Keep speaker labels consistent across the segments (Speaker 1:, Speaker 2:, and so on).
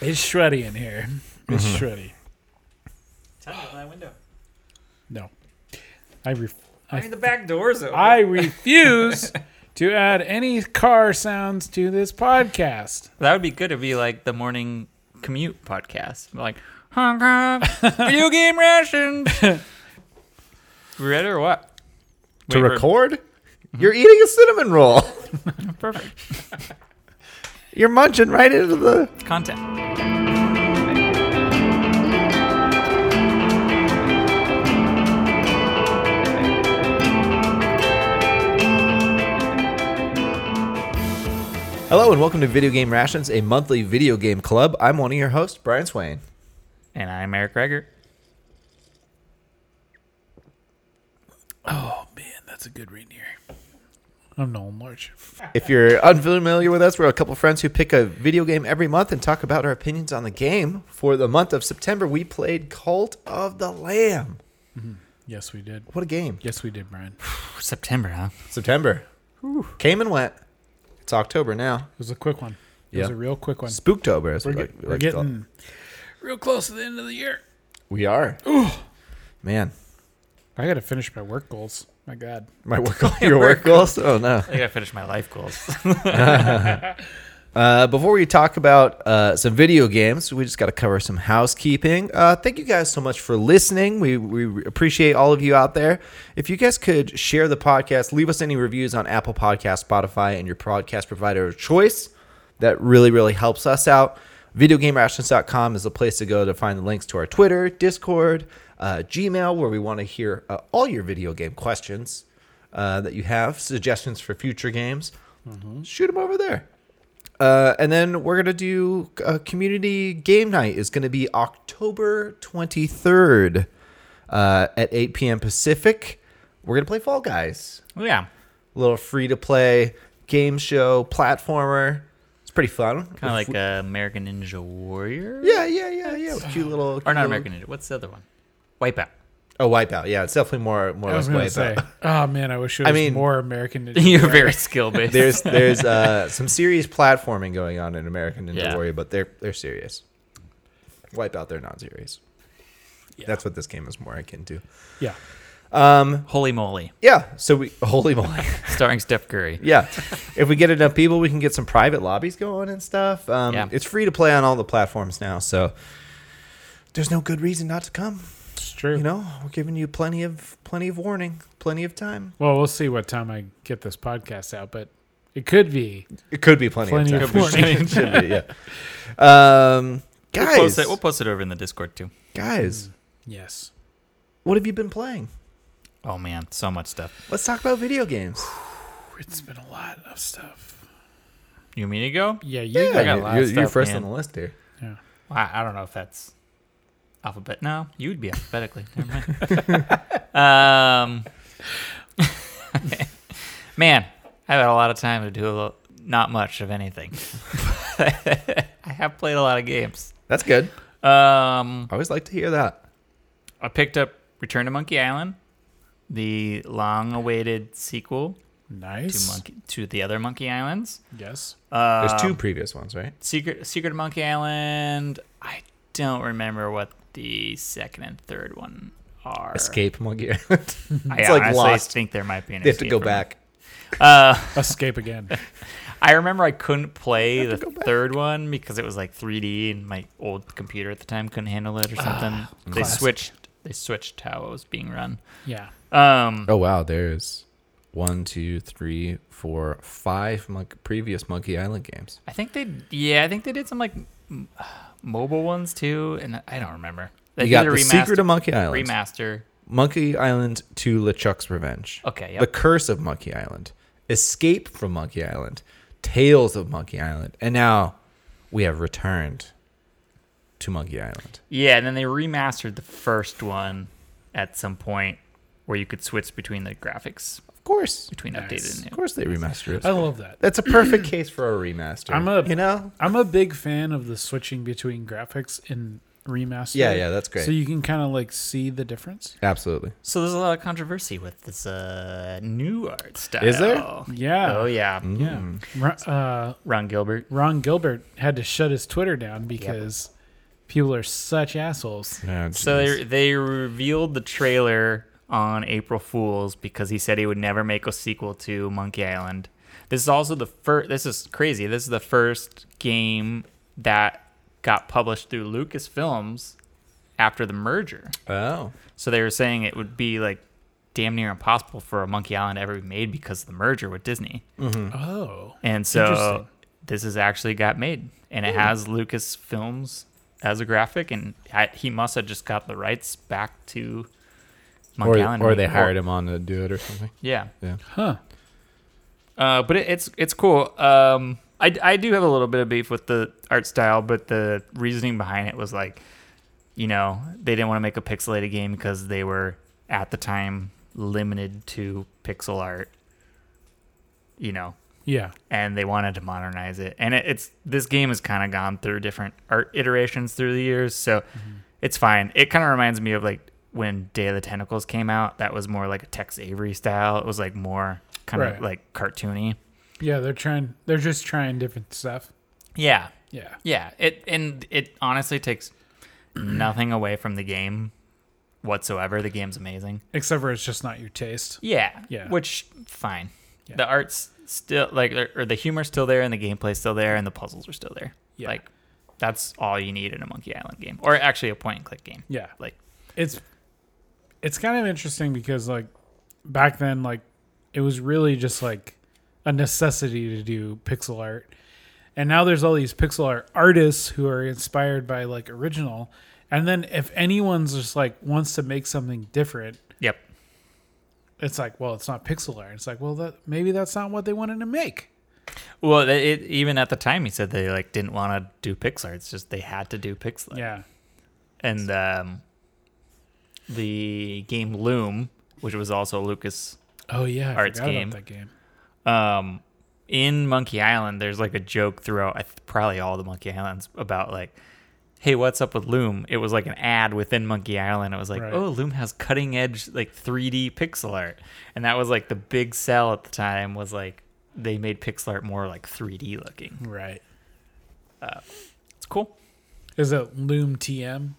Speaker 1: It's shreddy in here. It's
Speaker 2: Mm-hmm.
Speaker 1: shreddy.
Speaker 3: Time to open that window.
Speaker 1: No, I ref-
Speaker 3: I mean, the back door's open.
Speaker 1: I refuse to add any car sounds to this podcast.
Speaker 3: that would be good. It'd be like the morning commute podcast. Like, Hong Kong, video game rations. We Ready or what?
Speaker 2: to
Speaker 3: Wait for-
Speaker 2: record? You're eating a cinnamon roll.
Speaker 3: Perfect.
Speaker 2: You're munching right into the.
Speaker 3: Content.
Speaker 2: Hello and welcome to Video Game Rations, a monthly video game club. I'm one of your hosts, Brian Swain.
Speaker 3: And I'm Eric Reger.
Speaker 1: Oh man, that's a good reading here. I'm Nolan Larch.
Speaker 2: If you're unfamiliar with us, we're a couple friends who pick a video game every month and talk about our opinions on the game. For the month of September, we played Cult of the Lamb.
Speaker 1: Yes, we did.
Speaker 2: What a game!
Speaker 1: Yes, we did, Brian. It
Speaker 3: September, huh?
Speaker 2: September came and went. It's October now.
Speaker 1: was a quick one. It was
Speaker 2: Yeah.
Speaker 1: a real quick one.
Speaker 2: Spooktober. Is
Speaker 1: We're,
Speaker 2: what
Speaker 1: get-
Speaker 2: we
Speaker 1: we're
Speaker 2: like to call it.
Speaker 1: getting real close to the end of the year.
Speaker 2: We are. Man,
Speaker 1: I got to finish my work goals. My God.
Speaker 2: my work. Your work goals? Oh no.
Speaker 3: I gotta finish my life goals.
Speaker 2: Uh, before we talk about uh, some video games, we just got to cover some housekeeping. Uh, thank you guys so much for listening. We, we appreciate all of you out there. If you guys could share the podcast, leave us any reviews on Apple Podcast, Spotify, and your podcast provider of choice, that really, really helps us out. VideoGameRations.com is the place to go to find the links to our Twitter, Discord, uh, Gmail, where we want to hear uh, all your video game questions uh, that you have, suggestions for future games. Shoot them over there. Uh, and then we're gonna do a community game night. is gonna be October twenty third uh, at eight p.m. Pacific. We're gonna play Fall Guys,
Speaker 3: yeah.
Speaker 2: a little free to play game show platformer. It's pretty fun.
Speaker 3: Kind of like uh, American Ninja Warrior?
Speaker 2: yeah, yeah, yeah, yeah. with Cute little
Speaker 3: Or
Speaker 2: cute
Speaker 3: not
Speaker 2: little-
Speaker 3: American Ninja. What's the other one? Wipeout.
Speaker 2: Oh, Wipeout. Yeah, it's definitely more more
Speaker 1: I was
Speaker 2: like
Speaker 1: going
Speaker 2: Wipeout.
Speaker 1: to say, oh man, I wish it was
Speaker 2: I mean-
Speaker 1: more American. Ninja
Speaker 3: You're
Speaker 1: Warrior.
Speaker 3: very skill based.
Speaker 2: There's there's uh, some serious platforming going on in American Ninja
Speaker 3: Yeah.
Speaker 2: Warrior, but they're they're serious. Wipeout, they're not serious. That's what this game is more akin to.
Speaker 1: Yeah.
Speaker 3: Holy moly.
Speaker 2: Yeah. So we holy moly.
Speaker 3: Starring Steph Curry.
Speaker 2: yeah. If we get enough people, we can get some private lobbies going and stuff. Um,
Speaker 3: Yeah.
Speaker 2: It's free to play on all the platforms now, so there's no good reason not to come.
Speaker 1: It's true.
Speaker 2: You know, we're giving you plenty of plenty of warning, plenty of time.
Speaker 1: Well, we'll see what time I get this podcast out, but it could be
Speaker 2: It could be plenty,
Speaker 1: plenty
Speaker 2: of
Speaker 1: of
Speaker 2: time.
Speaker 1: warning.
Speaker 2: Should be, yeah. Um,
Speaker 3: We'll post,
Speaker 2: guys,
Speaker 3: it, we'll post it over in the Discord too.
Speaker 2: guys,
Speaker 1: yes.
Speaker 2: what have you been playing?
Speaker 3: Oh man, so much stuff.
Speaker 2: Let's talk about video games.
Speaker 1: It's been a lot of stuff.
Speaker 3: You mean to go?
Speaker 1: Yeah, you got
Speaker 3: got a
Speaker 2: you-
Speaker 3: lot of
Speaker 2: you're, you're
Speaker 3: stuff,
Speaker 2: first
Speaker 3: man.
Speaker 2: on the list here.
Speaker 1: Yeah.
Speaker 3: I, I don't know if that's alphabet. No, you would be alphabetically. Never mind. um, man, I've had a lot of time to do a lo- not much of anything. I have played a lot of games.
Speaker 2: That's good.
Speaker 3: Um,
Speaker 2: I always like to hear that.
Speaker 3: I picked up Return to Monkey Island, the long-awaited sequel to
Speaker 1: Nice.
Speaker 3: Monkey to the other Monkey Islands.
Speaker 1: Yes.
Speaker 3: Uh,
Speaker 2: There's two previous ones, right?
Speaker 3: Secret Secret of Monkey Island. I don't remember what the second and third one are.
Speaker 2: Escape Monkey Island.
Speaker 3: I
Speaker 2: It's like
Speaker 3: honestly
Speaker 2: Lost.
Speaker 3: think there might be an.
Speaker 2: they have to
Speaker 3: escape
Speaker 2: go
Speaker 3: from-
Speaker 2: back.
Speaker 3: Uh,
Speaker 1: Escape again.
Speaker 3: I remember I couldn't play the
Speaker 2: to go back.
Speaker 3: third one because it was like 3D and my old computer at the time couldn't handle it or
Speaker 2: Ah,
Speaker 3: something. they
Speaker 1: classic.
Speaker 3: switched. They switched how it was being run.
Speaker 1: Yeah.
Speaker 3: Um,
Speaker 2: Oh wow, there's one, two, three, four, five monk- previous Monkey Island games.
Speaker 3: I think they. Yeah, I think they did some like m- mobile ones too, and I don't remember. They
Speaker 2: you got
Speaker 3: did
Speaker 2: the
Speaker 3: a remaster.
Speaker 2: Secret of Monkey Island,
Speaker 3: remaster.
Speaker 2: Monkey Island to LeChuck's Revenge,
Speaker 3: Okay.
Speaker 2: The
Speaker 3: Yep.
Speaker 2: Curse of Monkey Island, Escape from Monkey Island, Tales of Monkey Island, and now we have returned to Monkey Island.
Speaker 3: Yeah, and then they remastered the first one at some point where you could switch between the graphics
Speaker 2: Of course,
Speaker 3: between
Speaker 1: Nice.
Speaker 3: updated and
Speaker 2: of
Speaker 3: new.
Speaker 2: course, they remaster
Speaker 1: I
Speaker 2: it.
Speaker 1: love that.
Speaker 2: That's a perfect case for a remaster.
Speaker 1: I'm a-
Speaker 2: you know,
Speaker 1: I'm a big fan of the switching between graphics in remastered.
Speaker 2: Yeah, yeah, that's great.
Speaker 1: So you can kind of like see the difference.
Speaker 2: Absolutely.
Speaker 3: So there's a lot of controversy with this uh, new art style.
Speaker 2: Is there? Mm.
Speaker 1: Yeah.
Speaker 3: Oh
Speaker 1: Yeah.
Speaker 3: yeah.
Speaker 2: Mm-hmm.
Speaker 1: Ro- uh,
Speaker 3: Ron Gilbert.
Speaker 1: Ron Gilbert had to shut his Twitter down because people are such assholes.
Speaker 3: So they, they revealed the trailer on April Fools because he said he would never make a sequel to Monkey Island. This is also the first. This is crazy. This is the first game that got published through Lucasfilms after the merger.
Speaker 2: oh.
Speaker 3: So they were saying it would be like damn near impossible for a Monkey Island to ever be made because of the merger with Disney.
Speaker 1: Oh.
Speaker 3: And
Speaker 1: Interesting.
Speaker 3: so this has actually got made, and it has Lucas Films as a graphic, and I, he must have just got the rights back to
Speaker 2: Or,
Speaker 3: Monkey Island.
Speaker 2: or they hired him on to do it or something.
Speaker 3: Yeah,
Speaker 1: Huh.
Speaker 3: uh, but it, it's it's cool. Um, I I do have a little bit of beef with the art style, but the reasoning behind it was like, you know, they didn't want to make a pixelated game because they were at the time limited to pixel art. You know,
Speaker 1: Yeah.
Speaker 3: and they wanted to modernize it. And it, it's this game has kind of gone through different art iterations through the years, so it's fine. It kind of reminds me of like when Day of the Tentacles came out. That was more like a Tex Avery style. It was like more kind of
Speaker 1: Right.
Speaker 3: like cartoony.
Speaker 1: Yeah. They're trying. They're just trying different stuff.
Speaker 3: Yeah,
Speaker 1: Yeah.
Speaker 3: yeah. It and it honestly takes nothing away from the game whatsoever. The game's amazing.
Speaker 1: Except for it's just not your taste.
Speaker 3: Yeah.
Speaker 1: Yeah.
Speaker 3: Which fine.
Speaker 1: Yeah.
Speaker 3: The art's still like or, or the humor's still there and the gameplay's still there and the puzzles are still there.
Speaker 1: Yeah.
Speaker 3: Like that's all you need in a Monkey Island game. Or actually a point and click game.
Speaker 1: Yeah.
Speaker 3: Like
Speaker 1: it's it's kind of interesting because like back then like it was really just like a necessity to do pixel art and now there's all these pixel art artists who are inspired by like original and then if anyone's just like wants to make something different
Speaker 3: Yep.
Speaker 1: it's like well it's not pixel art it's like well that maybe that's not what they wanted to make
Speaker 3: Well, they- it, even at the time, he said they like didn't want to do Pixar. It's just they had to do Pixar.
Speaker 1: yeah
Speaker 3: And um, the game Loom, which was also Lucas
Speaker 1: oh yeah I
Speaker 3: Arts
Speaker 1: forgot
Speaker 3: game.
Speaker 1: about that game
Speaker 3: um in monkey island there's like a joke throughout I th- probably all the monkey islands about like hey what's up with loom it was like an ad within monkey island it was like
Speaker 1: Right.
Speaker 3: oh loom has cutting edge like 3d pixel art and that was like the big sell at the time was like they made pixel art more like 3d looking
Speaker 1: right
Speaker 3: it's cool
Speaker 1: is it loom tm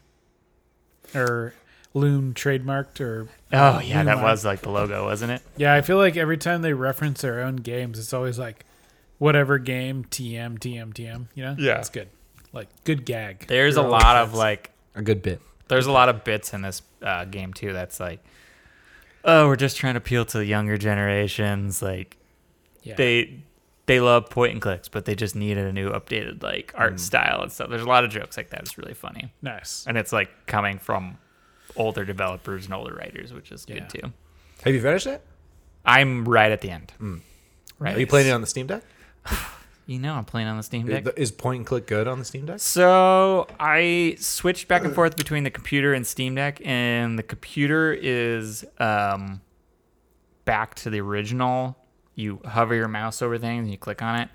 Speaker 1: or loom trademarked or
Speaker 3: oh yeah that
Speaker 1: Loom
Speaker 3: was like the logo wasn't it
Speaker 1: Yeah, I feel like every time they reference their own games, it's always like whatever game TM TM TM. You know?
Speaker 3: Yeah.
Speaker 1: it's good. Like good gag.
Speaker 3: there's a
Speaker 1: Throughout
Speaker 3: lot of
Speaker 1: reference.
Speaker 3: like
Speaker 2: A good bit.
Speaker 3: There's a lot of bits in this uh, game too that's like, oh, we're just trying to appeal to younger generations. Like,
Speaker 1: Yeah.
Speaker 3: they they love point and clicks, but they just needed a new updated like art
Speaker 2: Mm.
Speaker 3: style and stuff. There's a lot of jokes like that. It's really funny,
Speaker 1: nice.
Speaker 3: and it's like coming from older developers and older writers, which is
Speaker 1: Yeah.
Speaker 3: good too.
Speaker 2: Have you finished it?
Speaker 3: I'm right at the end.
Speaker 1: Right.
Speaker 2: Mm. Are you playing it on the Steam Deck?
Speaker 3: You know, I'm playing on the Steam Deck.
Speaker 2: Is is point and click good on the Steam Deck?
Speaker 3: So I switched back and forth between the computer and Steam Deck, and the computer is um, back to the original. You hover your mouse over things and you click on it.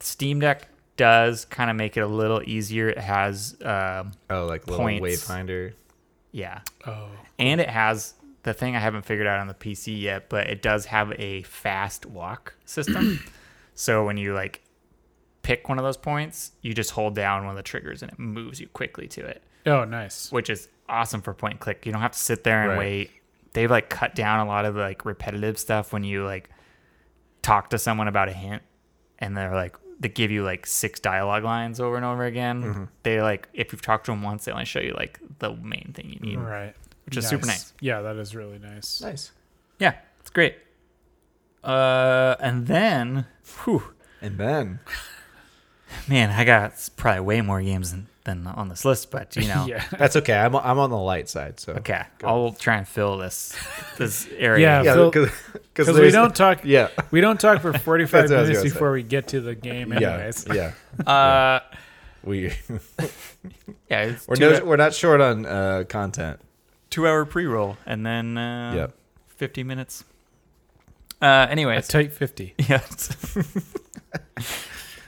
Speaker 3: Steam Deck does kind of make it a little easier. It has, um,
Speaker 2: Oh, like little
Speaker 3: Points.
Speaker 2: Wavefinder.
Speaker 3: yeah,
Speaker 1: Oh,
Speaker 3: and it has the thing I haven't figured out on the PC yet, but it does have a fast walk system. so when you like pick one of those points, you just hold down one of the triggers and it moves you quickly to it.
Speaker 1: oh, nice.
Speaker 3: which is awesome for point and click. You don't have to sit there and
Speaker 2: Right.
Speaker 3: wait. They've like cut down a lot of the like repetitive stuff when you like talk to someone about a hint and they're like they give you like six dialogue lines over and over again. They like if you've talked to them once, they only show you like the main thing you need.
Speaker 1: Right.
Speaker 3: Which is super nice.
Speaker 1: Yeah, that is really nice.
Speaker 2: Nice.
Speaker 3: Yeah, it's great. Uh, and then, whew,
Speaker 2: And then
Speaker 3: man, I got probably way more games than, than on this list, but you know,
Speaker 1: Yeah.
Speaker 2: that's okay. I'm I'm on the light side, so
Speaker 3: okay, I'll try and fill this this area.
Speaker 1: Yeah,
Speaker 2: Yeah,
Speaker 1: Phil-
Speaker 2: because
Speaker 1: Because we don't talk.
Speaker 2: Yeah,
Speaker 1: We don't talk for 45
Speaker 2: That's what I was
Speaker 1: minutes
Speaker 2: gonna say.
Speaker 1: before we get to the game,
Speaker 2: yeah,
Speaker 1: anyways.
Speaker 2: yeah.
Speaker 3: Uh,
Speaker 2: We
Speaker 3: Yeah, it's
Speaker 2: we're,
Speaker 3: two,
Speaker 2: no, we're not short on uh, content.
Speaker 3: two hour pre roll and then uh,
Speaker 2: Yep.
Speaker 3: 50 minutes. Uh,
Speaker 1: A
Speaker 3: anyways,
Speaker 1: tight 50.
Speaker 3: yeah.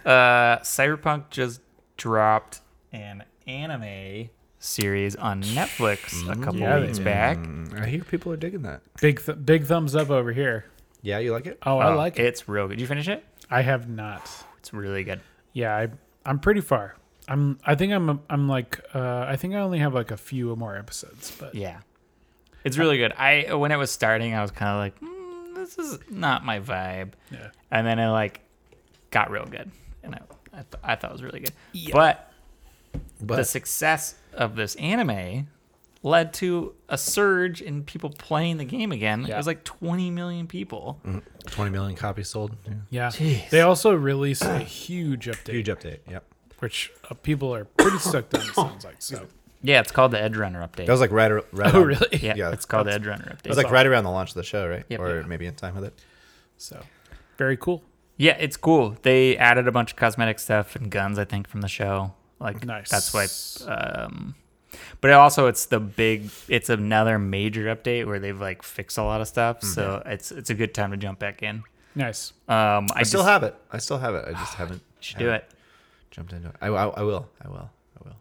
Speaker 3: uh, Cyberpunk just dropped an anime series on Netflix a couple
Speaker 1: Yeah, they
Speaker 3: weeks back.
Speaker 2: I hear people are digging that.
Speaker 1: Big th- big thumbs up over here.
Speaker 2: Yeah, you like it?
Speaker 1: Oh, I like it.
Speaker 3: It's real good. Did you finish it?
Speaker 1: I have not.
Speaker 3: It's really good.
Speaker 1: Yeah, I I'm pretty far. I'm I think I'm I'm like uh I think I only have like a few more episodes, but
Speaker 3: Yeah, it's really good. I when it was starting, I was kind of like, mm, this is not my vibe,
Speaker 1: yeah.
Speaker 3: and then it like got real good, and I I, th- I thought it was really good. But
Speaker 2: But
Speaker 3: the success of this anime led to a surge in people playing the game again. It
Speaker 1: Yeah.
Speaker 3: was like 20 million people.
Speaker 2: Mm-hmm. 20 million copies sold. Yeah.
Speaker 1: Yeah.
Speaker 3: Jeez.
Speaker 1: They also released a huge update,
Speaker 2: Huge update. Yep.
Speaker 1: which uh, people are pretty stoked on. It sounds like so.
Speaker 3: Yeah, it's called the Edge Runner update.
Speaker 2: That was like right. ar- right
Speaker 1: Oh
Speaker 2: on-
Speaker 1: really?
Speaker 3: yeah,
Speaker 2: yeah,
Speaker 3: it's called the Edge Runner update.
Speaker 2: It was like
Speaker 1: all.
Speaker 2: right around the launch of the show, right?
Speaker 3: Yep.
Speaker 2: or
Speaker 3: Yeah.
Speaker 2: maybe in time with it.
Speaker 1: So very cool.
Speaker 3: yeah, it's cool. They added a bunch of cosmetic stuff and guns, I think, from the show. Like
Speaker 1: Nice.
Speaker 3: that's why. Um, but it also, it's the big. It's another major update where they've like fixed a lot of stuff.
Speaker 2: Mm-hmm.
Speaker 3: So it's it's a good time to jump back in.
Speaker 1: Nice.
Speaker 3: Um, I,
Speaker 2: I still
Speaker 3: just
Speaker 2: have it. I still have it. I just haven't
Speaker 3: should do it.
Speaker 2: jumped into it. I, I, I will. I will. I will.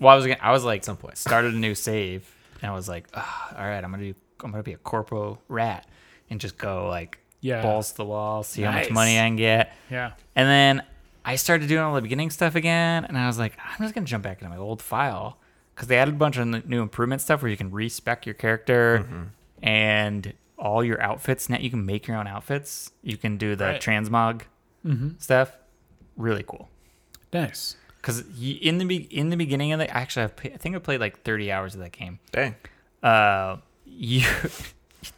Speaker 3: Well, I was gonna, I was like
Speaker 2: some point.
Speaker 3: started a new save, and I was like, "Ah, all right, I'm gonna do, I'm gonna be a corpo rat and just go like
Speaker 1: Yeah.
Speaker 3: balls to the wall, see how much
Speaker 1: Nice.
Speaker 3: money I can get,
Speaker 1: Yeah.
Speaker 3: and then I started doing all the beginning stuff again, and I was like, I'm just gonna jump back into my old file because they added a bunch of n- new improvement stuff where you can respec your character and all your outfits. Now you can make your own outfits. You can do the
Speaker 1: Right. Mm-hmm.
Speaker 3: transmog stuff. Really cool.
Speaker 1: Nice.
Speaker 3: Because in the be- in the beginning of the actually, I've, pa- I think I played like 30 hours of that game.
Speaker 2: Dang.
Speaker 3: Uh, you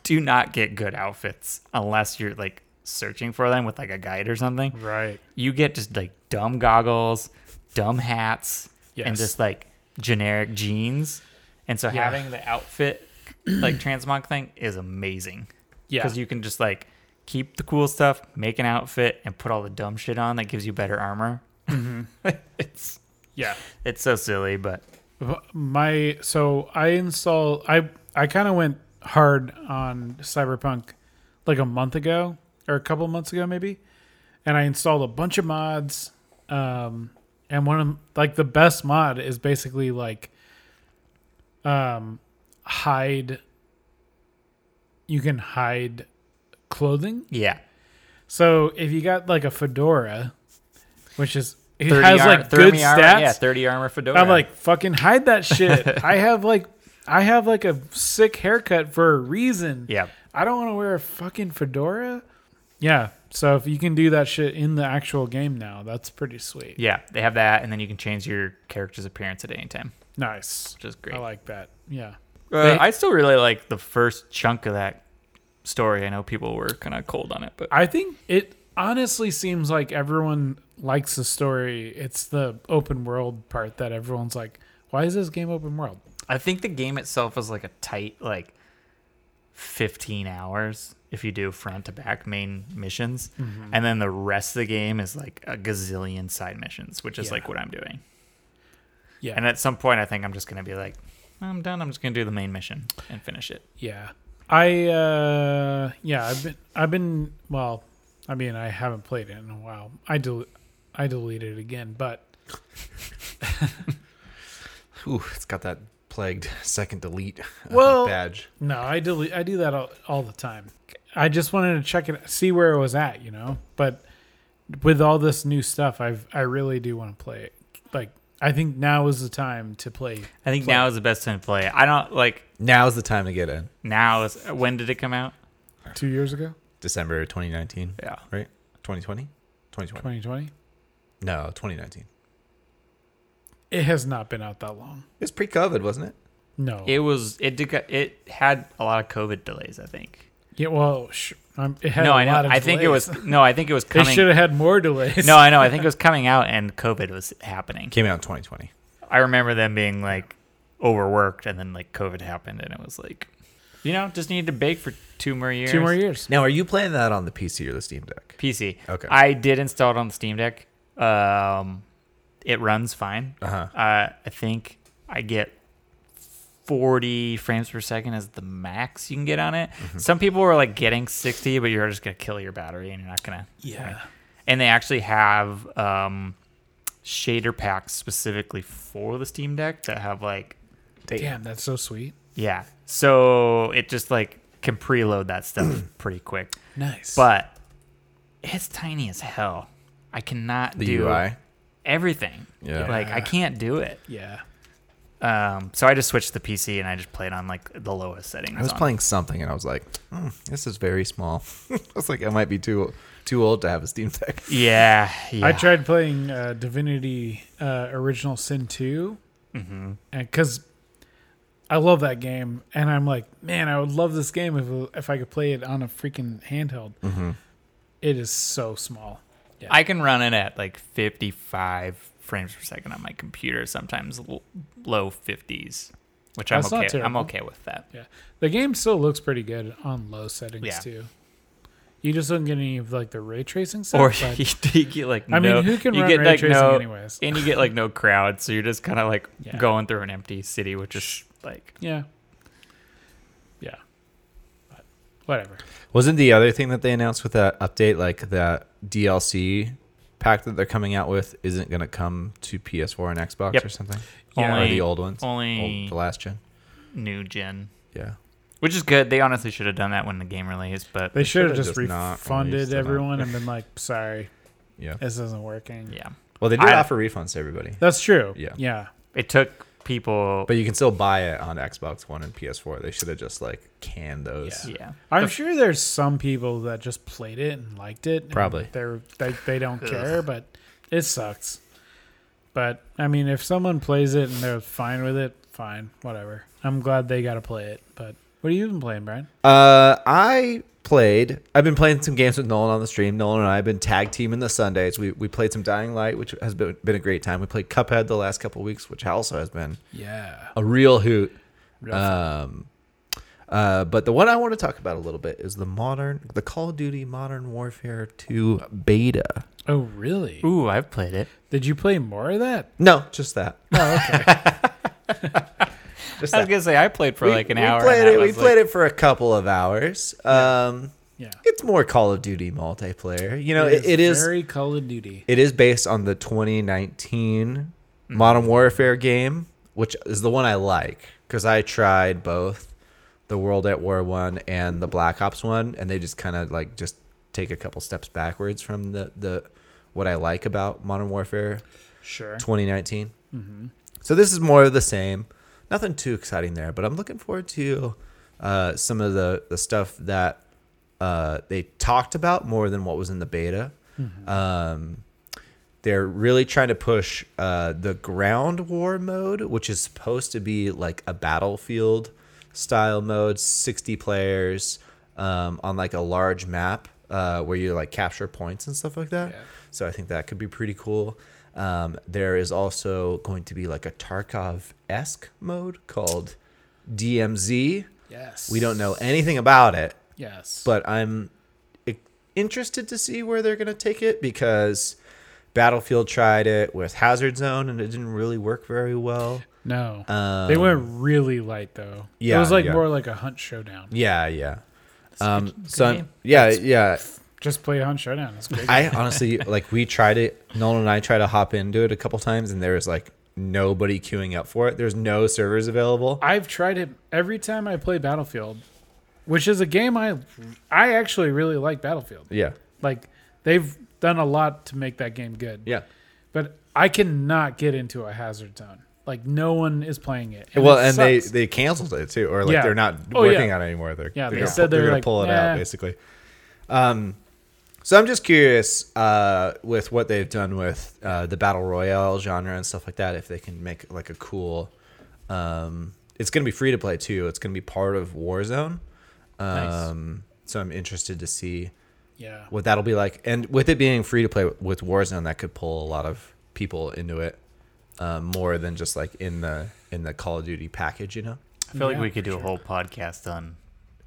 Speaker 3: do not get good outfits unless you're like searching for them with like a guide or something.
Speaker 1: Right.
Speaker 3: You get just like dumb goggles, dumb hats, and
Speaker 1: Yes.
Speaker 3: just like generic jeans. And so
Speaker 1: Yeah.
Speaker 3: having the outfit like transmog thing is amazing
Speaker 1: Yeah.
Speaker 3: because you can just like keep the cool stuff, make an outfit, and put all the dumb shit on that gives you better armor.
Speaker 1: Mm-hmm.
Speaker 3: it's
Speaker 1: yeah.
Speaker 3: it's so silly, but
Speaker 1: my so i install i i kind of went hard on cyberpunk like a month ago or a couple months ago maybe and i installed a bunch of mods um and one of like the best mod is basically like um hide you can hide clothing
Speaker 3: yeah.
Speaker 1: so if you got like a fedora which is it
Speaker 3: 30
Speaker 1: has
Speaker 3: ar-
Speaker 1: like good
Speaker 3: 30
Speaker 1: stats
Speaker 3: armor, yeah, 30 armor fedora.
Speaker 1: I'm like, fucking hide that shit. I have like, I have like a sick haircut for a reason.
Speaker 3: yeah.
Speaker 1: I don't want to wear a fucking fedora. Yeah. So if you can do that shit in the actual game now, that's pretty sweet.
Speaker 3: Yeah, they have that, and then you can change your character's appearance at any time,
Speaker 1: Nice.
Speaker 3: which is great.
Speaker 1: I like that. Yeah.
Speaker 3: Uh,
Speaker 1: They-
Speaker 3: I still really like the first chunk of that story. I know people were kind of cold on it, but
Speaker 1: I think it honestly seems like everyone likes the story. It's the open world part that everyone's like, why is this game open world?
Speaker 3: I think the game itself is like a tight like 15 hours if you do front to back main missions, and then the rest of the game is like a gazillion side missions, which is
Speaker 1: Yeah.
Speaker 3: like what I'm doing.
Speaker 1: Yeah.
Speaker 3: And at some point, I think I'm just gonna be like, I'm done. I'm just gonna do the main mission and finish it.
Speaker 1: Yeah. I uh yeah, I've been I've been well, I mean, I haven't played it in a while. I del- I deleted it again, but
Speaker 2: Ooh, it's got that plagued second delete uh,
Speaker 1: Well-
Speaker 2: badge.
Speaker 1: no, I delete I do that all, all the time. I just wanted to check it see where it was at, you know. But with all this new stuff, I've I really do want to play it. Like I think now is the time to play.
Speaker 3: I think now is the best time to play. it. I don't like
Speaker 2: Now's the time to get in.
Speaker 3: now is when did it come out?
Speaker 1: 2 years ago,
Speaker 2: December 2019,
Speaker 3: Yeah.
Speaker 2: right? 2020? 2020.
Speaker 1: 2020.
Speaker 2: No, 2019.
Speaker 1: It has not been out that long.
Speaker 2: It was pre COVID, wasn't it?
Speaker 1: No.
Speaker 3: It was it did get- it had a lot of COVID delays, I think.
Speaker 1: yeah, well, sh- um, it had
Speaker 3: No,
Speaker 1: a
Speaker 3: I know.
Speaker 1: lot of
Speaker 3: I think it
Speaker 1: delays.
Speaker 3: was no, I think it was
Speaker 1: They should
Speaker 3: coming.
Speaker 1: have had more delays.
Speaker 3: No, I know. I think it was coming out and COVID was happening.
Speaker 2: Came out in 2020.
Speaker 3: I remember them being like overworked and then like COVID happened and it was like you know, just needed to bake for two more years.
Speaker 1: two more years.
Speaker 2: Now, are you playing that on the PC or the Steam Deck?
Speaker 3: PC.
Speaker 2: Okay.
Speaker 3: I did install it on the Steam Deck. Um, it runs fine.
Speaker 2: Uh huh.
Speaker 3: Uh, I think I get 40 frames per second is the max you can get on it. Some people are like getting 60, but you're just gonna kill your battery and you're not gonna.
Speaker 1: Yeah.
Speaker 3: And they actually have um, shader packs specifically for the Steam Deck that have like
Speaker 1: Damn, that's so sweet.
Speaker 3: Yeah. So it just like can preload that stuff pretty quick.
Speaker 1: Nice.
Speaker 3: But it's tiny as hell. I cannot
Speaker 2: The
Speaker 3: do
Speaker 2: UI.
Speaker 3: everything.
Speaker 2: Yeah.
Speaker 3: Like I can't do it.
Speaker 1: yeah.
Speaker 3: Um, so I just switched to PC and I just played on like the lowest settings.
Speaker 2: I was
Speaker 3: on it.
Speaker 2: playing something and I was like, "Hmm, this is very small. I was like, I might be too too old to have a Steam Deck.
Speaker 3: Yeah, yeah.
Speaker 1: I tried playing uh, Divinity uh, Original Sin 2 Mm-hmm. because I love that game, and I'm like, man, I would love this game if if I could play it on a freaking handheld. It is so small.
Speaker 3: I can run it at like 55 frames per second on my computer. Sometimes l- low 50s, which I'm
Speaker 1: That's not
Speaker 3: okay. I'm
Speaker 1: terrible.
Speaker 3: okay with that.
Speaker 1: Yeah, the game still looks pretty good on low settings
Speaker 3: Yeah.
Speaker 1: too. You just don't get any of like the ray tracing stuff.
Speaker 3: Or
Speaker 1: but-
Speaker 3: you, you get like no,
Speaker 1: I mean, who can
Speaker 3: you
Speaker 1: run
Speaker 3: get
Speaker 1: ray
Speaker 3: like
Speaker 1: tracing
Speaker 3: no,
Speaker 1: anyways?
Speaker 3: and you get like no crowd, so you're just kind of like
Speaker 1: Yeah.
Speaker 3: going through an empty city, which is like
Speaker 1: yeah, yeah, but whatever.
Speaker 2: Wasn't the other thing that they announced with that update like that DLC pack that they're coming out with isn't going to come to PS4 and Xbox
Speaker 3: Yep.
Speaker 2: or something?
Speaker 3: Yeah.
Speaker 2: or the old ones?
Speaker 3: only
Speaker 2: Old- the last gen.
Speaker 3: new gen,
Speaker 2: Yeah.
Speaker 3: which is good. They honestly should have done that when the game released, but
Speaker 1: They should have
Speaker 2: should've
Speaker 1: just,
Speaker 2: just not released
Speaker 1: refunded
Speaker 2: it on-
Speaker 1: everyone and been like, sorry,
Speaker 2: Yeah.
Speaker 1: this isn't working.
Speaker 3: yeah,
Speaker 2: Well, they did
Speaker 3: I-
Speaker 2: offer refunds to everybody,
Speaker 1: That's true.
Speaker 2: Yeah.
Speaker 1: Yeah.
Speaker 3: it took people.
Speaker 2: but you can still buy it on Xbox One and PS4. They should have just like canned those.
Speaker 3: yeah,
Speaker 1: I'm sure there's some people that just played it and liked it. and
Speaker 2: Probably.
Speaker 1: they're they, they don't care, but it sucks. But I mean, if someone plays it and they're fine with it, fine, whatever. I'm glad they got to play it. But what have you been playing, Brian?
Speaker 2: Uh, I played. I've been playing some games with Nolan on the stream. Nolan and I have been tag teaming the Sundays. We we played some Dying Light, which has been, been a great time. We played Cuphead the last couple weeks, which also has been
Speaker 1: Yeah.
Speaker 2: a real hoot.
Speaker 1: Real
Speaker 2: Um, uh, but the one I want to talk about a little bit is the modern, the Call of Duty Modern Warfare 2 beta.
Speaker 1: Oh, really?
Speaker 3: ooh, I've played it.
Speaker 1: Did you play more of that?
Speaker 2: No, just that.
Speaker 1: Oh, okay.
Speaker 2: Just
Speaker 3: I was
Speaker 2: that.
Speaker 3: gonna say I played for like an hour. and
Speaker 2: Played
Speaker 3: I
Speaker 2: it, we
Speaker 3: was like,
Speaker 2: played it for a couple of hours. Um,
Speaker 1: yeah.
Speaker 2: it's more Call of Duty multiplayer. You know, it, it is
Speaker 1: very Call of Duty.
Speaker 2: It is based on the 2019 Modern Warfare game, which is the one I like because I tried both the World at War one and the Black Ops one, and they just kind of like just take a couple steps backwards from the the what I like about Modern Warfare
Speaker 1: Sure.
Speaker 2: 2019. So this is more of the same. Nothing too exciting there, but I'm looking forward to uh, some of the the stuff that uh, they talked about more than what was in the beta. Um, they're really trying to push uh, the ground war mode, which is supposed to be like a battlefield style mode, 60 players um, on like a large map uh, where you like capture points and stuff like that.
Speaker 1: Yeah.
Speaker 2: So I think that could be pretty cool. Um, there is also going to be like a Tarkov esque mode called DMZ.
Speaker 1: Yes.
Speaker 2: We don't know anything about it,
Speaker 1: Yes.
Speaker 2: but I'm i- interested to see where they're going to take it because Battlefield tried it with Hazard Zone and it didn't really work very well.
Speaker 1: no.
Speaker 2: Um,
Speaker 1: they went really light though. It
Speaker 2: yeah,
Speaker 1: was like
Speaker 2: yeah.
Speaker 1: more like a hunt showdown.
Speaker 2: Yeah, yeah. Um,
Speaker 3: good
Speaker 2: so I'm-
Speaker 3: game.
Speaker 2: yeah, yeah.
Speaker 1: Just play Hunt Showdown. It's great.
Speaker 2: I honestly like we tried it. Nolan and I tried to hop into it a couple times, and there was like nobody queuing up for it. There's no servers available.
Speaker 1: I've tried it every time I play Battlefield, which is a game I I actually really like Battlefield.
Speaker 2: Yeah,
Speaker 1: Like they've done a lot to make that game good.
Speaker 2: yeah.
Speaker 1: But I cannot get into a hazard zone. Like no one is playing it.
Speaker 2: well,
Speaker 1: it
Speaker 2: and they
Speaker 1: sucks.
Speaker 2: they canceled it too, or like
Speaker 1: Yeah.
Speaker 2: they're not
Speaker 1: Oh,
Speaker 2: working
Speaker 1: yeah.
Speaker 2: on it anymore. They're
Speaker 1: Yeah,
Speaker 2: they're
Speaker 1: they
Speaker 2: gonna,
Speaker 1: said
Speaker 2: they're
Speaker 1: they're
Speaker 2: gonna
Speaker 1: like,
Speaker 2: pull it
Speaker 1: "Nah."
Speaker 2: out basically. Um, so I'm just curious uh, with what they've done with uh, the battle royale genre and stuff like that. If they can make like a cool, um, it's gonna be free to play too. It's gonna be part of Warzone. Um, So I'm interested to see
Speaker 1: yeah.
Speaker 2: what that'll be like. And with it being free to play with Warzone, that could pull a lot of people into it um, more than just like in the in the Call of Duty package, you know.
Speaker 3: I feel like
Speaker 1: Yeah,
Speaker 3: we could
Speaker 1: for
Speaker 3: do a whole podcast on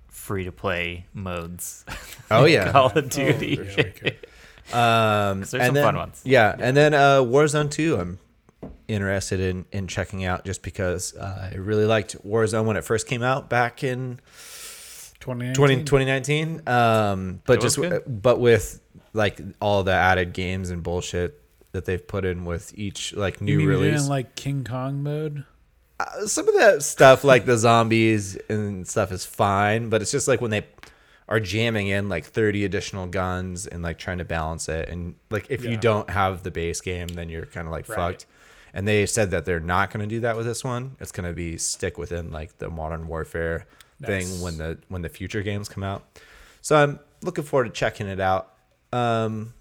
Speaker 3: free to play modes.
Speaker 2: Oh yeah,
Speaker 3: Call of
Speaker 1: Oh,
Speaker 3: Duty.
Speaker 1: yeah, we could.
Speaker 2: um,
Speaker 3: there's some
Speaker 2: then,
Speaker 3: fun ones.
Speaker 2: Yeah, and then uh, Warzone Two, I'm interested in in checking out just because uh, I really liked Warzone when it first came out back in 20,
Speaker 1: 2019.
Speaker 2: 2019 um but
Speaker 3: It was
Speaker 2: just but with like all the added games and bullshit that they've put in with each like
Speaker 1: You
Speaker 2: new
Speaker 1: mean you
Speaker 2: release
Speaker 1: didn't like King Kong mode?
Speaker 2: uh, some of that stuff like the zombies and stuff is fine, but it's just like when they are jamming in like 30 additional guns and like trying to balance it and like if you
Speaker 1: Yeah.
Speaker 2: don't have the base game then you're kind of like
Speaker 1: Right.
Speaker 2: fucked. And they said that they're not going to do that with this one. It's going to be stick within like the modern warfare thing
Speaker 1: Nice.
Speaker 2: when the when the future games come out. So I'm looking forward to checking it out. Um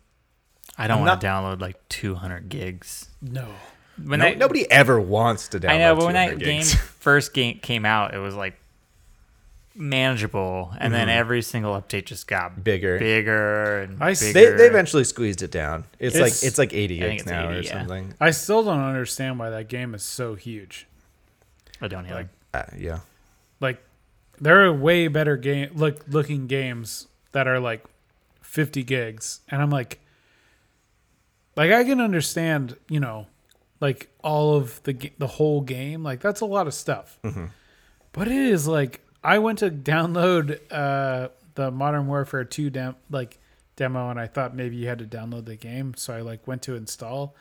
Speaker 3: I don't
Speaker 2: I'm
Speaker 3: want to download like 200 gigs.
Speaker 1: No.
Speaker 3: When
Speaker 2: no-
Speaker 3: that,
Speaker 2: nobody ever wants to download
Speaker 3: I know, but when
Speaker 2: 200
Speaker 3: that
Speaker 2: gigs.
Speaker 3: game first game came out, it was like manageable, and then every single update just got
Speaker 2: Mm-hmm. Bigger.
Speaker 3: bigger, and
Speaker 1: I see.
Speaker 2: They,
Speaker 3: bigger.
Speaker 2: they eventually squeezed it down. It's,
Speaker 1: It's-
Speaker 2: like it's like 80
Speaker 3: I think
Speaker 2: gigs
Speaker 3: it's
Speaker 2: now
Speaker 3: 80,
Speaker 2: or
Speaker 3: yeah.
Speaker 2: something.
Speaker 1: I still don't understand why that game is so huge.
Speaker 3: I don't know.
Speaker 2: Uh, yeah.
Speaker 1: Like there are way better game look looking games that are like 50 gigs and I'm like like I can understand, you know, like all of the ga- the whole game, like that's a lot of stuff. But it is like I went to download uh the Modern Warfare 2 dem- like demo and I thought maybe you had to download the game, so I like went to install.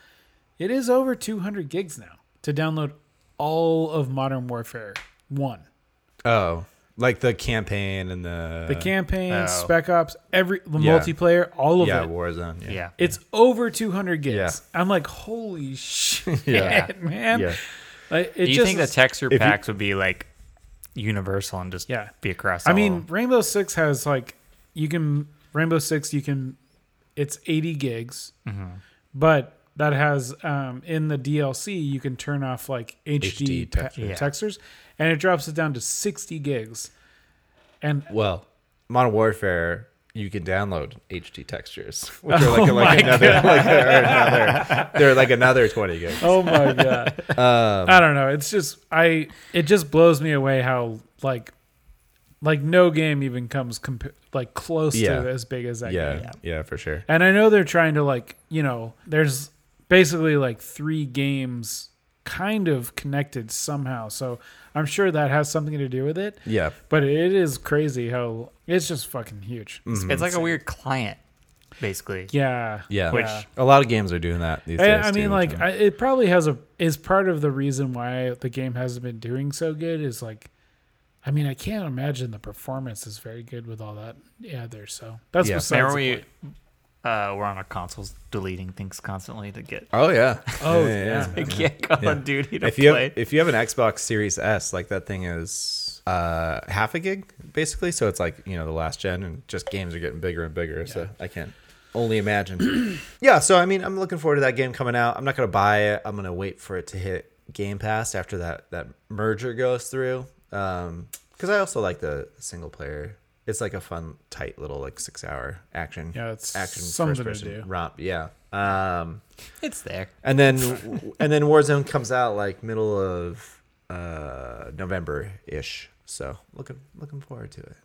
Speaker 1: It is over 200 gigs now to download all of Modern Warfare 1.
Speaker 2: Oh, like the campaign and the
Speaker 1: The campaign,
Speaker 3: oh.
Speaker 1: Spec Ops, every the
Speaker 2: Uh, Yeah.
Speaker 1: multiplayer, all of
Speaker 2: yeah
Speaker 1: it.
Speaker 2: Warzone. Yeah.
Speaker 3: yeah.
Speaker 1: It's over 200 gigs. I'm like, holy shit,
Speaker 2: Yeah.
Speaker 1: man!
Speaker 2: Yeah.
Speaker 1: Like, it
Speaker 3: Do you
Speaker 1: just
Speaker 3: think the
Speaker 1: is-
Speaker 3: texture
Speaker 2: you-
Speaker 3: packs would be like universal and just
Speaker 1: Yeah.
Speaker 3: be across?
Speaker 1: I
Speaker 3: all
Speaker 1: mean,
Speaker 3: of them?
Speaker 1: Rainbow Six has like you can Rainbow Six you can it's 80 gigs,
Speaker 2: Mm-hmm.
Speaker 1: but that has um, in the DLC you can turn off like
Speaker 2: HD
Speaker 1: HD, te-
Speaker 2: texture.
Speaker 3: Yeah.
Speaker 1: textures, and it drops it down to 60 gigs. And
Speaker 2: Well, Modern Warfare, you can download HD textures, which are
Speaker 1: Oh
Speaker 2: like, like another, like they're another, they're like another 20 gigs.
Speaker 1: oh my god,
Speaker 2: Um,
Speaker 1: I don't know. It's just I it just blows me away how like like no game even comes comp- like close
Speaker 2: Yeah.
Speaker 1: to as big as that game.
Speaker 2: Yeah, yeah, for sure.
Speaker 1: And I know they're trying to like, you know, there's basically like three games kind of connected somehow. So I'm sure that has something to do with it.
Speaker 2: Yeah,
Speaker 1: But it is crazy how it's just fucking huge.
Speaker 2: Mm-hmm.
Speaker 3: it's like a weird client, basically.
Speaker 1: Yeah.
Speaker 2: yeah.
Speaker 3: Which
Speaker 2: a lot of games are doing that these
Speaker 1: I,
Speaker 2: days.
Speaker 1: I mean,
Speaker 2: too,
Speaker 1: like,
Speaker 2: so-
Speaker 1: I, it probably has a is part of the reason why the game hasn't been doing so good is like, I mean, I can't imagine the performance is very good with all that. Yeah, there. So that's
Speaker 2: Yeah.
Speaker 1: besides
Speaker 3: Remember
Speaker 1: the
Speaker 3: we
Speaker 1: point.
Speaker 3: uh, were on our consoles deleting things constantly to get
Speaker 2: oh yeah,
Speaker 1: Oh,
Speaker 3: I can't Call of Duty to
Speaker 2: If you
Speaker 3: play.
Speaker 2: have, if you have an Xbox Series S, like that thing is uh, half a gig basically. So it's like you know the last gen, and just games are getting bigger and bigger. So I can't only imagine. yeah. So I mean, I'm looking forward to that game coming out. I'm not gonna buy it. I'm gonna wait for it to hit Game Pass after that that merger goes through. Because I also like the single player. It's like a fun, tight little like six hour action.
Speaker 1: Yeah, it's
Speaker 2: action
Speaker 1: something to
Speaker 2: first-person
Speaker 1: do.
Speaker 2: romp. Yeah. Um,
Speaker 3: it's there.
Speaker 2: and then and then Warzone comes out like middle of uh November ish. So looking looking forward to it.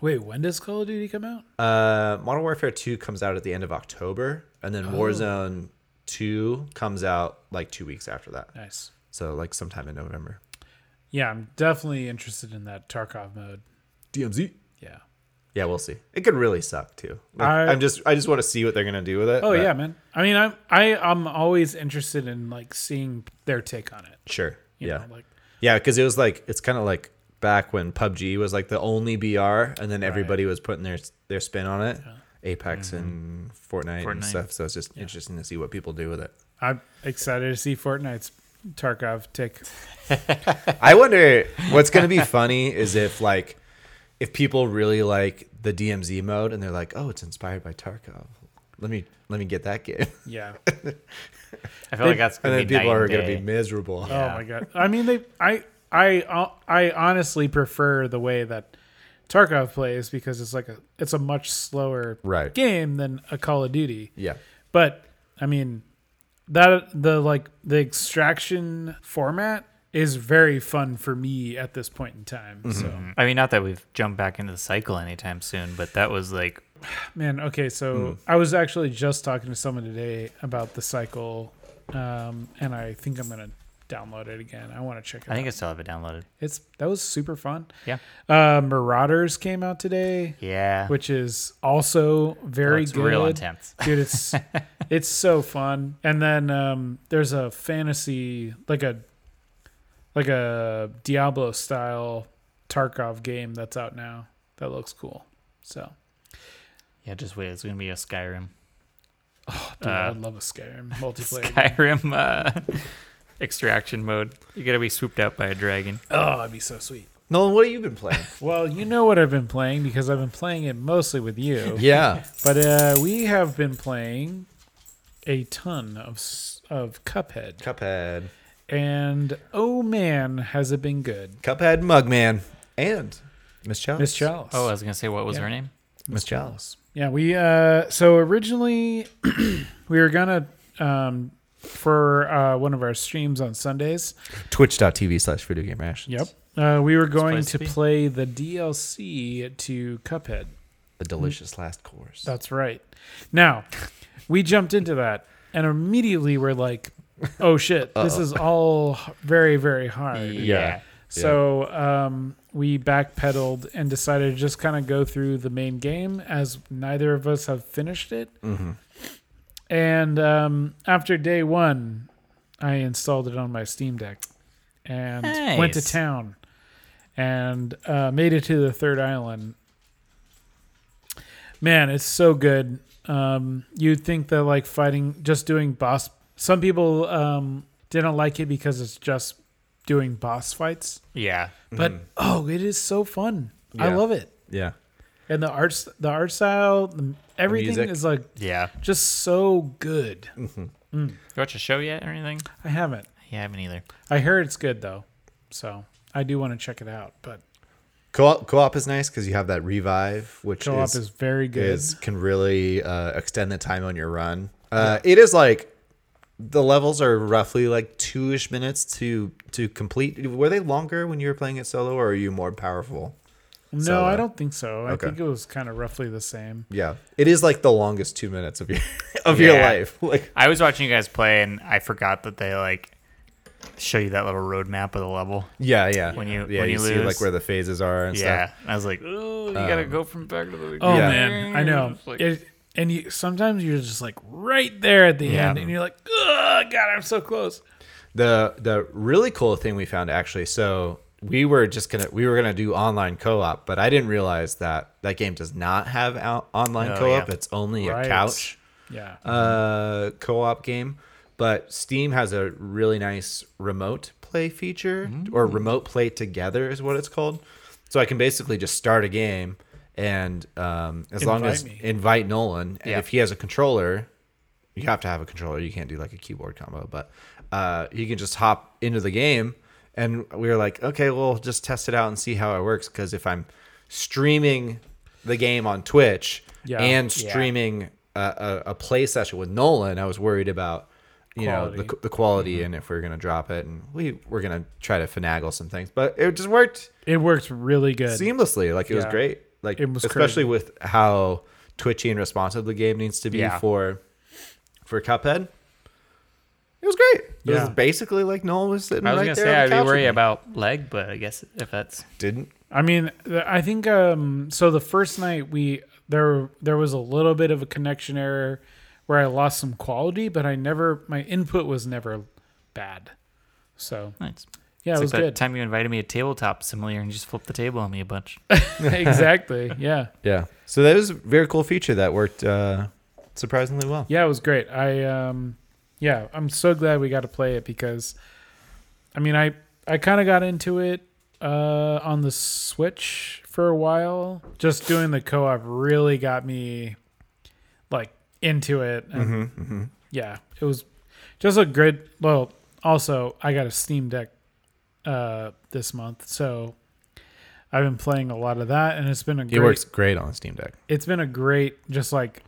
Speaker 1: wait. When does Call of Duty come out?
Speaker 2: Uh Modern Warfare 2 comes out at the end of October and
Speaker 1: Oh.
Speaker 2: then Warzone 2 comes out like 2 weeks after that.
Speaker 1: Nice.
Speaker 2: So like sometime in November.
Speaker 1: Yeah, I'm definitely interested in that Tarkov mode.
Speaker 2: DMZ.
Speaker 1: Yeah.
Speaker 2: Yeah, we'll see. It could really suck too. Like,
Speaker 1: I-
Speaker 2: I'm just I just want to see what they're going to do with it.
Speaker 1: Oh
Speaker 2: but
Speaker 1: yeah, man. I mean, I'm I I'm always interested in like seeing their take on it.
Speaker 2: Sure.
Speaker 1: You
Speaker 2: yeah.
Speaker 1: Know, like
Speaker 2: Yeah, because it was like it's kind of like back when PUBG was like the only BR, and then everybody was putting their their spin on it. Apex and Mm-hmm. Fortnite,
Speaker 3: Fortnite.
Speaker 2: and stuff. So it's just interesting to see what people do with it.
Speaker 1: I'm excited to see Fortnite's Tarkov take.
Speaker 2: I wonder what's gonna be funny is if like if people really like the DMZ mode and they're like, oh, it's inspired by Tarkov. Let me let me get that game,
Speaker 1: Yeah.
Speaker 3: I feel like that's
Speaker 2: and
Speaker 3: gonna
Speaker 2: then
Speaker 3: be
Speaker 2: people are
Speaker 3: going
Speaker 2: gonna
Speaker 3: to
Speaker 2: be miserable.
Speaker 1: Oh my god. I mean, they I I uh, I honestly prefer the way that Tarkov plays because it's like a it's a much slower
Speaker 2: Right.
Speaker 1: game than a Call of Duty.
Speaker 2: Yeah,
Speaker 1: But I mean, that the like the extraction format is very fun for me at this point in time. So
Speaker 3: I mean, not that we've jumped back into the cycle anytime soon, but that was like
Speaker 1: man, okay, so I was actually just talking to someone today about the cycle, um, and I think I'm gonna download it again. I want to check it.
Speaker 3: I think
Speaker 1: out.
Speaker 3: I still have it downloaded.
Speaker 1: it's that was super fun.
Speaker 3: Yeah,
Speaker 1: Uh, Marauders came out today,
Speaker 3: yeah.
Speaker 1: which is also very
Speaker 3: it's
Speaker 1: good.
Speaker 3: real intense.
Speaker 1: dude it's it's so fun and then um there's a fantasy like a like a Diablo style Tarkov game that's out now that looks cool. So
Speaker 3: Yeah, just wait. It's gonna be a Skyrim.
Speaker 1: dude, I
Speaker 3: Uh,
Speaker 1: would love a Skyrim multiplayer. game.
Speaker 3: Skyrim uh, extraction mode. You gotta be swooped out by a dragon.
Speaker 1: Oh, that'd be so sweet.
Speaker 2: Nolan, what have you been playing?
Speaker 1: Well, you know what I've been playing because I've been playing it mostly with you.
Speaker 2: yeah.
Speaker 1: But uh, we have been playing a ton of s- of Cuphead,
Speaker 2: Cuphead.
Speaker 1: and oh man, has it been good,
Speaker 2: Cuphead Mugman. And Miss Chalice.
Speaker 1: Miss Chalice.
Speaker 3: Oh, I was gonna say, what was
Speaker 1: Yeah.
Speaker 3: her name?
Speaker 2: Miss Chalice.
Speaker 1: Yeah, we uh so originally we were gonna um for uh one of our streams on Sundays.
Speaker 2: Twitch.tv slash video game rations.
Speaker 1: Uh we were going to
Speaker 3: Spicy.
Speaker 1: play the DLC to Cuphead.
Speaker 2: The delicious last course.
Speaker 1: That's right. Now, we jumped into that and immediately we're like, "Oh shit, this is all very very hard."
Speaker 2: Yeah.
Speaker 1: So um, we backpedaled and decided to just kind of go through the main game as neither of us have finished it. And um, after day one, I installed it on my Steam Deck and went to
Speaker 3: Nice.
Speaker 1: town and uh, made it to the third island. Man, it's so good. Um, you'd think that like fighting, just doing boss. Some people um, didn't like it because it's just doing boss fights
Speaker 3: Yeah.
Speaker 1: but oh, it is so fun. I
Speaker 2: Mm-hmm. Yeah.
Speaker 1: love it.
Speaker 2: Yeah.
Speaker 1: And the arts, the art style, the, everything
Speaker 2: music. Mm.
Speaker 1: is like
Speaker 3: Yeah.
Speaker 1: just so good.
Speaker 3: You watch a show yet or anything?
Speaker 1: I haven't.
Speaker 3: Yeah, I haven't either.
Speaker 1: I heard it's good though, so I do want to check it out. But
Speaker 2: Co-op, co-op is nice because you have that revive, which
Speaker 1: co-op
Speaker 2: is,
Speaker 1: is, very good.
Speaker 2: is- can really uh, extend the time on your run. Uh, It is like the levels are roughly like two ish minutes to to complete. Were they longer when you were playing it solo, or are you more powerful?
Speaker 1: no,
Speaker 2: so,
Speaker 1: I
Speaker 2: uh,
Speaker 1: don't think so. I
Speaker 2: okay.
Speaker 1: think it was kind of roughly the same.
Speaker 2: Yeah, it is like the longest two minutes of your of your
Speaker 3: Yeah.
Speaker 2: life. Like
Speaker 3: I was watching you guys play, and I forgot that they like show you that little roadmap of the level.
Speaker 2: yeah, yeah.
Speaker 3: When you-
Speaker 2: yeah
Speaker 3: when
Speaker 2: you,
Speaker 3: you
Speaker 2: see like
Speaker 3: lose.
Speaker 2: where the phases are and
Speaker 3: yeah,
Speaker 2: stuff.
Speaker 3: And I was like, oh, you gotta go from back to the beginning.
Speaker 1: Oh
Speaker 2: Yeah.
Speaker 1: man, I know.
Speaker 3: It's like-
Speaker 1: it, and you sometimes you're just like right there at the
Speaker 3: Yeah.
Speaker 1: end, and you're like, oh god, I'm so close.
Speaker 2: Uh, The the really cool thing we found actually. So we were just gonna we were gonna do online co-op, but I didn't realize that that game does not have out- online
Speaker 3: Oh,
Speaker 2: co-op.
Speaker 3: yeah.
Speaker 2: It's only
Speaker 1: Right.
Speaker 2: a couch.
Speaker 1: Yeah.
Speaker 2: uh, co-op game, but Steam has a really nice remote play feature
Speaker 1: Mm.
Speaker 2: or remote play together is what it's called. So I can basically just start a game and um, as long
Speaker 1: Invite
Speaker 2: as
Speaker 1: me.
Speaker 2: invite Nolan and
Speaker 3: Yeah.
Speaker 2: if he has a controller, you have to have a controller. You can't do like a keyboard combo, but uh, you can just hop into the game. And we were like, okay, we'll just test it out and see how it works. Because if I'm streaming the game on Twitch
Speaker 1: Yeah.
Speaker 2: and
Speaker 3: Yeah.
Speaker 2: streaming a, a, a play session with Nolan, I was worried about you know the,
Speaker 1: Quality.
Speaker 2: the quality
Speaker 3: Mm-hmm.
Speaker 2: and if we were gonna drop it. And we were gonna try to finagle some things, but it just worked
Speaker 1: it worked really good.
Speaker 2: seamlessly. Like it was
Speaker 1: Yeah.
Speaker 2: great. Like
Speaker 1: It was
Speaker 2: especially with how twitchy and responsive the game needs to be
Speaker 3: Yeah.
Speaker 2: for for Cuphead. It was great. It
Speaker 1: Yeah.
Speaker 2: was basically like Nolan was sitting
Speaker 3: I was
Speaker 2: right
Speaker 3: gonna
Speaker 2: there.
Speaker 3: say
Speaker 2: on
Speaker 3: I'd
Speaker 2: the
Speaker 3: be
Speaker 2: couch with
Speaker 3: worried
Speaker 2: me.
Speaker 3: about leg, but I guess if that's
Speaker 2: didn't.
Speaker 1: I mean, th- I think um, so. The first night we there there was a little bit of a connection error where I lost some quality, but I never my input was never bad. So
Speaker 3: nice.
Speaker 1: yeah,
Speaker 3: it's
Speaker 1: it was
Speaker 3: like that
Speaker 1: good.
Speaker 3: time you invited me to tabletop simulator and you just flipped the table on me a bunch.
Speaker 1: exactly. Yeah,
Speaker 2: Yeah. So that was a very cool feature that worked uh, surprisingly well.
Speaker 1: yeah, it was great. I um, yeah, I'm so glad we got to play it because, I mean, I I kind of got into it uh on the Switch for a while. Just doing the co-op really got me like into it and yeah, it was just a great. Well, also I got a Steam Deck uh, this month, so I've been playing a lot of that, and it's been a
Speaker 2: It
Speaker 1: great.
Speaker 2: works great on the Steam Deck.
Speaker 1: It's been a great, just like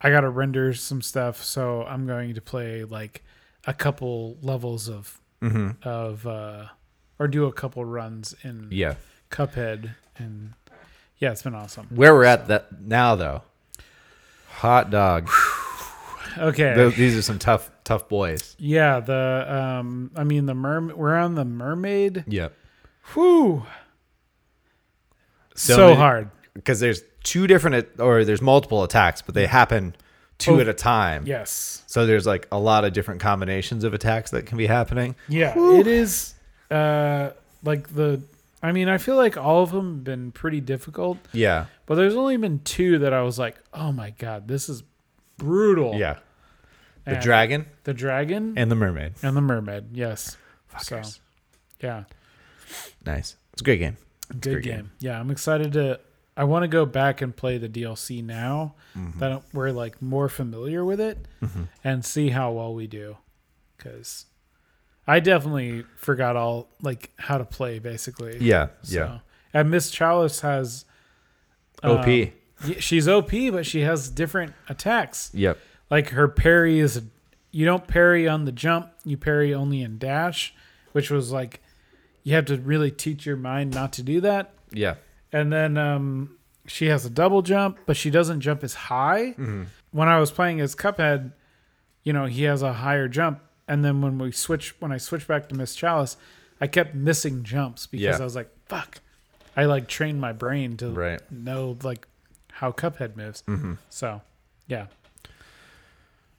Speaker 1: I got to render some stuff, so I'm going to play like a couple levels of
Speaker 2: Mm-hmm.
Speaker 1: of uh, or do a couple runs in
Speaker 2: Yeah.
Speaker 1: Cuphead, and yeah, it's been awesome.
Speaker 2: Where we're at that now though. Hot dog.
Speaker 1: Okay,
Speaker 2: Those, these are some tough tough boys.
Speaker 1: yeah, the um, I mean the merm. We're on the mermaid.
Speaker 2: Yep.
Speaker 1: Whew. So,
Speaker 2: many-
Speaker 1: hard.
Speaker 2: Because there's two different or there's multiple attacks, but they happen two
Speaker 1: Oh,
Speaker 2: at a time.
Speaker 1: Yes.
Speaker 2: So there's like a lot of different combinations of attacks that can be happening.
Speaker 1: Yeah. It is uh, like the. I mean, I feel like all of them have been pretty difficult,
Speaker 2: Yeah.
Speaker 1: but there's only been two that I was like, "Oh my god, this is brutal."
Speaker 2: Yeah. The
Speaker 1: And
Speaker 2: dragon
Speaker 1: the dragon, and,
Speaker 2: and the mermaid.
Speaker 1: the mermaid. Yes.
Speaker 2: Fuckers.
Speaker 1: So, yeah,
Speaker 2: Nice. It's a great game.
Speaker 1: good
Speaker 2: great
Speaker 1: game.
Speaker 2: game.
Speaker 1: Yeah, I'm excited to. I want to go back and play the DLC now
Speaker 2: Mm-hmm.
Speaker 1: that we're like more familiar with it, and see how well we do, because I definitely forgot all like how to play basically.
Speaker 2: Yeah.
Speaker 1: So. And Miss Chalice has um,
Speaker 2: OP.
Speaker 1: y- she's OP, but she has different attacks.
Speaker 2: yep.
Speaker 1: Like her parry is you don't parry on the jump, you parry only in dash, which was like you have to really teach your mind not to do that.
Speaker 2: Yeah.
Speaker 1: And then um she has a double jump, but she doesn't jump as high.
Speaker 2: Mm-hmm.
Speaker 1: When I was playing as Cuphead, you know, he has a higher jump. And then when we switch, when I switch back to Miss Chalice, I kept missing jumps because
Speaker 2: Yeah.
Speaker 1: I was like, fuck. I like trained my brain to
Speaker 2: Right. Mm-hmm.
Speaker 1: know like how Cuphead moves. So, yeah.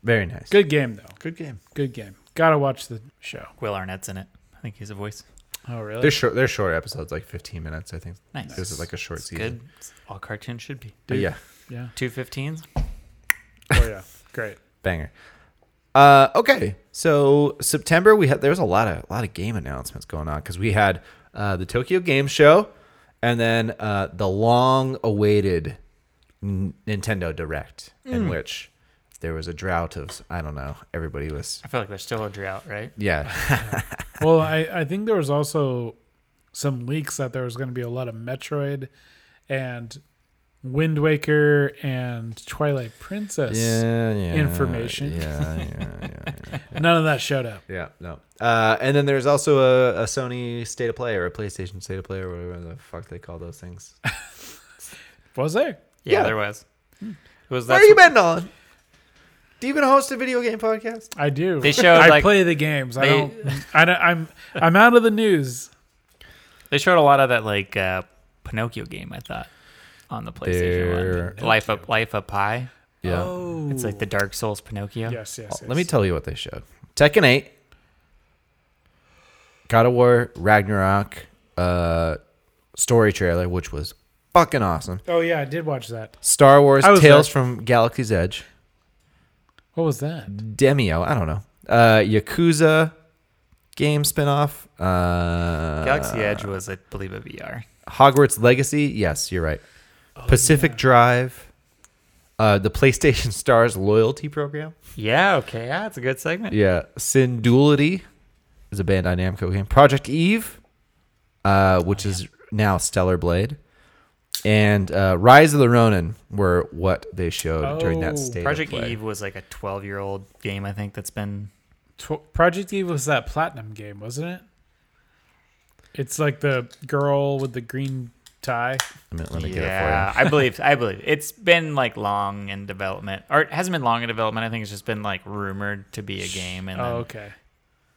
Speaker 2: Very nice.
Speaker 1: Good game, though.
Speaker 2: Good game.
Speaker 1: Good game. Gotta watch the show.
Speaker 3: Will Arnett's in it. I think he's a voice.
Speaker 1: Oh, really?
Speaker 2: They're short. They're short episodes, like 15 minutes, I think.
Speaker 3: Nice.
Speaker 2: This is like a short
Speaker 3: It's
Speaker 2: season.
Speaker 3: good. It's all cartoons should be.
Speaker 2: But yeah,
Speaker 1: yeah.
Speaker 3: Two fifteens.
Speaker 1: Oh, yeah. Great.
Speaker 2: banger. Uh, okay, so September we had there was a lot of a lot of game announcements going on because we had uh, the Tokyo Game Show, and then uh, the long-awaited N- Nintendo Direct, in which there was a drought of I don't know. Everybody was
Speaker 3: I feel like there's still a drought, right?
Speaker 2: yeah
Speaker 1: Well, I, I think there was also some leaks that there was going to be a lot of Metroid and Wind Waker and Twilight Princess.
Speaker 2: yeah, yeah
Speaker 1: Information.
Speaker 2: yeah yeah yeah yeah,
Speaker 1: None of that showed up.
Speaker 2: yeah no. Uh, and then there's also a, a Sony State of Play or a PlayStation State of Play or whatever the fuck they call those things.
Speaker 1: Was there?
Speaker 3: Yeah,
Speaker 2: Yeah.
Speaker 3: there was. It was
Speaker 2: Where
Speaker 3: that's
Speaker 2: you been, Nolan? Do you even host a video game podcast?
Speaker 1: I do.
Speaker 3: They showed,
Speaker 1: I
Speaker 3: like-
Speaker 1: play the games. I
Speaker 3: they-
Speaker 1: don't. I don't. I'm. I'm out of the news.
Speaker 3: They showed a lot of that like uh, Pinocchio game, I thought, on the
Speaker 2: There-
Speaker 3: PlayStation One. Life up, life up high.
Speaker 1: Oh.
Speaker 3: It's like the Dark Souls Pinocchio.
Speaker 1: Yes. Yes. yes.
Speaker 2: Let me tell you what they showed. Tekken 8, God of War, Ragnarok, uh, story trailer, which was fucking awesome.
Speaker 1: Oh yeah, I did watch that.
Speaker 2: Star Wars
Speaker 1: I was
Speaker 2: Tales from Galaxy's Edge,
Speaker 1: What was that?
Speaker 2: Demio, I don't know. Uh, Yakuza game spinoff. Uh,
Speaker 3: Galaxy Edge was, I believe, a VR.
Speaker 2: Hogwarts Legacy. Yes, you're right. Pacific Drive. Uh, the PlayStation Stars loyalty program.
Speaker 3: Yeah. Okay. Yeah, it's a good segment.
Speaker 2: Yeah, Sin Duality is a Bandai Namco game. Project Eve, uh, which is now Stellar Blade, and uh, Rise of the Ronin were what they showed during
Speaker 1: Oh,
Speaker 2: that state. of
Speaker 3: Project
Speaker 2: play.
Speaker 3: Eve was like a 12 year old game, I think, that's been.
Speaker 1: Tw- Project Eve was that platinum game, wasn't it? It's like the girl with the green tie.
Speaker 2: Let me, let me
Speaker 3: Yeah,
Speaker 2: get
Speaker 3: I believe. I believe it's been like long in development, or it hasn't been long in development. I think it's just been like rumored to be a game, and
Speaker 1: Oh,
Speaker 3: then
Speaker 1: okay.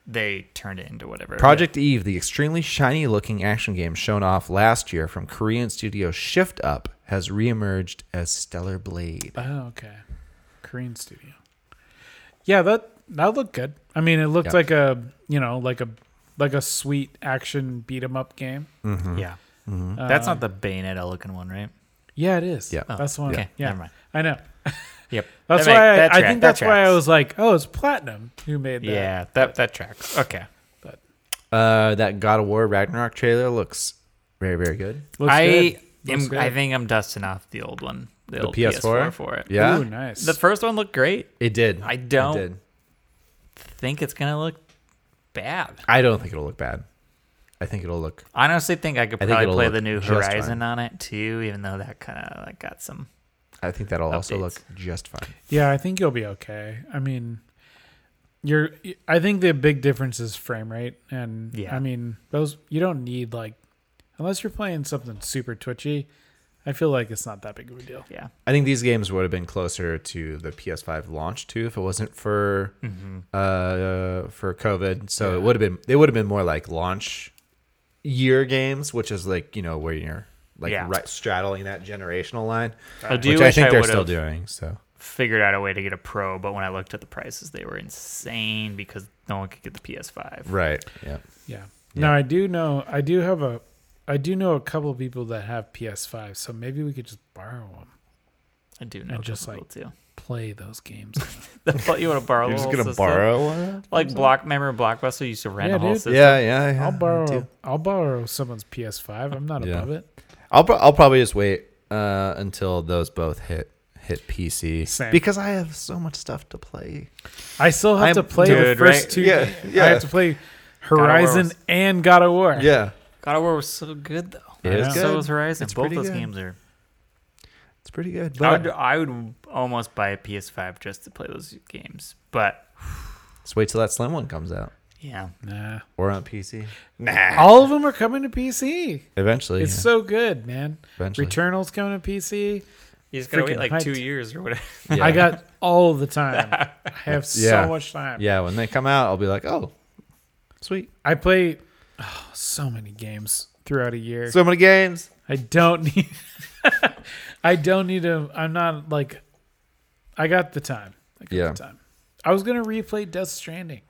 Speaker 3: they turned it into whatever.
Speaker 2: it for you. Project Eve, the extremely shiny-looking action game shown off last year from Korean studio Shift Up, has reemerged as Stellar Blade.
Speaker 1: Oh, okay. Korean studio. Yeah, that that looked good. I mean, it looked
Speaker 2: Yeah.
Speaker 1: like a you know like a like a sweet action beat 'em up game.
Speaker 3: Yeah,
Speaker 1: Mm-hmm.
Speaker 3: that's
Speaker 1: Uh,
Speaker 3: not the Bayonetta looking one, right?
Speaker 1: Yeah, it is.
Speaker 2: Yeah.
Speaker 1: that's the one.
Speaker 3: Oh, okay,
Speaker 1: Yeah,
Speaker 3: never mind.
Speaker 1: I know.
Speaker 3: Yep.
Speaker 1: That's
Speaker 3: That
Speaker 1: why
Speaker 3: make-
Speaker 1: I,
Speaker 3: that
Speaker 1: I
Speaker 3: track-
Speaker 1: think
Speaker 3: that
Speaker 1: that's why I
Speaker 3: tracks.
Speaker 1: was like, oh, it's Platinum who made that.
Speaker 3: Yeah, that that tracks. Okay.
Speaker 2: Uh, that God of War Ragnarok trailer looks very, very good.
Speaker 1: Looks
Speaker 3: I
Speaker 1: good. Looks
Speaker 3: am,
Speaker 1: good.
Speaker 3: I think I'm dusting off the old one, the, old
Speaker 2: PS4?
Speaker 3: PS4? for it.
Speaker 2: Yeah,
Speaker 1: Ooh, nice.
Speaker 3: The first one looked great.
Speaker 2: it did.
Speaker 3: I
Speaker 2: It
Speaker 3: don't-
Speaker 2: did.
Speaker 3: Think it's gonna look bad.
Speaker 2: I don't think it'll look bad. I think it'll look
Speaker 3: Honestly, think I could
Speaker 2: I think
Speaker 3: probably
Speaker 2: it'll
Speaker 3: play
Speaker 2: look
Speaker 3: the new
Speaker 2: just
Speaker 3: Horizon on
Speaker 2: fine.
Speaker 3: it too, even though that kind of like got some.
Speaker 2: I think that'll also
Speaker 3: Updates.
Speaker 2: look just fine.
Speaker 1: Yeah, I think you'll be okay. I mean, you're. I think the big difference is frame rate, and
Speaker 3: Yeah.
Speaker 1: I mean those. You don't need like, unless you're playing something super twitchy. I feel like it's not that big of a deal.
Speaker 3: Yeah,
Speaker 2: I think these games would have been closer to the PS5 launch too if it wasn't for
Speaker 3: Mm-hmm.
Speaker 2: uh for COVID. So it would have been they would have been more like launch year games, which is like, you know, where you're like
Speaker 3: Yeah.
Speaker 2: right straddling that generational line,
Speaker 3: I do
Speaker 2: which
Speaker 3: wish
Speaker 2: I think they're
Speaker 3: would've
Speaker 2: still doing. So
Speaker 3: Figured out a way to get a pro, but when I looked at the prices, they were insane because no one could get the PS5.
Speaker 2: right, yeah.
Speaker 1: Yeah, Now I do know I do have a I do know a couple of people that have PS5, so maybe we could just borrow them,
Speaker 3: I do know.
Speaker 1: And just,
Speaker 3: just like too.
Speaker 1: play those games.
Speaker 3: That's what you want to borrow.
Speaker 2: You're
Speaker 3: the
Speaker 2: just
Speaker 3: whole
Speaker 2: gonna
Speaker 3: system?
Speaker 2: borrow one?
Speaker 3: uh, Like block. Remember Blockbuster used to rent
Speaker 1: Yeah,
Speaker 3: a whole
Speaker 1: dude.
Speaker 3: system.
Speaker 2: Yeah, yeah, yeah.
Speaker 1: I'll
Speaker 2: me
Speaker 1: borrow
Speaker 2: too.
Speaker 1: I'll borrow someone's PS5. I'm not
Speaker 2: Yeah.
Speaker 1: above it.
Speaker 2: I'll pro- I'll probably just wait uh, until those both hit hit PC
Speaker 1: Same.
Speaker 2: because I have so much stuff to play.
Speaker 1: I still have
Speaker 2: I'm-
Speaker 1: to play the
Speaker 3: Dude,
Speaker 1: first
Speaker 3: right?
Speaker 1: two.
Speaker 2: Yeah, yeah.
Speaker 1: I have to play
Speaker 3: War
Speaker 1: Horizon
Speaker 3: was-
Speaker 1: and God of War.
Speaker 2: Yeah,
Speaker 3: God of War was so good though.
Speaker 2: It
Speaker 1: is
Speaker 3: So
Speaker 2: good.
Speaker 3: was Horizon.
Speaker 2: It's
Speaker 3: Both
Speaker 2: pretty
Speaker 3: those
Speaker 2: good.
Speaker 3: games are.
Speaker 2: it's pretty good.
Speaker 3: I
Speaker 2: But
Speaker 3: would, I would almost buy a PS5 just to play those games, but
Speaker 2: just wait till that Slim one comes out
Speaker 3: yeah,
Speaker 1: Nah.
Speaker 2: or on PC.
Speaker 1: All of them are coming to PC.
Speaker 2: Eventually,
Speaker 1: It's
Speaker 2: yeah,
Speaker 1: so good, man.
Speaker 2: eventually.
Speaker 1: Returnal's coming to PC.
Speaker 3: you just gotta
Speaker 1: Freaking
Speaker 3: wait like
Speaker 1: hyped.
Speaker 3: two years or whatever.
Speaker 2: Yeah.
Speaker 1: I got all the time. I have
Speaker 2: Yeah.
Speaker 1: so much time.
Speaker 2: Yeah, when they come out, I'll be like, oh, sweet.
Speaker 1: I play oh, so many games throughout a year.
Speaker 2: So many games.
Speaker 1: I don't need. I don't need to. I'm not like. I got the time. I got
Speaker 2: Yeah.
Speaker 1: the time. I was gonna replay Death Stranding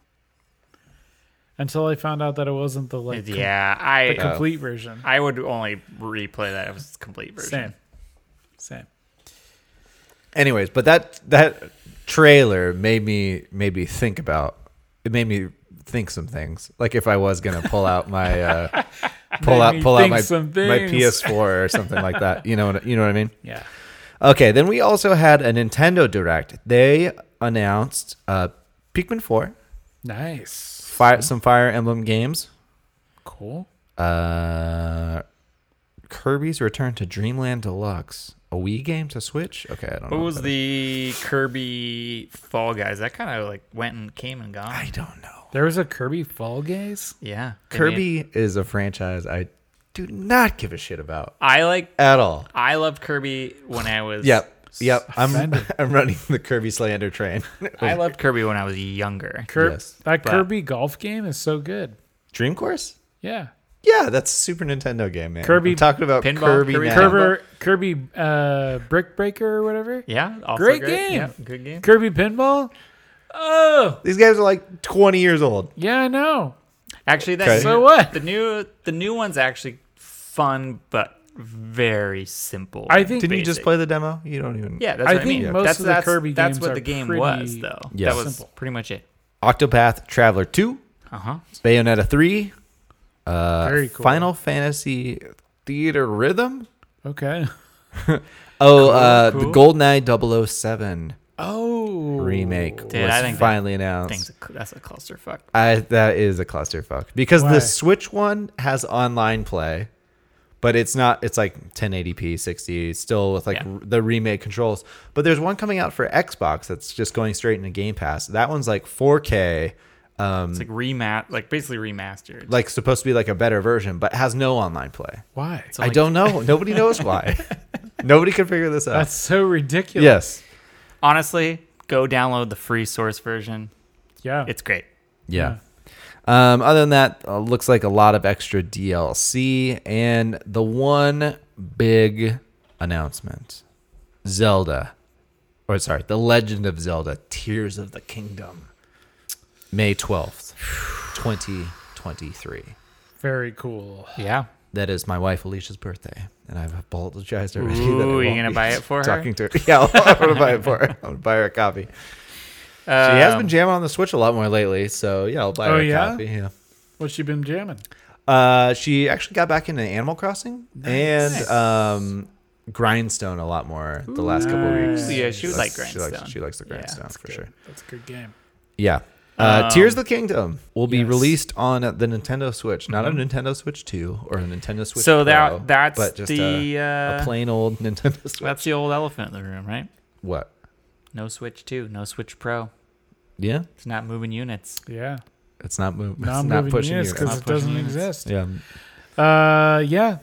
Speaker 1: until I found out that it wasn't the like com-
Speaker 3: yeah, I uh,
Speaker 1: the complete version.
Speaker 3: I would only replay that if it's the complete version.
Speaker 1: Same, same.
Speaker 2: Anyways, but that that trailer made me made me think about it made me think some things. Like if I was gonna pull out my uh, pull
Speaker 1: Made
Speaker 2: out
Speaker 1: me
Speaker 2: pull out
Speaker 1: think
Speaker 2: my my
Speaker 1: some things.
Speaker 2: PS4 or something like that. You know what you know what I mean?
Speaker 1: Yeah,
Speaker 2: Okay, then we also had a Nintendo Direct. They announced uh, Pikmin 4,
Speaker 1: nice,
Speaker 2: fire, some Fire Emblem games,
Speaker 1: cool.
Speaker 2: uh, Kirby's Return to Dreamland Deluxe, a Wii game to Switch. Okay, I
Speaker 1: Oh,
Speaker 2: don't know.
Speaker 3: What was
Speaker 2: about
Speaker 3: the Kirby Fall Guys? That kind of like went and came and gone.
Speaker 2: that. I don't know.
Speaker 1: There was a Kirby Fall Gaze.
Speaker 3: yeah, they made-
Speaker 2: Kirby is a franchise I do not give a shit about
Speaker 3: I like.
Speaker 2: at all.
Speaker 3: I loved Kirby when I was.
Speaker 2: Yep. Yep. I'm
Speaker 1: Offended.
Speaker 2: I'm running the Kirby slander train.
Speaker 3: I loved Kirby when I was younger.
Speaker 1: Kir-
Speaker 2: Yes,
Speaker 1: that
Speaker 3: but-
Speaker 1: Kirby golf game is so good.
Speaker 2: Dream Course?
Speaker 1: Yeah,
Speaker 2: Yeah, that's a Super Nintendo game, man.
Speaker 1: Kirby-
Speaker 2: I'm talking about
Speaker 3: Pinball,
Speaker 2: Kirby.
Speaker 3: Kirby
Speaker 2: now.
Speaker 1: Kirby Kirby uh, Brick Breaker or whatever.
Speaker 3: Yeah, also
Speaker 1: Great
Speaker 3: great.
Speaker 1: game.
Speaker 3: Yep, good game.
Speaker 1: Kirby Pinball. Oh
Speaker 2: These guys are like 20 years old.
Speaker 1: yeah, I know.
Speaker 3: Actually, that
Speaker 2: Okay.
Speaker 3: new-
Speaker 1: So what?
Speaker 3: the new the new one's actually fun but very simple.
Speaker 1: I
Speaker 3: and
Speaker 1: think-
Speaker 2: Didn't you just
Speaker 3: basic.
Speaker 2: play the demo? You don't even.
Speaker 3: Yeah, that's
Speaker 1: I
Speaker 3: what
Speaker 1: think
Speaker 3: I mean.
Speaker 1: most
Speaker 3: that's,
Speaker 1: of the
Speaker 3: that's,
Speaker 1: Kirby
Speaker 3: that's
Speaker 1: games
Speaker 3: what the
Speaker 1: are
Speaker 3: game
Speaker 1: pretty
Speaker 3: was, though.
Speaker 2: Yeah.
Speaker 3: That was
Speaker 1: simple.
Speaker 3: pretty much it.
Speaker 2: Octopath Traveler 2,
Speaker 3: Uh huh.
Speaker 2: Bayonetta 3, uh,
Speaker 1: Very cool.
Speaker 2: Final Fantasy Theater Rhythm.
Speaker 1: Okay.
Speaker 2: Oh, uh, the
Speaker 3: cool.
Speaker 2: GoldenEye 007
Speaker 1: Oh,
Speaker 2: remake
Speaker 3: Dude,
Speaker 2: was
Speaker 3: I think that
Speaker 2: finally announced.
Speaker 3: Things. That's a clusterfuck.
Speaker 2: I that is a clusterfuck because
Speaker 1: Why?
Speaker 2: the Switch one has online play, but it's not. It's like 1080p, 60, still with like
Speaker 3: Yeah.
Speaker 2: r- the remade controls. But there's one coming out for Xbox that's just going straight into Game Pass. That one's like 4K, um,
Speaker 3: It's like remat, like basically remastered.
Speaker 2: like supposed to be like a better version, but has no online play.
Speaker 1: why?
Speaker 3: So,
Speaker 2: I
Speaker 3: like,
Speaker 2: don't know. Nobody knows why. Nobody can figure this out.
Speaker 1: That's so ridiculous.
Speaker 2: yes.
Speaker 3: Honestly, go download the free source version.
Speaker 1: Yeah.
Speaker 3: It's great.
Speaker 2: Yeah. Um, other than that, uh, looks like a lot of extra DLC and the one big announcement: Zelda, or sorry, The Legend of Zelda: Tears of the Kingdom, May twelfth, twenty twenty-three.
Speaker 1: Very cool.
Speaker 3: Yeah.
Speaker 2: That is my wife Alicia's birthday, and I've apologized already.
Speaker 3: Ooh,
Speaker 2: that I
Speaker 3: you
Speaker 2: won't
Speaker 3: gonna
Speaker 2: be
Speaker 3: buy it for her?
Speaker 2: Talking to her, yeah, I'm gonna buy it for her. I'm gonna buy her a copy. She
Speaker 3: Um,
Speaker 2: has been jamming on the Switch a lot more lately, so yeah, I'll buy her
Speaker 1: Oh,
Speaker 2: a
Speaker 1: yeah?
Speaker 2: copy. Yeah.
Speaker 1: What's she been jamming?
Speaker 2: Uh, she actually got back into Animal Crossing and um, Grindstone a lot more the last couple of
Speaker 1: Ooh,
Speaker 2: weeks.
Speaker 3: yeah, she would
Speaker 2: That's-
Speaker 3: like
Speaker 2: She likes,
Speaker 3: Grindstone.
Speaker 2: she likes the
Speaker 3: Yeah,
Speaker 2: Grindstone
Speaker 3: that's
Speaker 2: for sure.
Speaker 1: That's a good game.
Speaker 2: Yeah. Uh,
Speaker 3: Um,
Speaker 2: Tears of the Kingdom will be
Speaker 1: yes.
Speaker 2: released on the Nintendo Switch, not a Nintendo Switch 2 or a Nintendo
Speaker 3: Mm-hmm.
Speaker 2: Switch.
Speaker 3: so
Speaker 2: Pro,
Speaker 3: that that's
Speaker 2: but just
Speaker 3: the
Speaker 2: a,
Speaker 3: uh,
Speaker 2: a plain old Nintendo Switch.
Speaker 3: that's the old elephant in the room, right?
Speaker 2: what?
Speaker 3: No Switch Two, no Switch Pro.
Speaker 2: Yeah,
Speaker 3: It's not moving units.
Speaker 1: Yeah.
Speaker 2: it's not moving. It's
Speaker 1: Non
Speaker 2: not
Speaker 1: moving
Speaker 2: pushing
Speaker 1: units
Speaker 2: you.
Speaker 1: because
Speaker 3: Not
Speaker 1: it
Speaker 3: pushing
Speaker 1: doesn't
Speaker 3: units.
Speaker 1: exist.
Speaker 2: Yeah,
Speaker 1: Uh, yeah.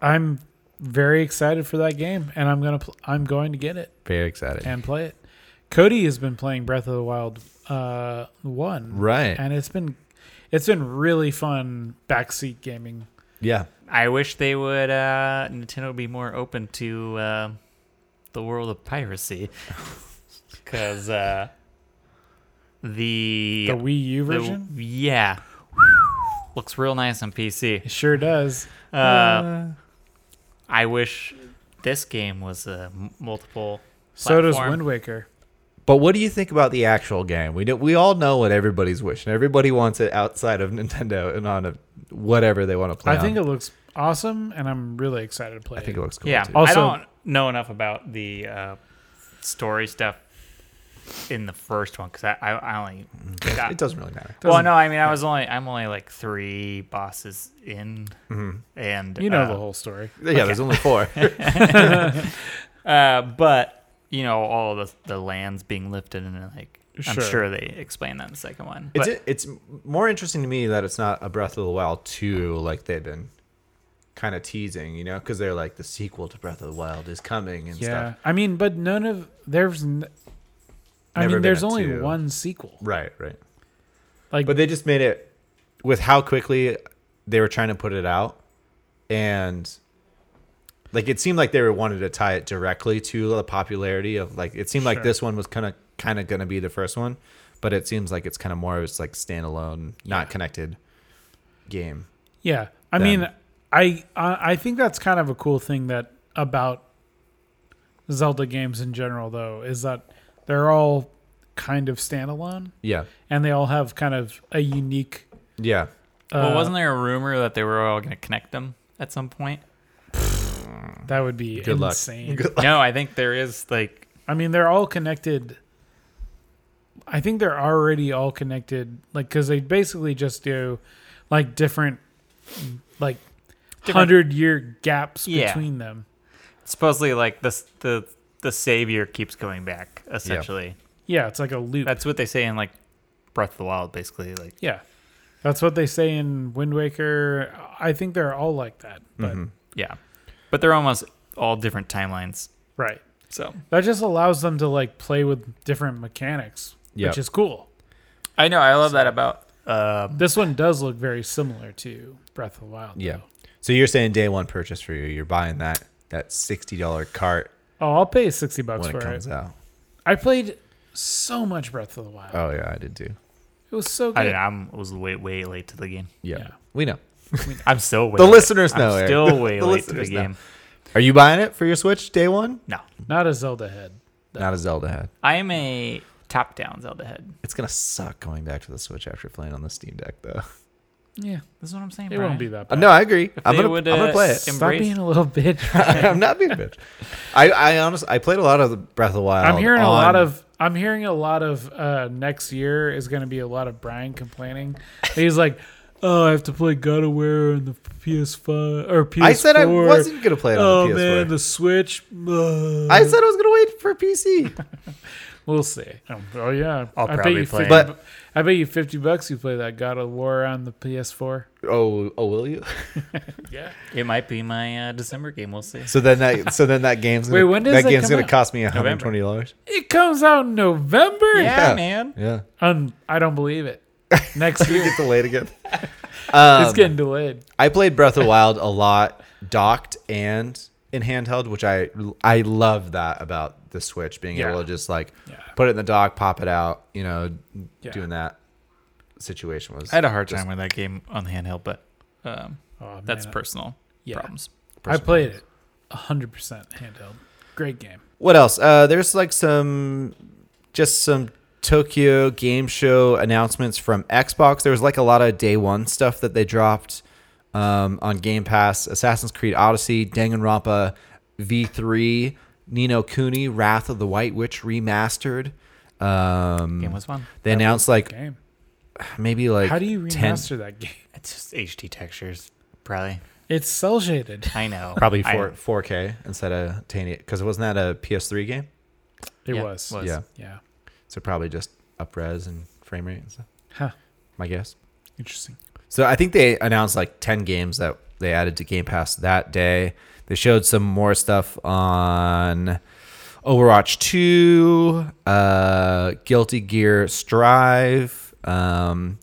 Speaker 1: I'm very excited for that game, and I'm gonna pl- I'm going to get it
Speaker 2: very excited.
Speaker 1: and play it. Cody has been playing Breath of the Wild uh one,
Speaker 2: right?
Speaker 1: and it's been it's been really fun backseat gaming.
Speaker 2: yeah,
Speaker 3: I wish they would uh, Nintendo would be more open to uh, the world of piracy, because uh, the
Speaker 1: The Wii U
Speaker 3: the-
Speaker 1: version.
Speaker 3: yeah, looks real nice on PC.
Speaker 1: It sure does.
Speaker 3: Uh, I wish this game was a m- multiple.
Speaker 1: so does
Speaker 3: platform.
Speaker 1: Wind Waker.
Speaker 2: But what do you think about the actual game? We do, we all know what everybody's wishing. Everybody wants it outside of Nintendo and on a, whatever they want to play.
Speaker 1: I think it
Speaker 2: on.
Speaker 1: looks awesome, and I'm really excited to play.
Speaker 2: I think
Speaker 1: it. Oh,
Speaker 2: it looks cool.
Speaker 3: Yeah,
Speaker 2: too.
Speaker 1: Also-
Speaker 3: I don't know enough about the uh, story stuff in the first one because I, I I only
Speaker 1: Mm-hmm.
Speaker 3: got.
Speaker 2: it doesn't really matter.
Speaker 3: well, no, I mean I was only I'm only like three bosses in, and
Speaker 1: Mm-hmm. You know
Speaker 3: uh,
Speaker 1: the whole story.
Speaker 2: Yeah, there's only four.
Speaker 3: Uh, but you know all the the lands being lifted and like I'm
Speaker 1: Sure.
Speaker 3: sure they explain that in the second one.
Speaker 2: it's
Speaker 3: But
Speaker 2: it's more interesting to me that it's not a Breath of the Wild two like they've been kind of teasing, you know, because they're like the sequel to Breath of the Wild is coming and
Speaker 1: Yeah,
Speaker 2: stuff.
Speaker 1: I mean, but none of there's. N- I
Speaker 2: Never
Speaker 1: mean,
Speaker 2: been
Speaker 1: there's
Speaker 2: a
Speaker 1: only
Speaker 2: two.
Speaker 1: one sequel.
Speaker 2: Right, right.
Speaker 1: Like,
Speaker 2: But they just made it with how quickly they were trying to put it out, and like it seemed like they were wanted to tie it directly to the popularity of like it seemed like
Speaker 1: Sure.
Speaker 2: this one was kind of kind of gonna be the first one, but it seems like it's kind of more of it's like standalone, not connected game.
Speaker 1: yeah, I
Speaker 2: them.
Speaker 1: mean, I I I think that's kind of a cool thing that about Zelda games in general, though, is that they're all kind of standalone,
Speaker 2: Yeah,
Speaker 1: and they all have kind of a unique.
Speaker 2: yeah.
Speaker 3: well,
Speaker 1: uh,
Speaker 3: wasn't there a rumor that they were all going to connect them at some point?
Speaker 1: that would be
Speaker 2: Good luck.
Speaker 1: insane.
Speaker 3: no, I think there is like
Speaker 1: I mean, they're all connected. I think they're already all connected, like because they basically just do like different, like
Speaker 3: Different-
Speaker 1: hundred year gaps
Speaker 3: Yeah.
Speaker 1: between them.
Speaker 3: supposedly like the the the savior keeps coming back essentially.
Speaker 1: Yeah, it's like a loop.
Speaker 3: That's what they say in like Breath of the Wild, basically. Like
Speaker 1: yeah, that's what they say in Wind Waker. I think they're all like that, but
Speaker 2: Mm-hmm.
Speaker 3: yeah, but they're almost all different timelines.
Speaker 1: right.
Speaker 3: So
Speaker 1: That just allows them to like play with different mechanics,
Speaker 2: Yeah.
Speaker 1: which is cool.
Speaker 3: I know I love that about um,
Speaker 1: This one does look very similar to Breath of the Wild.
Speaker 2: Yeah.
Speaker 1: though.
Speaker 2: So you're saying day one purchase for you? You're buying that that sixty dollar cart
Speaker 1: Oh, I'll pay sixty bucks
Speaker 2: when
Speaker 1: for
Speaker 2: it comes
Speaker 1: it.
Speaker 2: out.
Speaker 1: I played so much Breath of the Wild.
Speaker 2: Oh yeah, I did too.
Speaker 1: It was so good.
Speaker 3: I don't know. I'm was way way late to the game.
Speaker 2: Yeah,
Speaker 1: Yeah.
Speaker 2: we know.
Speaker 3: I'm still way
Speaker 2: The
Speaker 3: late.
Speaker 2: listeners
Speaker 3: I'm
Speaker 2: know, Eric.
Speaker 3: Still way
Speaker 2: The
Speaker 3: late to the
Speaker 2: listeners know.
Speaker 3: game.
Speaker 2: Are you buying it for your Switch day one?
Speaker 3: No,
Speaker 1: Not a Zelda head.
Speaker 2: Not a Zelda head.
Speaker 3: I am a top down Zelda head.
Speaker 2: It's gonna suck going back to the Switch after playing on the Steam Deck, though.
Speaker 1: Yeah,
Speaker 3: That's what I'm saying.
Speaker 1: it
Speaker 3: Brian.
Speaker 1: won't be that
Speaker 2: Uh,
Speaker 1: bad.
Speaker 2: no, I agree.
Speaker 3: If
Speaker 2: I'm
Speaker 3: they
Speaker 2: gonna,
Speaker 3: would,
Speaker 2: I'm gonna
Speaker 3: uh,
Speaker 2: play it.
Speaker 1: Stop
Speaker 3: im- embrace-
Speaker 1: being a little bitch.
Speaker 2: I'm not being a bitch. I, I honestly, I played a lot of the Breath of the Wild.
Speaker 1: I'm hearing a
Speaker 2: on-
Speaker 1: lot of. I'm hearing a lot of. Uh, next year is going to be a lot of Brian complaining. He's like, "Oh, I have to play God of War on the PS5 or PS4."
Speaker 2: I said I wasn't gonna play it on
Speaker 1: Oh
Speaker 2: the PS4.
Speaker 1: man, the Switch. Ugh."
Speaker 2: I said I was gonna wait for PC.
Speaker 1: we'll see. Oh, oh, yeah,
Speaker 3: I'll
Speaker 1: I bet
Speaker 3: probably
Speaker 1: you
Speaker 3: play
Speaker 1: 50,
Speaker 2: it. But-
Speaker 1: I bet you fifty bucks you play that God of War on the PS4.
Speaker 2: oh, oh, will you?
Speaker 1: Yeah.
Speaker 3: It might be my uh, December game. We'll see.
Speaker 2: So then that, so then that game's
Speaker 1: Wait,
Speaker 2: gonna,
Speaker 1: when does
Speaker 2: that
Speaker 1: that
Speaker 2: game's
Speaker 1: come
Speaker 2: gonna
Speaker 1: out?
Speaker 2: cost me 120 dollars.
Speaker 1: It comes out in November.
Speaker 3: Yeah,
Speaker 2: Yeah.
Speaker 3: man.
Speaker 2: Yeah,
Speaker 1: Um, I don't believe it. Next
Speaker 2: you
Speaker 1: year,
Speaker 2: get delayed again. Um,
Speaker 1: it's getting delayed.
Speaker 2: I played Breath of the Wild a lot, docked and in handheld, which I I love that about the Switch being
Speaker 1: Yeah.
Speaker 2: able to just like
Speaker 1: Yeah.
Speaker 2: put it in the dock, pop it out, you know,
Speaker 1: Yeah.
Speaker 2: doing that situation was
Speaker 3: I had a hard
Speaker 2: just
Speaker 3: time with that game on the handheld, but um,
Speaker 1: Oh,
Speaker 3: that's
Speaker 1: man.
Speaker 3: personal
Speaker 1: Yeah.
Speaker 3: problems.
Speaker 1: I
Speaker 2: personal.
Speaker 1: played it 100% handheld. Great game.
Speaker 2: What else? Uh, there's like some just some Tokyo Game Show announcements from Xbox. There was like a lot of day one stuff that they dropped um, on Game Pass: Assassin's Creed Odyssey, Danganronpa V3, Nino Kuni, Wrath of the White Witch remastered. Um,
Speaker 3: Game was fun.
Speaker 2: they announced like
Speaker 1: Game.
Speaker 2: maybe like
Speaker 1: How do you
Speaker 2: 10
Speaker 1: remaster that game?
Speaker 3: It's just HD textures, probably.
Speaker 1: It's cell shaded.
Speaker 3: I know.
Speaker 2: probably
Speaker 3: I-
Speaker 2: four 4K instead of 10 because wasn't that a PS3 game?
Speaker 1: It
Speaker 3: Yeah,
Speaker 1: was.
Speaker 3: was.
Speaker 2: Yeah,
Speaker 1: Yeah.
Speaker 2: so probably just up res and frame rate and stuff.
Speaker 1: Huh.
Speaker 2: My guess.
Speaker 1: Interesting.
Speaker 2: So I think they announced like 10 games that they added to Game Pass that day. They showed some more stuff on Overwatch 2, uh, Guilty Gear Strive, um,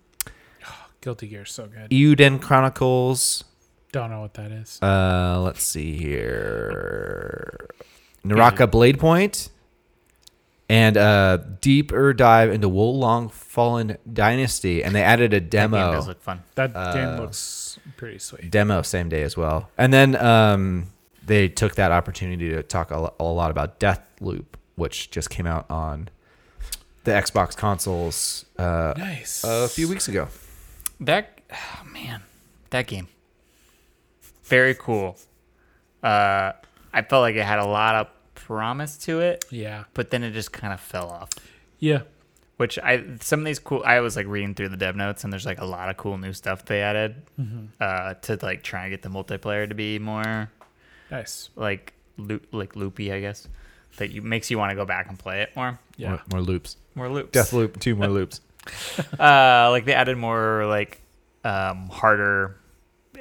Speaker 1: Guilty Gear is so good.
Speaker 2: Euden Chronicles.
Speaker 1: Don't know what that is.
Speaker 2: Uh,
Speaker 3: Mm-hmm.
Speaker 2: let's see here. Naraka Blade Point. and uh, deeper dive into Wolong Fallen Dynasty, and they added a
Speaker 3: That game
Speaker 2: demo
Speaker 3: does look fun.
Speaker 1: That
Speaker 2: Uh,
Speaker 1: game looks pretty sweet.
Speaker 2: demo same day as well. And then um, they took that opportunity to talk a, lo- a lot about Death Loop, which just came out on the Xbox consoles uh,
Speaker 1: Nice.
Speaker 2: a few weeks ago.
Speaker 3: That oh, man, that game. Very cool. Uh, I felt like it had a lot of promise to it,
Speaker 1: Yeah.
Speaker 3: but then it just kind of fell off.
Speaker 1: Yeah.
Speaker 3: Which I some of these cool. I was like reading through the dev notes, and there's like a lot of cool new stuff they added uh, to like try and get the multiplayer to be more
Speaker 1: Nice.
Speaker 3: like loop, like loopy, I guess. That you, makes you want to go back and play it more.
Speaker 1: Yeah.
Speaker 2: More, more loops.
Speaker 3: More loops.
Speaker 2: Death Loop, two more loops.
Speaker 3: uh, like they added more like um, harder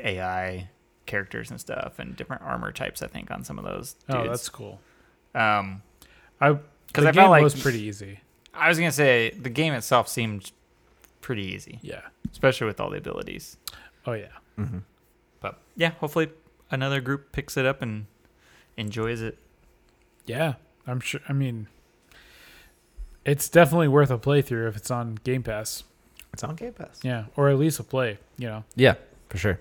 Speaker 3: AI characters and stuff, and different armor types. I think on some of those. Dudes.
Speaker 1: Oh, that's cool.
Speaker 3: um.
Speaker 1: I
Speaker 3: 'Cause
Speaker 1: because the
Speaker 3: I felt
Speaker 1: game
Speaker 3: like-
Speaker 1: was pretty easy.
Speaker 3: I was gonna say the game itself seemed pretty easy,
Speaker 1: Yeah.
Speaker 3: especially with all the abilities.
Speaker 1: Oh yeah.
Speaker 2: Mm-hmm.
Speaker 3: But yeah, hopefully another group picks it up and enjoys it.
Speaker 1: Yeah. I'm sure. I mean, it's definitely worth a playthrough if it's on Game Pass.
Speaker 2: It's on Game Pass.
Speaker 1: Yeah, or at least a play. You know.
Speaker 2: Yeah, for sure.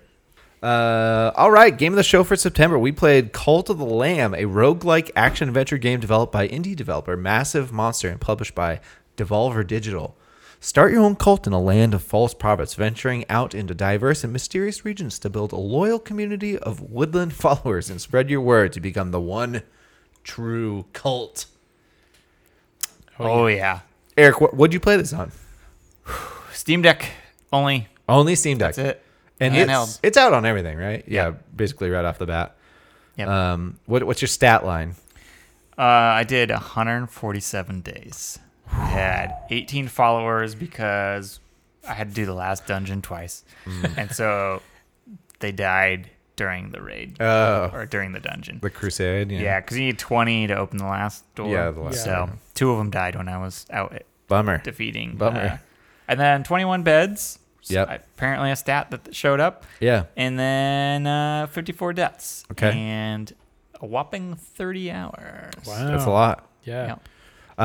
Speaker 2: Uh, all right, game of the show for September. We played Cult of the Lamb, a roguelike action adventure game developed by indie developer Massive Monster and published by Devolver Digital. Start your own cult in a land of false prophets, venturing out into diverse and mysterious regions to build a loyal community of woodland followers and spread your word to become the one true cult.
Speaker 3: Oh, yeah.
Speaker 2: Eric, what would you play this on?
Speaker 3: Steam Deck only.
Speaker 2: Only Steam Deck.
Speaker 3: That's it.
Speaker 2: And
Speaker 3: handheld.
Speaker 2: it's, it's out on everything, right? Yeah, basically right off the bat.
Speaker 3: Yep.
Speaker 2: Um, what, what's your stat line?
Speaker 3: Uh, I did 147 days. I had 18 followers because I had to do the last dungeon twice,
Speaker 2: Mm.
Speaker 3: and so they died during the raid
Speaker 2: Oh.
Speaker 3: or during the dungeon.
Speaker 2: The Crusade, yeah.
Speaker 3: Yeah, because you need 20 to open the last door.
Speaker 2: Yeah, the last
Speaker 3: So
Speaker 2: door.
Speaker 3: two of them died when I was out
Speaker 2: Bummer.
Speaker 3: defeating.
Speaker 2: Bummer.
Speaker 3: uh, and then 21 beds. s-
Speaker 2: Yep.
Speaker 3: Apparently a stat that showed up.
Speaker 2: Yeah.
Speaker 3: And then uh, 54 deaths.
Speaker 2: Okay.
Speaker 3: And a whopping 30 hours.
Speaker 2: That's
Speaker 1: Oh.
Speaker 2: a lot.
Speaker 1: Yeah.
Speaker 3: Yeah.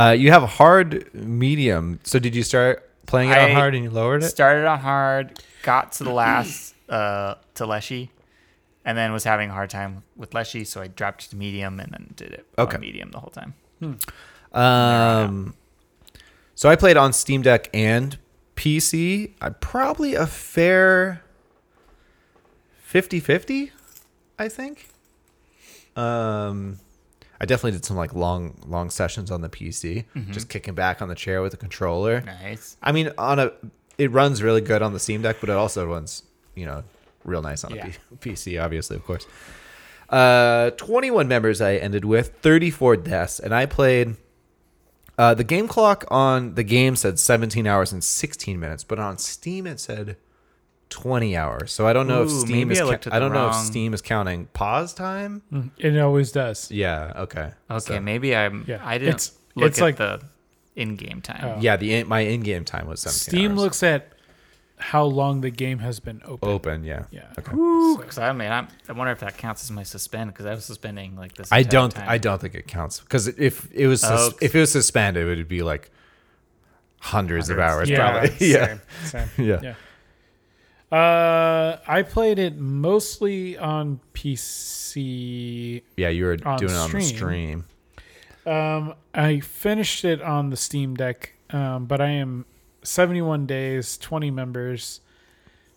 Speaker 2: Uh, you have hard, medium. So did you start playing it on
Speaker 3: I
Speaker 2: hard and you lowered it?
Speaker 3: Started on hard, got to the last uh, to Leshy, and then was having a hard time with Leshy, so I dropped to medium and then did it
Speaker 2: Okay.
Speaker 3: on medium the whole time.
Speaker 2: Um, so I played on Steam Deck and PC. I probably a fair 50-50, I think. Um, I definitely did some like long, long sessions on the PC, just kicking back on the chair with the controller.
Speaker 3: Nice.
Speaker 2: I mean, on a it runs really good on the Steam Deck, but it also runs you know real nice on
Speaker 1: Yeah.
Speaker 2: a P- PC, obviously, of course. Uh, 21 members I ended with, 34 deaths, and I played. Uh, the game clock on the game said 17 hours and 16 minutes, but on Steam it said 20 hours. So I don't know if
Speaker 3: Ooh,
Speaker 2: Steam
Speaker 3: maybe
Speaker 2: is
Speaker 3: I
Speaker 2: ca-
Speaker 3: looked at
Speaker 2: I
Speaker 3: the
Speaker 2: don't know if
Speaker 3: wrong-
Speaker 2: Steam is counting pause time.
Speaker 1: Mm, It always does.
Speaker 2: Yeah. Okay.
Speaker 3: Okay,
Speaker 2: So-
Speaker 3: maybe I'm.
Speaker 1: Yeah.
Speaker 3: I didn't
Speaker 1: It's-
Speaker 3: look
Speaker 1: it's
Speaker 3: at
Speaker 1: like-
Speaker 3: the in-game time.
Speaker 1: Oh.
Speaker 2: yeah. The in- my in-game time was 17.
Speaker 1: Steam
Speaker 2: hours.
Speaker 1: looks at how long the game has been open.
Speaker 2: open. Yeah.
Speaker 1: Yeah.
Speaker 2: Okay.
Speaker 3: Because I mean, I'm, I wonder if that counts as my suspend because I was suspending like this.
Speaker 2: I
Speaker 3: entire
Speaker 2: don't.
Speaker 3: time.
Speaker 2: I don't think it counts because if it was sus-
Speaker 3: Oh.
Speaker 2: if it was suspended, it would be like hundreds, of hours,
Speaker 3: Hundreds.
Speaker 2: probably. yeah.
Speaker 1: Same, same.
Speaker 2: Yeah.
Speaker 1: Yeah. Uh, I played it mostly on PC.
Speaker 2: Yeah, you were
Speaker 1: On
Speaker 2: doing it on the
Speaker 1: stream.
Speaker 2: stream.
Speaker 1: Um, I finished it on the Steam Deck, um, but I am 71 days, 20 members,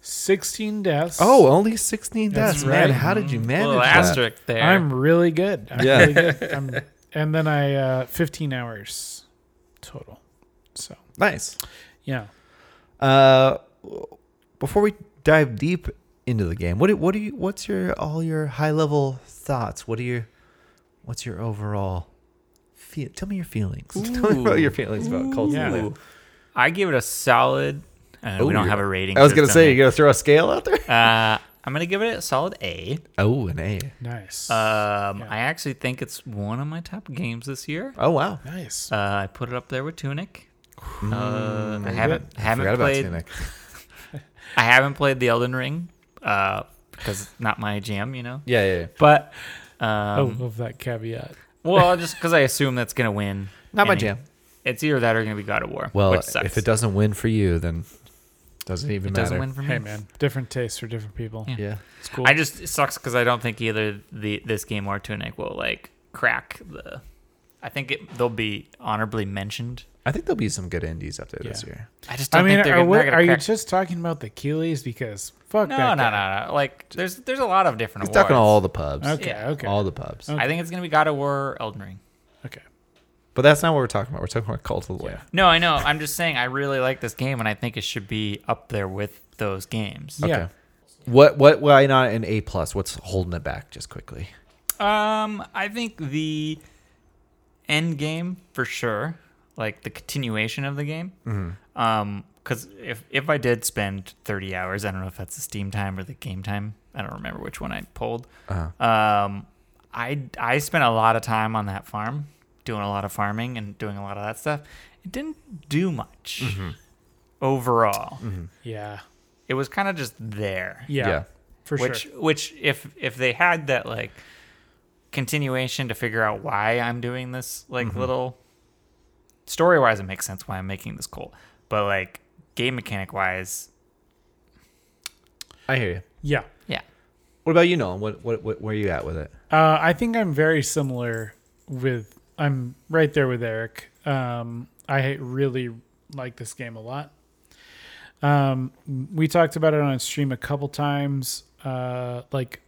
Speaker 1: 16 deaths.
Speaker 2: Oh, only sixteen
Speaker 1: That's
Speaker 2: deaths, man.
Speaker 1: right.
Speaker 2: How did you manage
Speaker 3: Mm-hmm. Little
Speaker 2: that?
Speaker 3: asterisk there.
Speaker 1: I'm really good. I'm
Speaker 2: Yeah.
Speaker 1: really good. I'm, and then I uh, 15 hours total. So
Speaker 2: Nice.
Speaker 1: yeah,
Speaker 2: Uh, before we dive deep into the game, what do, what do you? What's your all your high level thoughts? What are your What's your overall? Feel, tell me your feelings. Tell me about
Speaker 3: Ooh.
Speaker 2: your feelings about Cult of
Speaker 1: Yeah.
Speaker 2: the Lamb.
Speaker 3: Ooh. I give it a solid. Uh,
Speaker 2: Ooh,
Speaker 3: we don't
Speaker 2: you're-
Speaker 3: have a rating.
Speaker 2: I was gonna
Speaker 3: system
Speaker 2: say, you
Speaker 3: here.
Speaker 2: gonna throw a scale out there?
Speaker 3: Uh, I'm gonna give it a solid A.
Speaker 2: Oh, an A.
Speaker 1: nice.
Speaker 2: Uh,
Speaker 3: Um,
Speaker 1: Yeah.
Speaker 3: I actually think it's one of my top games this year.
Speaker 2: Oh wow.
Speaker 1: nice.
Speaker 3: Uh, I put it up there with Tunic. Uh, I
Speaker 2: Mm, I
Speaker 3: haven't
Speaker 2: forgot
Speaker 3: haven't
Speaker 2: about
Speaker 3: played
Speaker 2: Tunic.
Speaker 3: I haven't played the Elden Ring uh, because it's not my jam, you know.
Speaker 2: Yeah, yeah, yeah.
Speaker 3: But um,
Speaker 1: Oh. I love that caveat.
Speaker 3: well, just because I assume that's gonna win.
Speaker 2: Not my
Speaker 3: any-
Speaker 2: jam.
Speaker 3: It's either that or going to be God of War.
Speaker 2: Well,
Speaker 3: which sucks.
Speaker 2: if it doesn't win for you, then doesn't even
Speaker 3: It
Speaker 2: matter.
Speaker 3: doesn't win for me.
Speaker 1: Hey man, different tastes for different people.
Speaker 3: Yeah.
Speaker 2: Yeah.
Speaker 1: It's cool.
Speaker 3: I just it sucks because I don't think either the this game or Tunic will like crack the. I think it, they'll be honorably mentioned.
Speaker 2: I think there'll be some good indies up there this
Speaker 1: Yeah.
Speaker 2: year.
Speaker 3: I just
Speaker 1: I
Speaker 3: don't
Speaker 1: mean,
Speaker 3: think they're
Speaker 1: are,
Speaker 3: gonna,
Speaker 1: we-
Speaker 3: not gonna
Speaker 1: are you
Speaker 3: crack.
Speaker 1: just talking about the Keeleys? Because fuck
Speaker 3: no, no,
Speaker 1: that.
Speaker 3: no,
Speaker 1: guy.
Speaker 3: no. Like there's there's a lot of different
Speaker 2: He's
Speaker 3: awards.
Speaker 2: talking all the pubs.
Speaker 1: Okay,
Speaker 3: Yeah.
Speaker 1: okay,
Speaker 2: All the pubs.
Speaker 1: Okay.
Speaker 3: I think it's gonna be God of War, Elden Ring.
Speaker 1: okay.
Speaker 2: But that's not what we're talking about. We're talking about Call to the Lamb.
Speaker 3: No, I know. I'm just saying I really like this game and I think it should be up there with those games.
Speaker 1: Yeah.
Speaker 2: Okay. What what why not an A plus? What's holding it back just quickly?
Speaker 3: Um, I think the end game for sure, like the continuation of the game. Mm-hmm. Um, because if if I did spend thirty hours, I don't know if that's the Steam time or the game time. I don't remember which one I pulled.
Speaker 2: Uh-huh.
Speaker 3: Um, I I spent a lot of time on that farm, doing a lot of farming and doing a lot of that stuff. It didn't do much overall.
Speaker 1: Yeah.
Speaker 3: It was kind of just there
Speaker 1: Yeah.
Speaker 2: Yeah.
Speaker 1: For
Speaker 3: which
Speaker 1: sure.
Speaker 3: which if if they had that like continuation to figure out why I'm doing this like little story wise it makes sense why I'm making this cult but like game mechanic wise
Speaker 2: I hear you.
Speaker 1: Yeah.
Speaker 3: yeah
Speaker 2: What about you, Nolan? What what, what where are you at with it?
Speaker 1: Uh, I think I'm very similar with. I'm right there with Eric. Um, I really like this game a lot. Um, we talked about it on stream a couple times. Uh, like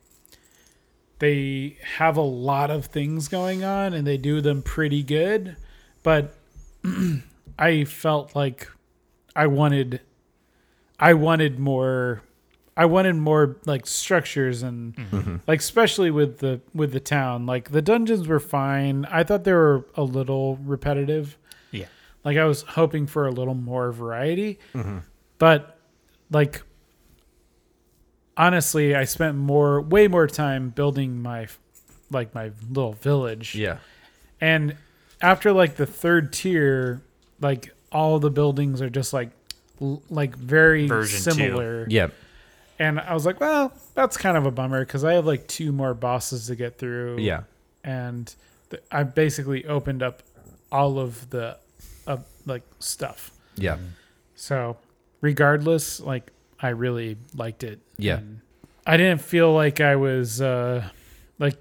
Speaker 1: they have a lot of things going on and they do them pretty good, but I felt like I wanted, I wanted more, I wanted more like structures and
Speaker 3: Mm-hmm.
Speaker 1: like especially with the with the town. Like the dungeons were fine. I thought they were a little repetitive.
Speaker 3: yeah
Speaker 1: Like I was hoping for a little more variety, but like honestly, I spent more, way more time building my like my little village. And after like the third tier, like all the buildings are just like l- like very
Speaker 3: Version two.
Speaker 1: similar.
Speaker 2: Yeah.
Speaker 1: And I was like, well, that's kind of a bummer because I have like two more bosses to get through.
Speaker 2: Yeah.
Speaker 1: And th- I basically opened up all of the uh, like stuff.
Speaker 2: Yeah.
Speaker 1: So, regardless, like I really liked it.
Speaker 2: Yeah.
Speaker 1: And I didn't feel like I was uh like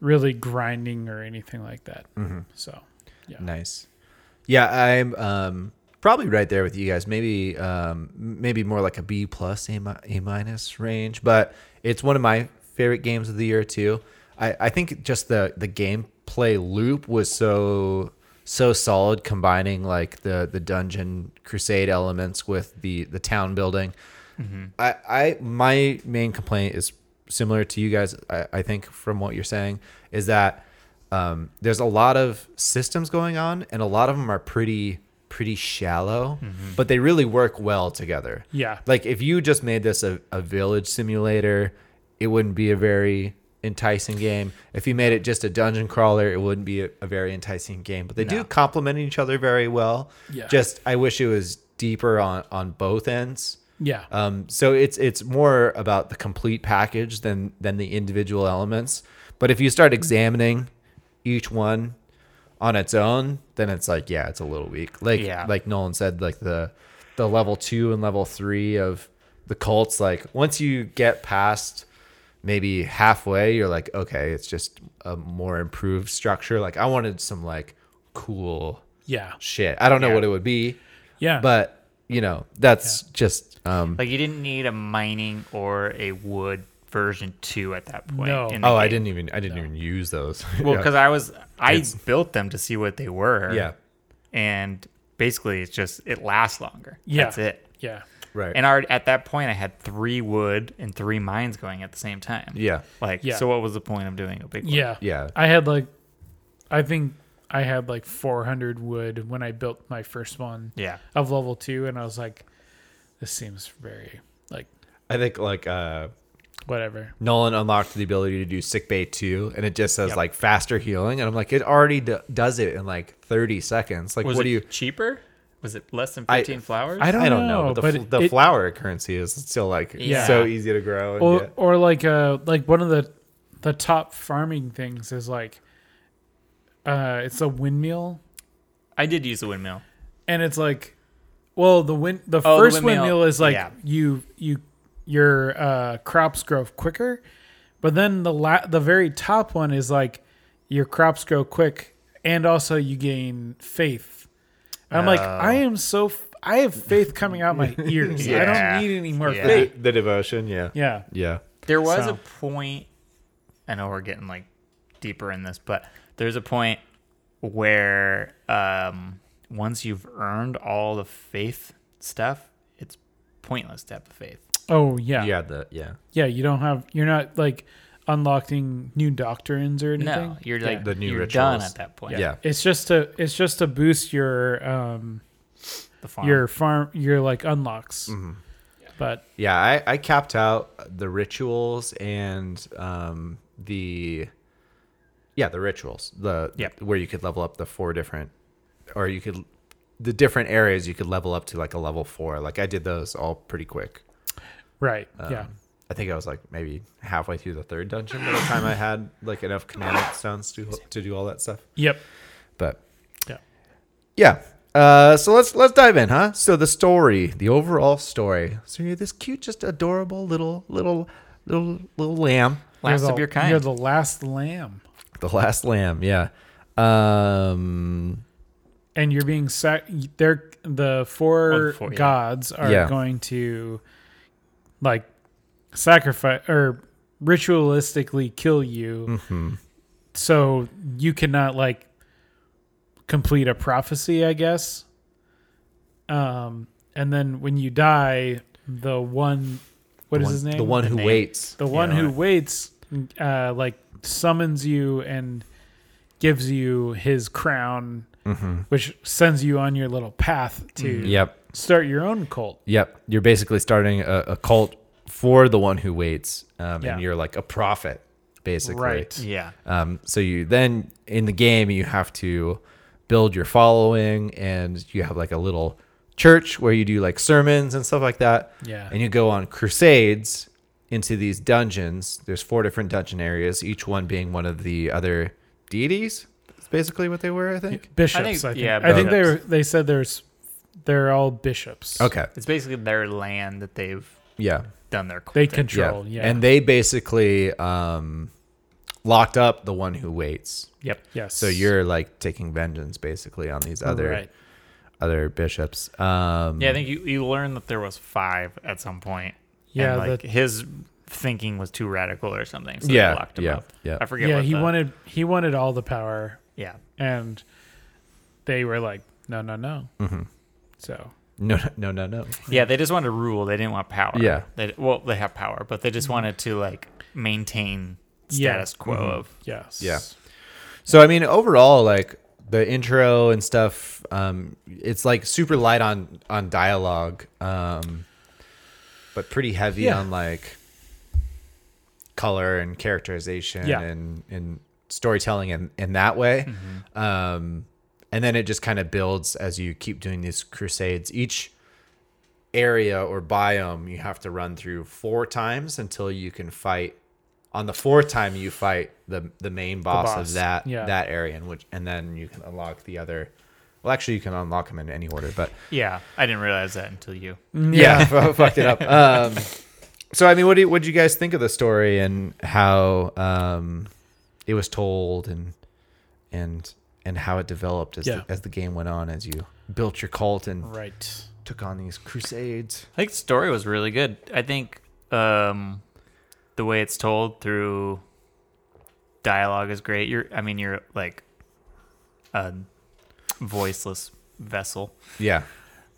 Speaker 1: really grinding or anything like that.
Speaker 2: Mm-hmm.
Speaker 1: So, yeah.
Speaker 2: Nice. Yeah, I'm um probably right there with you guys. Maybe um maybe more like a B plus A, mi- a minus range, but it's one of my favorite games of the year too. I I think just the the gameplay loop was so so solid combining like the the dungeon crusade elements with the the town building. I, I my main complaint is similar to you guys. I, I think from what you're saying is that um, there's a lot of systems going on, and a lot of them are pretty pretty shallow, but they really work well together.
Speaker 1: Yeah.
Speaker 2: Like if you just made this a, a village simulator, it wouldn't be a very enticing game. If you made it just a dungeon crawler, it wouldn't be a, a very enticing game. But they do complement each other very well.
Speaker 1: Yeah.
Speaker 2: Just I wish it was deeper on on both ends.
Speaker 1: Yeah.
Speaker 2: Um, so it's it's more about the complete package than than the individual elements. But if you start examining each one on its own, then it's like yeah, it's a little weak. Like
Speaker 3: Yeah.
Speaker 2: like Nolan said, like the the level two and level three of the cults. Like once you get past maybe halfway, you're like okay, it's just a more improved structure. Like I wanted some like cool
Speaker 1: yeah.
Speaker 2: shit. I don't know
Speaker 3: Yeah.
Speaker 2: what it would be,
Speaker 1: Yeah.
Speaker 2: but you know that's just um
Speaker 3: like you didn't need a mining or a wood version two at that point
Speaker 1: No.
Speaker 3: in the
Speaker 2: Oh, I
Speaker 3: game.
Speaker 2: didn't even I didn't even use those.
Speaker 3: well
Speaker 2: Yeah.
Speaker 3: because I was I built them to see what they were
Speaker 2: yeah,
Speaker 3: and basically it's just it lasts longer
Speaker 1: Yeah.
Speaker 3: that's it
Speaker 1: yeah.
Speaker 2: right.
Speaker 3: And already, at that point, I had three wood and three mines going at the same time.
Speaker 2: yeah,
Speaker 3: Like,
Speaker 1: Yeah.
Speaker 3: so what was the point of doing a big one?
Speaker 1: Yeah.
Speaker 2: yeah,
Speaker 1: I had like I think I had like 400 wood when I built my first one
Speaker 3: Yeah.
Speaker 1: of level 2 and I was like this seems very like
Speaker 2: I think like uh
Speaker 1: whatever.
Speaker 2: Nolan unlocked the ability to do sick bay two, and it just says like faster healing, and I'm like, it already d- does it in like 30 seconds. Like,
Speaker 3: Was
Speaker 2: what
Speaker 3: it
Speaker 2: do you?
Speaker 3: cheaper? Was it less than
Speaker 2: I-
Speaker 3: 15 flowers?
Speaker 2: I don't, know,
Speaker 1: know,
Speaker 2: but the,
Speaker 1: but
Speaker 2: fl- the
Speaker 1: it-
Speaker 2: flower currency is still like
Speaker 3: Yeah.
Speaker 2: so easy to grow. And
Speaker 1: Or
Speaker 2: get-
Speaker 1: or like uh like one of the the top farming things is like uh it's a windmill
Speaker 3: I did use the windmill.
Speaker 1: and it's like well the win the
Speaker 3: Oh, the
Speaker 1: first
Speaker 3: windmill.
Speaker 1: windmill. is like
Speaker 3: Yeah.
Speaker 1: you you your uh crops grow quicker but then the la- the very top one is like your crops grow quick and also you gain faith And i'm like
Speaker 3: Oh.
Speaker 1: i am so f- i have faith coming out my ears i
Speaker 3: Yeah.
Speaker 1: don't need any more
Speaker 3: Yeah.
Speaker 1: faith
Speaker 2: The devotion, yeah.
Speaker 1: yeah
Speaker 2: Yeah.
Speaker 3: There was
Speaker 1: So-
Speaker 3: a point. I know we're getting like deeper in this, but there's a point where um, once you've earned all the faith stuff, it's pointless to have the faith.
Speaker 1: oh yeah yeah,
Speaker 2: Yeah, the yeah.
Speaker 1: you don't have you're not like unlocking new doctrines or anything
Speaker 3: No, you're like
Speaker 2: The new
Speaker 3: you're
Speaker 2: rituals.
Speaker 3: done at that point.
Speaker 2: Yeah.
Speaker 1: it's just to it's just to boost your um
Speaker 3: the farm.
Speaker 1: your farm your like unlocks
Speaker 2: Mm-hmm.
Speaker 1: but
Speaker 2: Yeah, I, I capped out the rituals and um the yeah, the rituals. The
Speaker 3: Yep.
Speaker 2: where you could level up the four different or you could the different areas you could level up to like a level 4. Like I did those all pretty quick.
Speaker 1: right yeah
Speaker 2: Um, I think I was like maybe halfway through the third dungeon by the time I had like enough commandment stones to to do all that stuff.
Speaker 1: yep
Speaker 2: But
Speaker 1: Yeah.
Speaker 2: yeah. Uh, so let's let's dive in, huh? So the story, the overall story. So you're this cute, just adorable little little little little lamb,
Speaker 3: last
Speaker 1: You're the-
Speaker 3: of your kind.
Speaker 1: you're the last lamb
Speaker 2: the last lamb. Yeah. Um.
Speaker 1: and you're being sac- they're the four,
Speaker 3: Oh, the four, yeah.
Speaker 1: gods are
Speaker 2: Yeah.
Speaker 1: going to like sacrifice or ritualistically kill you
Speaker 2: Mm-hmm.
Speaker 1: so you cannot like complete a prophecy i guess um and then when you die the one what is
Speaker 2: one-
Speaker 1: his name
Speaker 2: The one
Speaker 3: The
Speaker 2: who
Speaker 3: name.
Speaker 2: waits.
Speaker 1: The one
Speaker 3: Yeah.
Speaker 1: who waits, uh, like summons you and gives you his crown,
Speaker 2: Mm-hmm.
Speaker 1: which sends you on your little path to
Speaker 2: Yep.
Speaker 1: start your own cult.
Speaker 2: Yep. You're basically starting a, a cult for the one who waits, um,
Speaker 1: Yeah.
Speaker 2: and you're like a prophet, basically.
Speaker 1: Right.
Speaker 3: yeah.
Speaker 2: Um, so you then in the game you have to build your following, and you have like a little church where you do like sermons and stuff like that.
Speaker 1: Yeah.
Speaker 2: And you go on crusades into these dungeons. There's four different dungeon areas, each one being one of the other deities. That's basically what they were, I think.
Speaker 1: Bishops, I
Speaker 3: I
Speaker 1: think.
Speaker 3: think-
Speaker 1: I think,
Speaker 3: yeah,
Speaker 1: they were,
Speaker 3: bishops.
Speaker 1: they said there's they're all bishops.
Speaker 2: Okay.
Speaker 3: It's basically their land that they've
Speaker 2: Yeah.
Speaker 3: done their cult
Speaker 1: They
Speaker 3: in.
Speaker 1: control, yeah.
Speaker 2: And they basically um, locked up the one who waits.
Speaker 3: Yep.
Speaker 1: yes.
Speaker 2: So you're like taking vengeance basically on these other
Speaker 1: right.
Speaker 2: other bishops. Um,
Speaker 3: Yeah, I think you, you learned that there was five at some point.
Speaker 1: Yeah,
Speaker 3: and, like
Speaker 1: that-
Speaker 3: his thinking was too radical or something. So
Speaker 2: Yeah,
Speaker 3: they locked him
Speaker 2: yeah,
Speaker 3: up.
Speaker 2: yeah.
Speaker 3: I forget.
Speaker 1: Yeah,
Speaker 3: what
Speaker 1: he
Speaker 3: the-
Speaker 1: wanted he wanted all the power
Speaker 3: Yeah,
Speaker 1: and they were like, No, no, no.
Speaker 2: Mm-hmm.
Speaker 1: So
Speaker 2: No, no, no, no.
Speaker 3: yeah. They just wanted to rule. They didn't want power.
Speaker 2: Yeah.
Speaker 3: They, well, they have power, but they just wanted to like maintain
Speaker 1: Mm-hmm. Yeah. Mm-hmm.
Speaker 3: status quo of.
Speaker 1: yes.
Speaker 2: Yeah. So I mean, overall, like the intro and stuff, um, it's like super light on on dialogue, um, but pretty heavy
Speaker 1: Yeah.
Speaker 2: on like color and characterization
Speaker 1: Yeah.
Speaker 2: and and storytelling in in that way.
Speaker 3: Mm-hmm.
Speaker 2: Um, and then it just kind of builds as you keep doing these crusades. Each area or biome you have to run through four times until you can fight on the fourth time you fight the the main boss,
Speaker 1: boss,
Speaker 2: of that
Speaker 1: yeah.
Speaker 2: that area and which and then you can unlock the other well actually you can unlock them in any order but
Speaker 3: Yeah, I didn't realize that until you.
Speaker 1: Mm,
Speaker 2: yeah, fu- fucked it up um so i mean what do you, what do you guys think of the story and how um it was told and and and how it developed as
Speaker 1: Yeah.
Speaker 2: the, as the game went on as you built your cult and
Speaker 1: Right.
Speaker 2: took on these crusades
Speaker 3: I think the story was really good. I think um, the way it's told through dialogue is great. You're, I mean, you're like a voiceless vessel.
Speaker 2: yeah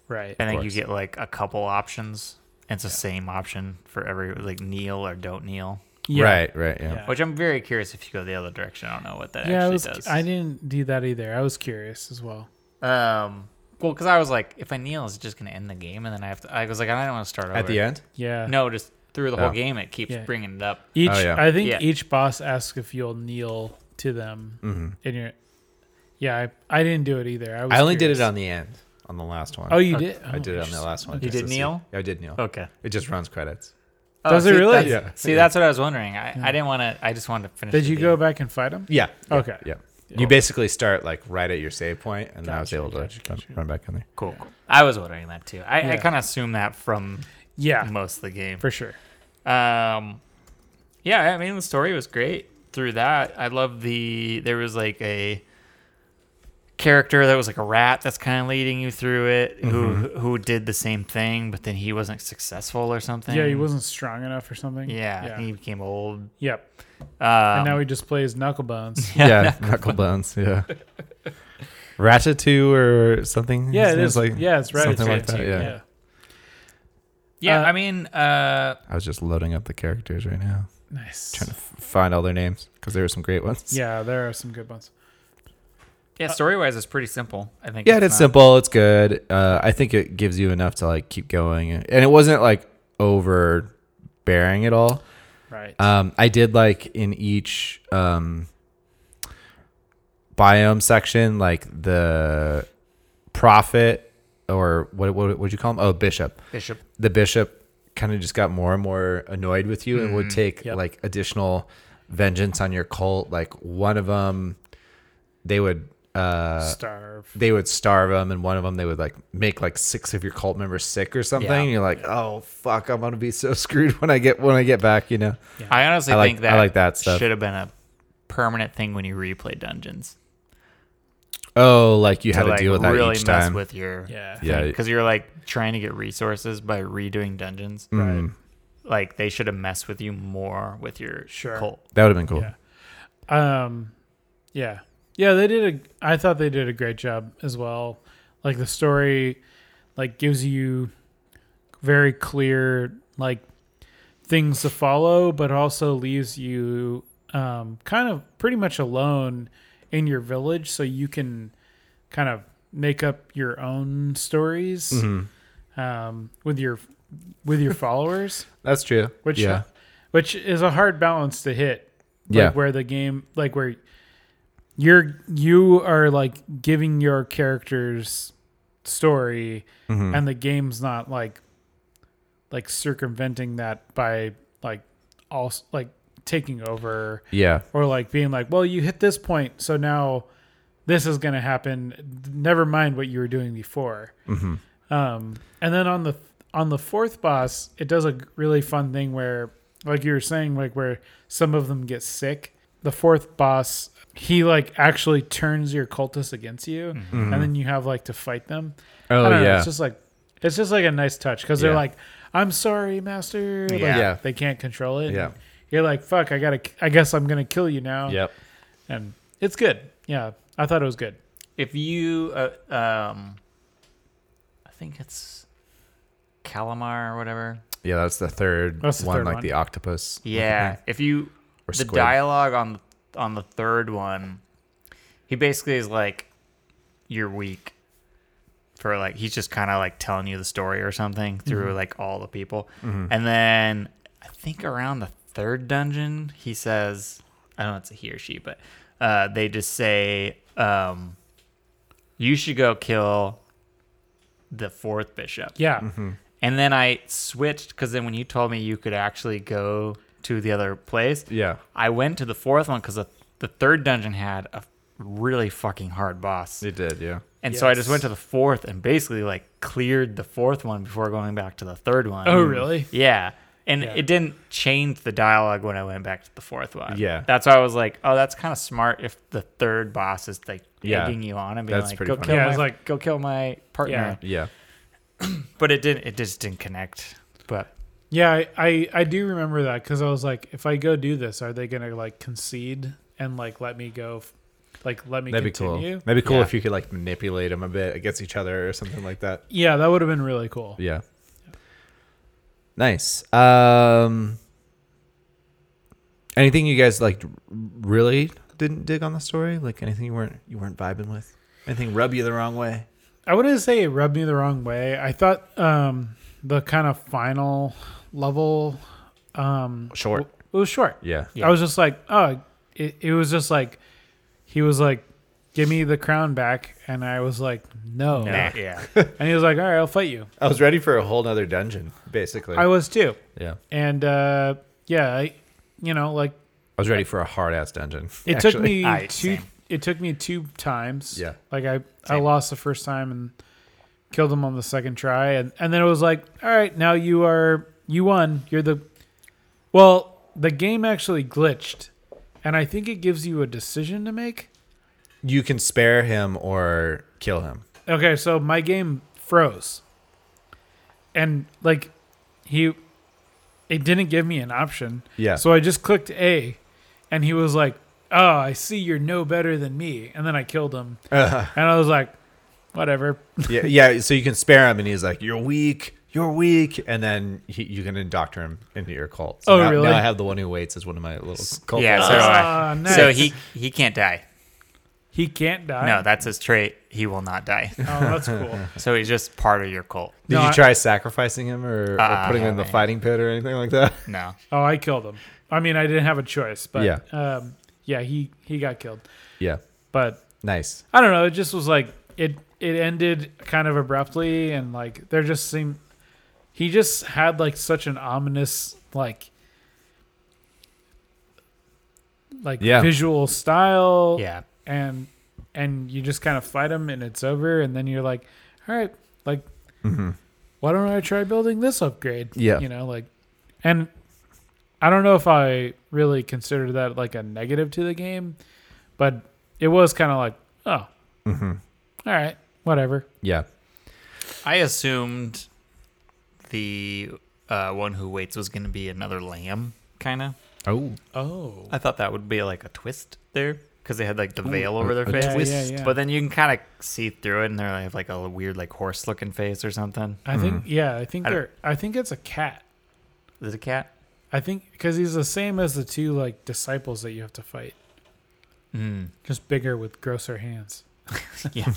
Speaker 1: Right.
Speaker 3: I think you
Speaker 2: course.
Speaker 3: get like a couple options. and It's the same option for every like kneel or don't kneel,
Speaker 1: Yeah.
Speaker 2: right right yeah,
Speaker 1: Yeah.
Speaker 3: which I'm very curious if you go the other direction. I don't know what that
Speaker 1: yeah, I,
Speaker 3: actually
Speaker 1: was,
Speaker 3: does.
Speaker 1: I didn't do that either. I was curious as well.
Speaker 3: um, well, because I was like, if I kneel, is it just gonna end the game? And then I have to. I was like, I don't want to start over
Speaker 2: at the end
Speaker 1: Yeah.
Speaker 3: No, just through the
Speaker 2: Oh.
Speaker 3: whole game, it keeps
Speaker 1: Yeah.
Speaker 3: bringing it up.
Speaker 1: Each
Speaker 2: Oh, yeah.
Speaker 1: I think
Speaker 3: Yeah.
Speaker 1: each boss asks if you'll kneel to them. And you're, yeah, I, I didn't do it either. I, was
Speaker 2: Mm-hmm. i only
Speaker 1: curious.
Speaker 2: did it on the end on the last one.
Speaker 1: Oh, you did.
Speaker 2: I
Speaker 1: Oh,
Speaker 2: did it on the
Speaker 1: interesting.
Speaker 2: last one.
Speaker 3: Uh, You
Speaker 2: just
Speaker 3: did
Speaker 2: to see.
Speaker 3: kneel?
Speaker 2: Yeah, I did kneel.
Speaker 3: Okay.
Speaker 2: It just runs credits.
Speaker 3: Oh,
Speaker 1: Does it
Speaker 3: see,
Speaker 1: really?
Speaker 3: that's-
Speaker 2: Yeah.
Speaker 3: See, that's what I was wondering. I, I didn't want to. I just wanted to finish.
Speaker 1: Did
Speaker 3: the
Speaker 1: you
Speaker 3: game.
Speaker 1: go back and fight him?
Speaker 2: Yeah.
Speaker 1: Okay.
Speaker 2: Yeah. You basically start like right at your save point, and I was
Speaker 1: Gotcha,
Speaker 2: able to
Speaker 1: gotcha,
Speaker 2: run,
Speaker 1: gotcha.
Speaker 2: run back in there.
Speaker 3: Cool. cool. I was wondering that too. I,
Speaker 1: Yeah.
Speaker 3: I kind of assume that from
Speaker 1: Yeah,
Speaker 3: most of the game.
Speaker 1: for sure.
Speaker 3: Um, yeah, I mean the story was great through that. I love the there was like a character that was like a rat that's kind of leading you through it who
Speaker 1: Mm-hmm.
Speaker 3: who did the same thing but then he wasn't successful or something.
Speaker 1: Yeah, he wasn't strong enough or something.
Speaker 3: Yeah,
Speaker 1: yeah.
Speaker 3: he um, became old. Um,
Speaker 1: yep. And now he just plays knucklebones.
Speaker 2: Yeah, knuckle bones. Yeah, Ratatouille or something.
Speaker 1: yeah,
Speaker 2: His
Speaker 1: it
Speaker 2: name's
Speaker 1: is.
Speaker 2: Like,
Speaker 1: yeah, it's right.
Speaker 2: something
Speaker 1: it's
Speaker 2: like that,
Speaker 1: right,
Speaker 2: yeah.
Speaker 3: yeah,
Speaker 1: uh,
Speaker 3: I mean uh
Speaker 2: I was just loading up the characters right now,
Speaker 1: Nice.
Speaker 2: trying to f- find all their names because there were some great ones.
Speaker 1: yeah, there are some good ones. uh,
Speaker 3: yeah, story-wise it's pretty simple. I think
Speaker 2: yeah, it's
Speaker 3: not-
Speaker 2: simple. It's good. Uh, I think it gives you enough to like keep going, and it wasn't like overbearing at all.
Speaker 1: Right.
Speaker 2: Um, I did like in each um, biome section, like the prophet or what what would you call him? Oh, bishop.
Speaker 3: Bishop.
Speaker 2: The bishop kind of just got more and more annoyed with you and would
Speaker 3: Mm-hmm.
Speaker 2: take
Speaker 1: Yep.
Speaker 2: like additional vengeance on your cult. Like one of them, they would. Uh,
Speaker 1: Starve.
Speaker 2: they would starve them, and one of them they would like make like six of your cult members sick or something.
Speaker 3: Yeah.
Speaker 2: And you're like, oh fuck, I'm gonna be so screwed when I get when I get back, you know.
Speaker 3: I honestly
Speaker 2: I like-
Speaker 3: think that
Speaker 2: I like that stuff.
Speaker 3: should have been a permanent thing when you replay dungeons.
Speaker 2: Oh, like you had to
Speaker 3: like,
Speaker 2: deal with that
Speaker 3: really
Speaker 2: each
Speaker 3: mess
Speaker 2: time.
Speaker 3: with your
Speaker 1: Yeah.
Speaker 2: yeah,
Speaker 3: because you're like trying to get resources by redoing dungeons.
Speaker 2: mm,
Speaker 3: Like they should have messed with you more with your
Speaker 1: Sure.
Speaker 3: cult.
Speaker 2: that would have been cool.
Speaker 1: Yeah. Um, yeah, yeah. They did a. I thought they did a great job as well. Like the story, like gives you very clear like things to follow, but also leaves you um, kind of pretty much alone in your village, so you can kind of make up your own stories um, with your with your followers
Speaker 2: That's true.
Speaker 1: which uh,
Speaker 2: yeah,
Speaker 1: which is a hard balance to hit. Like
Speaker 2: Yeah.
Speaker 1: where the game, like where you're you are like giving your character's story,
Speaker 2: Mm-hmm.
Speaker 1: and the game's not like like circumventing that by like also like taking over
Speaker 2: yeah,
Speaker 1: or like being like, well, you hit this point, so now this is going to happen. Never mind what you were doing before.
Speaker 2: Mm-hmm.
Speaker 1: Um, and then on the on the fourth boss, it does a g- really fun thing where, like you were saying, like where some of them get sick. The fourth boss, he like actually turns your cultists against you, and then you have like to fight them. I
Speaker 2: Mm-hmm. Oh,
Speaker 1: don't know,
Speaker 2: yeah.
Speaker 1: it's just like it's just like a nice touch because they're
Speaker 2: Yeah.
Speaker 1: like, "I'm sorry, master." Like,
Speaker 3: Yeah.
Speaker 2: Yeah.
Speaker 1: they can't control it.
Speaker 2: Yeah.
Speaker 1: and you're like, "Fuck, I gotta. I guess I'm gonna kill you now."
Speaker 2: yep.
Speaker 1: and it's good. Yeah, I thought it was good.
Speaker 3: If you, uh, um, I think it's calamar or whatever.
Speaker 2: Yeah, that's the third
Speaker 1: That's the
Speaker 2: one,
Speaker 1: third
Speaker 2: like
Speaker 1: one.
Speaker 2: the octopus.
Speaker 3: Yeah, if you
Speaker 2: Or
Speaker 3: the
Speaker 2: squid.
Speaker 3: dialogue on on the third one, he basically is like, "You're weak," for like he's just kind of like telling you the story or something through
Speaker 2: Mm-hmm.
Speaker 3: like all the people, and then I think around the third dungeon he says, "I don't know, it's a he or she, but uh, they just say." Um, you should go kill the fourth bishop.
Speaker 1: Yeah,
Speaker 2: Mm-hmm.
Speaker 3: And then I switched because then when you told me you could actually go to the other place,
Speaker 2: Yeah,
Speaker 3: I went to the fourth one because the, the third dungeon had a really fucking hard boss.
Speaker 2: it did. Yeah,
Speaker 3: and so I
Speaker 1: Yes.
Speaker 3: just went to the fourth and basically like cleared the fourth one before going back to the third one.
Speaker 1: Oh, really?
Speaker 3: Yeah. And
Speaker 1: Yeah.
Speaker 3: it didn't change the dialogue when I went back to the fourth one.
Speaker 2: Yeah.
Speaker 3: That's why I was like, oh, that's kind of smart if the third boss is like
Speaker 2: Yeah.
Speaker 3: egging you on and being
Speaker 2: That's
Speaker 3: like,
Speaker 2: pretty
Speaker 3: go
Speaker 2: funny.
Speaker 3: kill,
Speaker 1: Yeah,
Speaker 3: my,
Speaker 1: it's like-
Speaker 3: go kill my partner.
Speaker 1: Yeah.
Speaker 2: yeah,
Speaker 3: But it didn't, it just didn't connect. But
Speaker 1: yeah, I I, I do remember that because I was like, if I go do this, are they gonna like concede and like let me go, f- like let me
Speaker 2: that'd be cool.
Speaker 1: continue?
Speaker 2: That'd be cool
Speaker 3: Yeah.
Speaker 2: if you could like manipulate them a bit against each other or something like that.
Speaker 1: Yeah, that would have been really cool.
Speaker 2: Yeah. Nice. Um anything you guys like r- really didn't dig on the story? Like anything you weren't you weren't vibing with? Anything rub you the wrong way?
Speaker 1: I wouldn't say it rubbed me the wrong way. I thought um the kind of final level um
Speaker 2: Short.
Speaker 1: it was short.
Speaker 2: Yeah.
Speaker 3: Yeah.
Speaker 1: I was just like, oh, it, it was just like, he was like, give me the crown back, and I was like, no,
Speaker 3: no,
Speaker 1: and
Speaker 3: yeah.
Speaker 1: he was like, all right, I'll fight you.
Speaker 2: I was ready for a whole nother dungeon, basically.
Speaker 1: I was too.
Speaker 2: yeah.
Speaker 1: and uh, yeah, I, you know, like
Speaker 2: I was ready for a hard ass dungeon.
Speaker 1: it took
Speaker 2: actually.
Speaker 1: me
Speaker 3: Aye,
Speaker 1: two.
Speaker 3: same.
Speaker 1: It it took me two times.
Speaker 2: Yeah.
Speaker 1: Like I I
Speaker 3: Same.
Speaker 1: lost the first time and killed him on the second try and and then it was like, "All right, now you are you won. You're the Well, the game actually glitched. And I think it gives you a decision to make.
Speaker 2: You can spare him or kill him.
Speaker 1: Okay, so my game froze. And like he it didn't give me an option.
Speaker 2: Yeah.
Speaker 1: So I just clicked A and he was like, "Oh, I see you're no better than me." And then I killed him.
Speaker 2: Uh-huh.
Speaker 1: And I was like, "Whatever."
Speaker 2: yeah, yeah. So you can spare him, and he's like, "You're weak. You're weak," and then he, you can indoctor him into your cult. So
Speaker 1: Oh,
Speaker 2: now,
Speaker 1: really?
Speaker 2: Now I have the one who waits as one of my little cult.
Speaker 3: Yeah, so,
Speaker 2: members.
Speaker 3: I-
Speaker 1: Ah, nice.
Speaker 3: so he he can't die.
Speaker 1: He can't die.
Speaker 3: No, that's his trait. He will not die.
Speaker 1: Oh, that's cool.
Speaker 3: So he's just part of your cult.
Speaker 2: did
Speaker 1: No,
Speaker 2: you
Speaker 1: I-
Speaker 2: try sacrificing him or, or
Speaker 3: Uh,
Speaker 2: putting him in the
Speaker 3: yeah.
Speaker 2: fighting pit or anything like that?
Speaker 3: No.
Speaker 1: Oh, I killed him. I mean, I didn't have a choice, but
Speaker 2: Yeah.
Speaker 1: um, yeah, he he got killed.
Speaker 2: Yeah,
Speaker 1: But
Speaker 2: nice.
Speaker 1: I don't know. It just was like it. It ended kind of abruptly, and like there just seemed he just had like such an ominous like like
Speaker 2: Yeah.
Speaker 1: visual style.
Speaker 3: Yeah.
Speaker 1: and and you just kind of fight them and it's over and then you're like all right like why don't i try building this upgrade
Speaker 2: Yeah.
Speaker 1: you know like and i don't know if i really consider that like a negative to the game but it was kind of like oh all right whatever
Speaker 2: Yeah,
Speaker 3: I assumed the uh, one who waits was going to be another lamb, kind of.
Speaker 2: Oh,
Speaker 1: oh
Speaker 3: I thought that would be like a twist there because they had like the veil over their
Speaker 2: a
Speaker 3: face.
Speaker 1: yeah, yeah, yeah.
Speaker 3: But then you can kind of see through it, and they're like, like a weird, like horse looking face or something.
Speaker 1: i think yeah i think
Speaker 3: I don't-
Speaker 1: they're i think it's a cat
Speaker 3: Is it a cat?
Speaker 1: i think because he's the same as the two like disciples that you have to fight
Speaker 3: Mm.
Speaker 1: just bigger with grosser hands
Speaker 3: Yeah,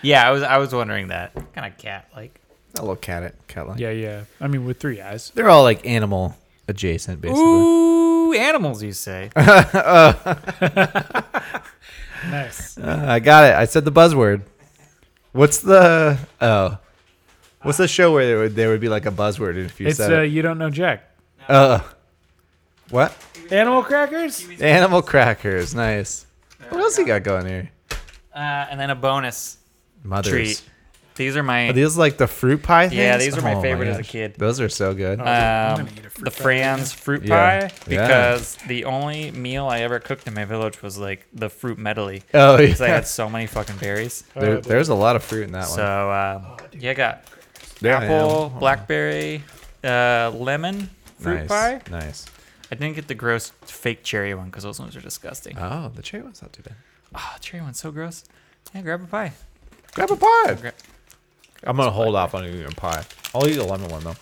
Speaker 3: yeah. I was, I was wondering that kind of cat, like.
Speaker 2: I love cat it cat like.
Speaker 1: yeah yeah i mean with three eyes
Speaker 2: They're all like animal adjacent, basically.
Speaker 3: Ooh, animals, you say?
Speaker 1: nice
Speaker 2: Uh, I got it. I said the buzzword. What's the oh? What's the show where there would, there would be like a buzzword if you
Speaker 1: It's
Speaker 2: said
Speaker 1: uh,
Speaker 2: it?
Speaker 1: you don't know Jack.
Speaker 2: Uh, what?
Speaker 1: Animal crackers.
Speaker 2: Animal crackers. Nice. What else you got going here?
Speaker 3: Uh, and then a bonus
Speaker 2: Mothers.
Speaker 3: treat. These are my
Speaker 2: Are these like the fruit pie things?
Speaker 3: Yeah, these are my
Speaker 2: Oh
Speaker 3: favorite as a
Speaker 2: gosh.
Speaker 3: kid.
Speaker 2: Those are so good.
Speaker 1: I'm
Speaker 3: um,
Speaker 1: gonna eat a fruit
Speaker 3: the
Speaker 1: pie.
Speaker 3: Franz fruit
Speaker 2: Yeah.
Speaker 3: pie
Speaker 2: Yeah.
Speaker 3: because the only meal I ever cooked in my village was like the fruit medley
Speaker 2: oh, yeah.
Speaker 3: because I had so many fucking berries.
Speaker 2: There-
Speaker 1: Uh,
Speaker 2: there's a lot of fruit in that
Speaker 3: So
Speaker 2: one.
Speaker 3: um, yeah, I got
Speaker 2: There I am.
Speaker 3: apple, blackberry, uh, lemon fruit
Speaker 2: nice.
Speaker 3: pie.
Speaker 2: Nice.
Speaker 3: I didn't get the gross fake cherry one because those ones are disgusting.
Speaker 2: Oh, the cherry one's not too bad.
Speaker 3: Oh, cherry one's so gross. Yeah, grab a pie.
Speaker 2: Grab a pie.
Speaker 3: Gra-
Speaker 2: I'm gonna hold off on eating a pie. I'll eat a lemon one though.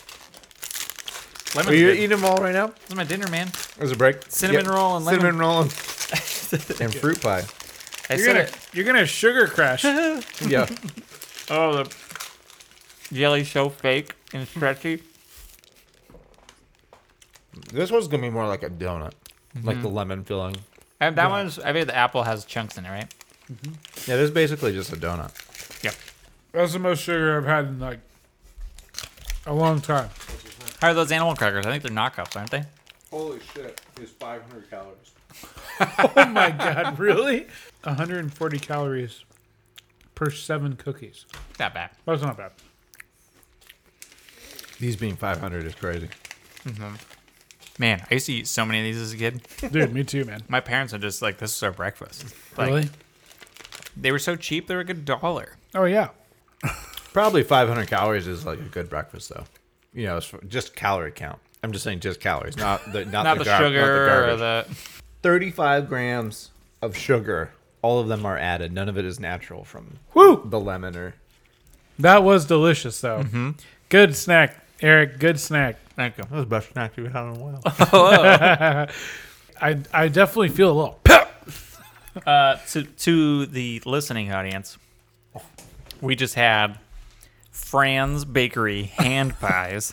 Speaker 3: Lemon's
Speaker 2: Are you
Speaker 3: good.
Speaker 2: eating them all right now?
Speaker 3: This is my dinner, man.
Speaker 2: There's a break.
Speaker 3: Cinnamon roll and lemon.
Speaker 2: Cinnamon roll and, and fruit pie.
Speaker 3: I
Speaker 1: You're
Speaker 3: said
Speaker 1: gonna
Speaker 3: it.
Speaker 1: you're gonna sugar crash. oh,
Speaker 2: Yeah.
Speaker 1: the,
Speaker 3: Jelly's so fake and stretchy.
Speaker 2: this one's gonna be more like a donut, like the lemon filling.
Speaker 3: And that one's. I mean, the apple has chunks in it, right?
Speaker 2: Yeah, this is basically just a donut.
Speaker 3: Yep.
Speaker 1: that's the most sugar I've had in like a long time.
Speaker 3: How are those animal crackers? I think they're knockoffs, aren't they?
Speaker 4: Holy shit, it's 500 calories.
Speaker 1: Oh my god, really? 140 calories per seven cookies.
Speaker 3: Not bad.
Speaker 1: That's not bad.
Speaker 2: These being 500 is crazy.
Speaker 3: Man, I used to eat so many of these as a kid.
Speaker 1: Dude, me too, man.
Speaker 3: My parents are just like, this is our breakfast. Like,
Speaker 1: Really?
Speaker 3: They were so cheap, they were like a dollar.
Speaker 1: Oh yeah.
Speaker 2: Probably 500 calories is like a good breakfast though. You know, it's for- just calorie count. I'm just saying just calories, not the not,
Speaker 3: Not
Speaker 2: the,
Speaker 3: the,
Speaker 2: gar-
Speaker 3: sugar
Speaker 2: not the
Speaker 3: or
Speaker 2: garbage.
Speaker 3: the.
Speaker 2: 35 grams of sugar. All of them are added. None of it is natural from
Speaker 1: Woo!
Speaker 2: the lemon or
Speaker 1: That was delicious though. Good snack, Eric. Good snack.
Speaker 3: Thank you.
Speaker 2: that was the best snack you've had in a while.
Speaker 1: I I definitely feel a little pep.
Speaker 3: Uh, to, to the listening audience, we just had Franz Bakery hand pies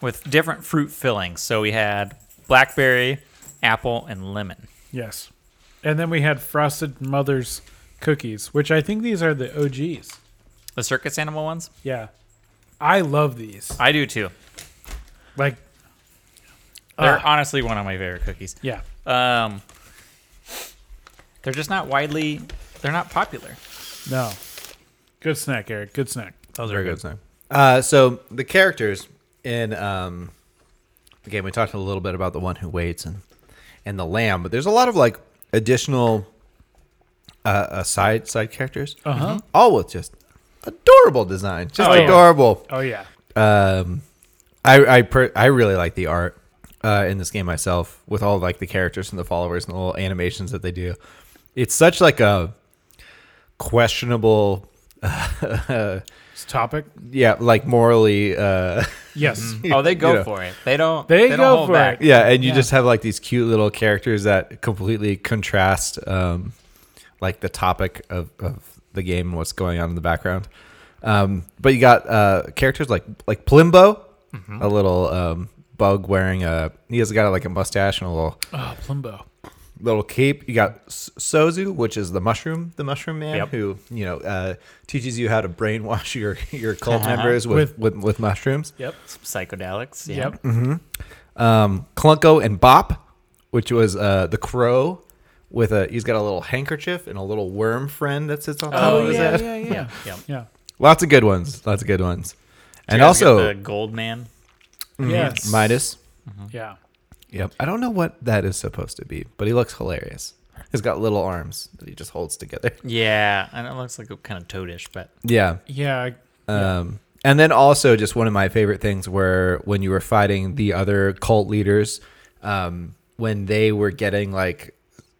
Speaker 3: with different fruit fillings. So we had blackberry, apple, and lemon.
Speaker 1: Yes. And then we had Frosted Mother's cookies, which I think these are the OGs.
Speaker 3: The circus animal ones?
Speaker 1: Yeah. I love these.
Speaker 3: I do too.
Speaker 1: Like, Uh.
Speaker 3: They're honestly one of my favorite cookies.
Speaker 1: yeah.
Speaker 3: Um, They're just not widely. They're not popular.
Speaker 1: No. Good snack, Eric. Good snack.
Speaker 2: That was very good. Uh, so the characters in um, again, we talked a little bit about the one who waits and and the lamb, but there's a lot of like additional uh, uh side side characters, Mm-hmm.
Speaker 1: Uh-huh.
Speaker 2: all with just adorable design, just
Speaker 1: Oh, yeah.
Speaker 2: adorable.
Speaker 1: Oh yeah.
Speaker 2: Um, I I per- I really like the art uh, in this game myself, with all like the characters and the followers and the little animations that they do. It's such like a questionable.
Speaker 1: It's topic.
Speaker 2: yeah, like morally. Uh,
Speaker 1: Yes.
Speaker 3: Oh, they go
Speaker 2: Yeah.
Speaker 3: for it. They don't.
Speaker 1: They
Speaker 3: They,
Speaker 1: go
Speaker 3: don't hold
Speaker 1: for
Speaker 3: back.
Speaker 1: it.
Speaker 2: yeah, and you
Speaker 1: Yeah.
Speaker 2: just have like these cute little characters that completely contrast, um, like the topic of, of the game and what's going on in the background. Um, but you got uh, characters like like Plimbo, a little um, bug wearing a. He has got like a mustache and a little
Speaker 1: Oh, Plumbo.
Speaker 2: little cape. You got S- Sozu, which is the mushroom, the mushroom man
Speaker 3: Yep.
Speaker 2: who you know uh, teaches you how to brainwash your your cult members with, with with mushrooms.
Speaker 3: Yep. Some psychedelics. Yeah.
Speaker 1: Yep.
Speaker 2: um, Clunko and Bop, which was uh, the crow with a he's got a little handkerchief and a little worm friend that sits on top
Speaker 3: Oh,
Speaker 2: of his
Speaker 3: yeah,
Speaker 2: head.
Speaker 1: yeah,
Speaker 3: Yeah. Yep.
Speaker 1: Yeah.
Speaker 2: Lots of good ones. Lots of good ones.
Speaker 3: You guys
Speaker 2: And
Speaker 3: get
Speaker 2: also mm-hmm,
Speaker 3: the gold man.
Speaker 1: Yes.
Speaker 2: Midas.
Speaker 1: Yeah.
Speaker 2: Yep. I don't know what that is supposed to be, but he looks hilarious. He's got little arms that he just holds together.
Speaker 3: Yeah, and it looks like kind of toadish, but
Speaker 2: Yeah.
Speaker 1: Yeah. I-
Speaker 2: Um, and then also just one of my favorite things were when you were fighting the other cult leaders, um, when they were getting like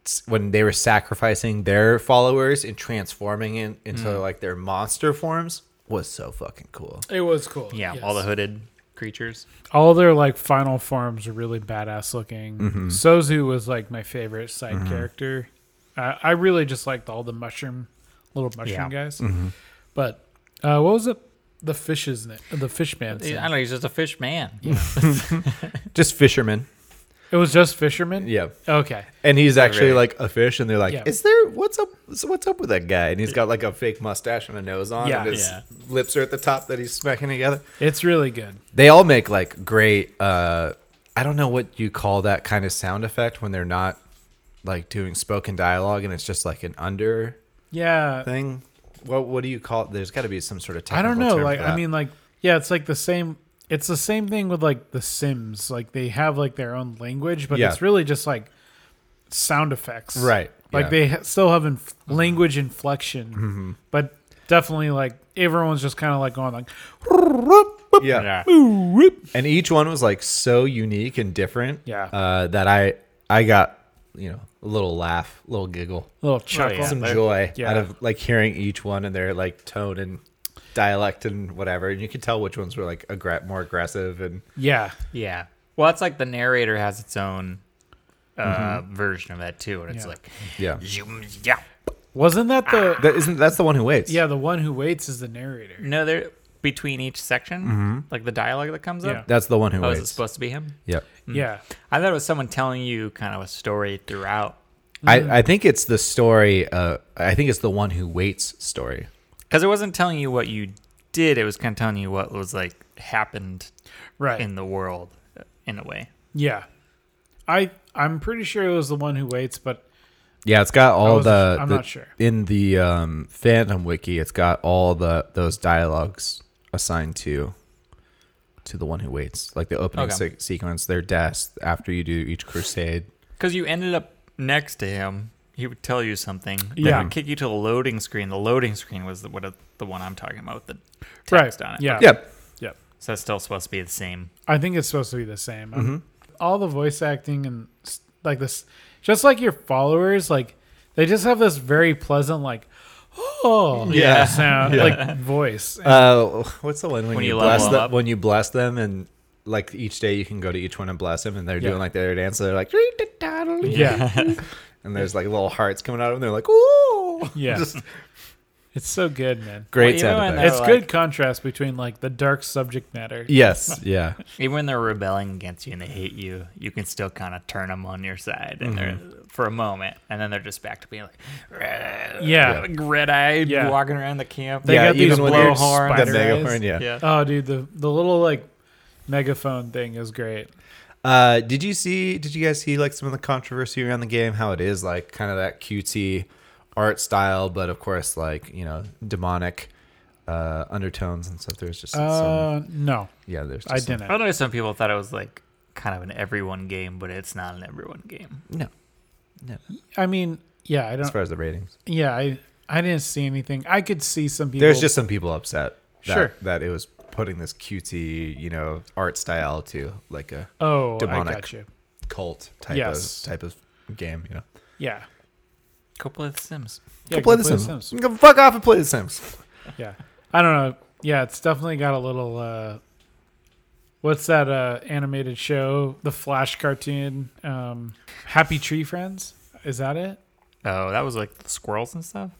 Speaker 2: s- when they were sacrificing their followers and transforming it into like their monster forms was so fucking cool.
Speaker 1: It was cool.
Speaker 3: yeah,
Speaker 1: Yes.
Speaker 3: all the hooded creatures.
Speaker 1: all their like final forms are really badass looking. Sozu was like my favorite side character. I I really just liked all the mushroom little mushroom
Speaker 3: Yeah.
Speaker 1: guys. But uh, what was it? The fish's name? The fishman's
Speaker 3: I
Speaker 1: name.
Speaker 3: don't know. He's just a fish man. you know.
Speaker 2: Just fishermen.
Speaker 1: It was just fisherman.
Speaker 2: Yeah.
Speaker 1: Okay.
Speaker 2: And he's actually
Speaker 3: Right.
Speaker 2: like a fish and they're like,
Speaker 1: Yeah.
Speaker 2: "Is there what's up so what's up with that guy?" And he's got like a fake mustache and a nose on
Speaker 1: Yeah.
Speaker 2: and his
Speaker 3: Yeah.
Speaker 2: lips are at the top that he's smacking together.
Speaker 1: It's really good.
Speaker 2: they all make like great uh i don't know what you call that kind of sound effect when they're not like doing spoken dialogue and it's just like an under
Speaker 1: Yeah.
Speaker 2: thing what what do you call it there's got to be some sort of
Speaker 1: I
Speaker 2: technical
Speaker 1: don't know.
Speaker 2: term for
Speaker 1: Like I
Speaker 2: that.
Speaker 1: mean, like yeah, it's like the same. It's the same thing with like the Sims. Like they have like their own language, but
Speaker 2: Yeah.
Speaker 1: it's really just like sound effects,
Speaker 2: Right,
Speaker 1: Like
Speaker 2: yeah. Mm-hmm.
Speaker 1: they ha- still have inf- language inflection, but definitely like everyone's just kind of like going like,
Speaker 2: yeah and each one was like so unique and different
Speaker 1: Yeah.
Speaker 2: uh that i i got you know a little laugh a little giggle
Speaker 1: little chuckle.
Speaker 3: Oh, yeah.
Speaker 2: some
Speaker 3: they're-
Speaker 2: joy
Speaker 1: yeah.
Speaker 2: out of like hearing each one and their like tone and dialect and whatever and you could tell which ones were like aggra- more aggressive and
Speaker 1: yeah.
Speaker 3: Yeah. Well, it's like the narrator has its own uh, version of that too, and it's
Speaker 1: Mm-hmm. Yeah.
Speaker 3: like,
Speaker 2: yeah
Speaker 3: zoom, yeah.
Speaker 1: Wasn't that the
Speaker 3: Ah.
Speaker 2: That isn't that's the one who waits.
Speaker 1: yeah the one who waits is the narrator?
Speaker 3: No, they're between each section, like the dialogue that comes up.
Speaker 1: Mm-hmm. Yeah.
Speaker 2: That's the one who
Speaker 3: Oh, is it
Speaker 2: waits.
Speaker 3: supposed to be him?
Speaker 2: yep.
Speaker 1: Yeah.
Speaker 3: I thought it was someone telling you kind of a story throughout.
Speaker 2: I, I think it's the story uh I think it's the one who waits story.
Speaker 3: Because it wasn't telling you what you did, it was kind of telling you what was like happened
Speaker 1: Right.
Speaker 3: in the world uh, in a way.
Speaker 1: yeah. I I'm pretty sure it was the one who waits, but
Speaker 2: Yeah, it's got all
Speaker 1: was-
Speaker 2: the
Speaker 1: I'm
Speaker 2: the-
Speaker 1: not sure.
Speaker 2: in the um Phantom Wiki it's got all the those dialogues assigned to to the one who waits. Like the opening
Speaker 3: Okay.
Speaker 2: se- sequence, their death after you do each crusade.
Speaker 3: Because you ended up next to him, he would tell you something. Then
Speaker 1: Yeah.
Speaker 3: he'd kick you to the loading screen. The loading screen was the, what uh, the one I'm talking about with the text
Speaker 1: right.
Speaker 3: on it.
Speaker 1: Yeah.
Speaker 2: Yeah.
Speaker 1: Yeah.
Speaker 3: So it's still supposed to be the same.
Speaker 1: I think it's supposed to be the same.
Speaker 2: Mm-hmm.
Speaker 1: Um, All the voice acting and s- like this, just like your followers, like they just have this very pleasant, like, oh,
Speaker 2: Yeah.
Speaker 1: sound, like voice.
Speaker 2: Uh what's the one when,
Speaker 3: When
Speaker 2: you,
Speaker 3: you level
Speaker 2: bless
Speaker 3: them
Speaker 2: them
Speaker 3: up.
Speaker 2: when you bless them and like each day you can go to each one and bless them and they're
Speaker 1: Yeah.
Speaker 2: doing like their dance so they're like
Speaker 1: yeah.
Speaker 2: and there's like little hearts coming out of them. They're like, ooh,
Speaker 1: Yeah.
Speaker 2: Just
Speaker 1: It's so good, man.
Speaker 2: great
Speaker 3: Well,
Speaker 2: sound
Speaker 3: even when
Speaker 2: effects.
Speaker 1: It's
Speaker 3: like-
Speaker 1: good contrast between like the dark subject matter.
Speaker 2: Yes, yeah,
Speaker 3: Even when they're rebelling against you and they hate you, you can still kind of turn them on your side and they're, for a moment. And then they're just back to being like,
Speaker 1: Yeah.
Speaker 3: red eyed,
Speaker 1: Yeah.
Speaker 3: walking around the camp.
Speaker 1: They
Speaker 2: yeah.
Speaker 1: got these
Speaker 2: with
Speaker 1: blow
Speaker 2: your-
Speaker 1: horns.
Speaker 2: the
Speaker 1: spider eyes.
Speaker 2: megahorn, yeah.
Speaker 3: yeah.
Speaker 1: Oh, dude, the the little like megaphone thing is great.
Speaker 2: Uh, did you see? Did you guys see like some of the controversy around the game? How it is like kind of that cutesy art style, but of course like you know demonic uh, undertones and stuff. There's just some,
Speaker 1: Uh, no,
Speaker 2: yeah. There's just
Speaker 1: I
Speaker 2: some-
Speaker 1: didn't.
Speaker 3: I know some people thought it was like kind of an everyone game, but it's not an everyone game.
Speaker 2: no
Speaker 1: I mean, yeah, I
Speaker 2: as
Speaker 1: don't.
Speaker 2: far as the ratings.
Speaker 1: Yeah, I I didn't see anything. I could see some people.
Speaker 2: There's just some people upset. That,
Speaker 1: Sure.
Speaker 2: that it was putting this cutesy you know art style to like a
Speaker 1: oh, I
Speaker 2: demonic.
Speaker 1: got you.
Speaker 2: cult type
Speaker 1: Yes.
Speaker 2: of type of game. You know,
Speaker 1: Yeah.
Speaker 3: Go play The Sims.
Speaker 1: Yeah,
Speaker 2: go play, the Sims. Go fuck off and play the Sims.
Speaker 1: Yeah. I don't know. Yeah, it's definitely got a little uh what's that uh animated show? The Flash cartoon um Happy Tree Friends? Is that it?
Speaker 3: Oh, that was like the squirrels and stuff.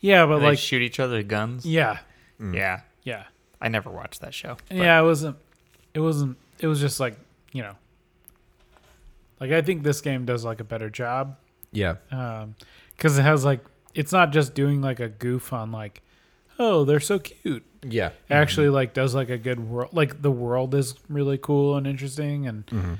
Speaker 1: Yeah, but
Speaker 3: they
Speaker 1: like
Speaker 3: shoot each other with guns.
Speaker 2: Mm.
Speaker 1: yeah.
Speaker 3: Yeah,
Speaker 1: Yeah.
Speaker 3: I never watched that show. but-
Speaker 1: Yeah, it wasn't it wasn't it was just like, you know. Like I think this game does like a better job
Speaker 2: Yeah,
Speaker 1: um cuz it has like it's not just doing like a goof on like oh, they're so cute.
Speaker 2: yeah.
Speaker 1: actually like does like a good world like the world is really cool and interesting and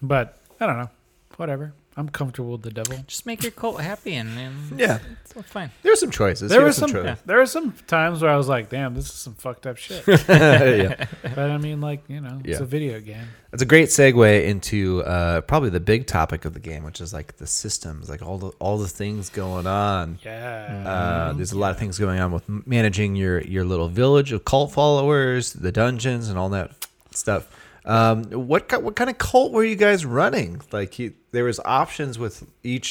Speaker 1: but i don't know whatever i'm comfortable with the devil
Speaker 3: just make your cult happy and, and
Speaker 2: Yeah.
Speaker 3: it's all fine.
Speaker 2: There were some choices.
Speaker 1: there
Speaker 2: Here
Speaker 1: were
Speaker 2: are
Speaker 1: some
Speaker 2: choices.
Speaker 1: there were some times where i was like damn this is some fucked up shit
Speaker 2: yeah.
Speaker 1: but i mean like you know it's
Speaker 2: Yeah.
Speaker 1: a video game
Speaker 2: That's a great segue into uh, probably the big topic of the game, which is like the systems, like all the all the things going on.
Speaker 1: yeah
Speaker 2: Uh, there's a lot of things going on with m- managing your your little village of cult followers, the dungeons, and all that stuff. Um, what ki- what kind of cult were you guys running? Like you, there was options with each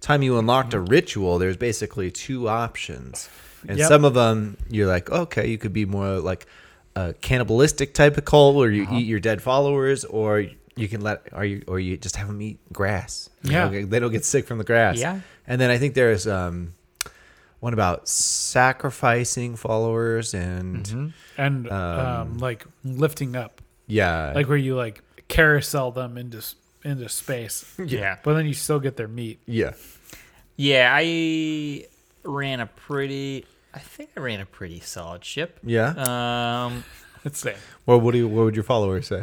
Speaker 2: time you unlocked a ritual. There's basically two options, and
Speaker 1: Yep.
Speaker 2: some of them you're like, okay, you could be more like a cannibalistic type of cult where you
Speaker 1: Uh-huh.
Speaker 2: eat your dead followers, or you can let or you or you just have them eat grass. You
Speaker 1: Yeah.
Speaker 2: know, they don't get sick from the grass.
Speaker 3: Yeah.
Speaker 2: And then I think there's um, one about sacrificing followers and
Speaker 3: Mm-hmm.
Speaker 1: and um, like lifting up
Speaker 2: yeah,
Speaker 1: like where you like carousel them into s- into space
Speaker 3: Yeah,
Speaker 1: but then you still get their meat
Speaker 2: yeah,
Speaker 3: yeah. I ran a pretty. I think I ran a pretty solid ship.
Speaker 2: yeah.
Speaker 3: Um,
Speaker 1: it's there
Speaker 2: well, what do you, what would your followers say?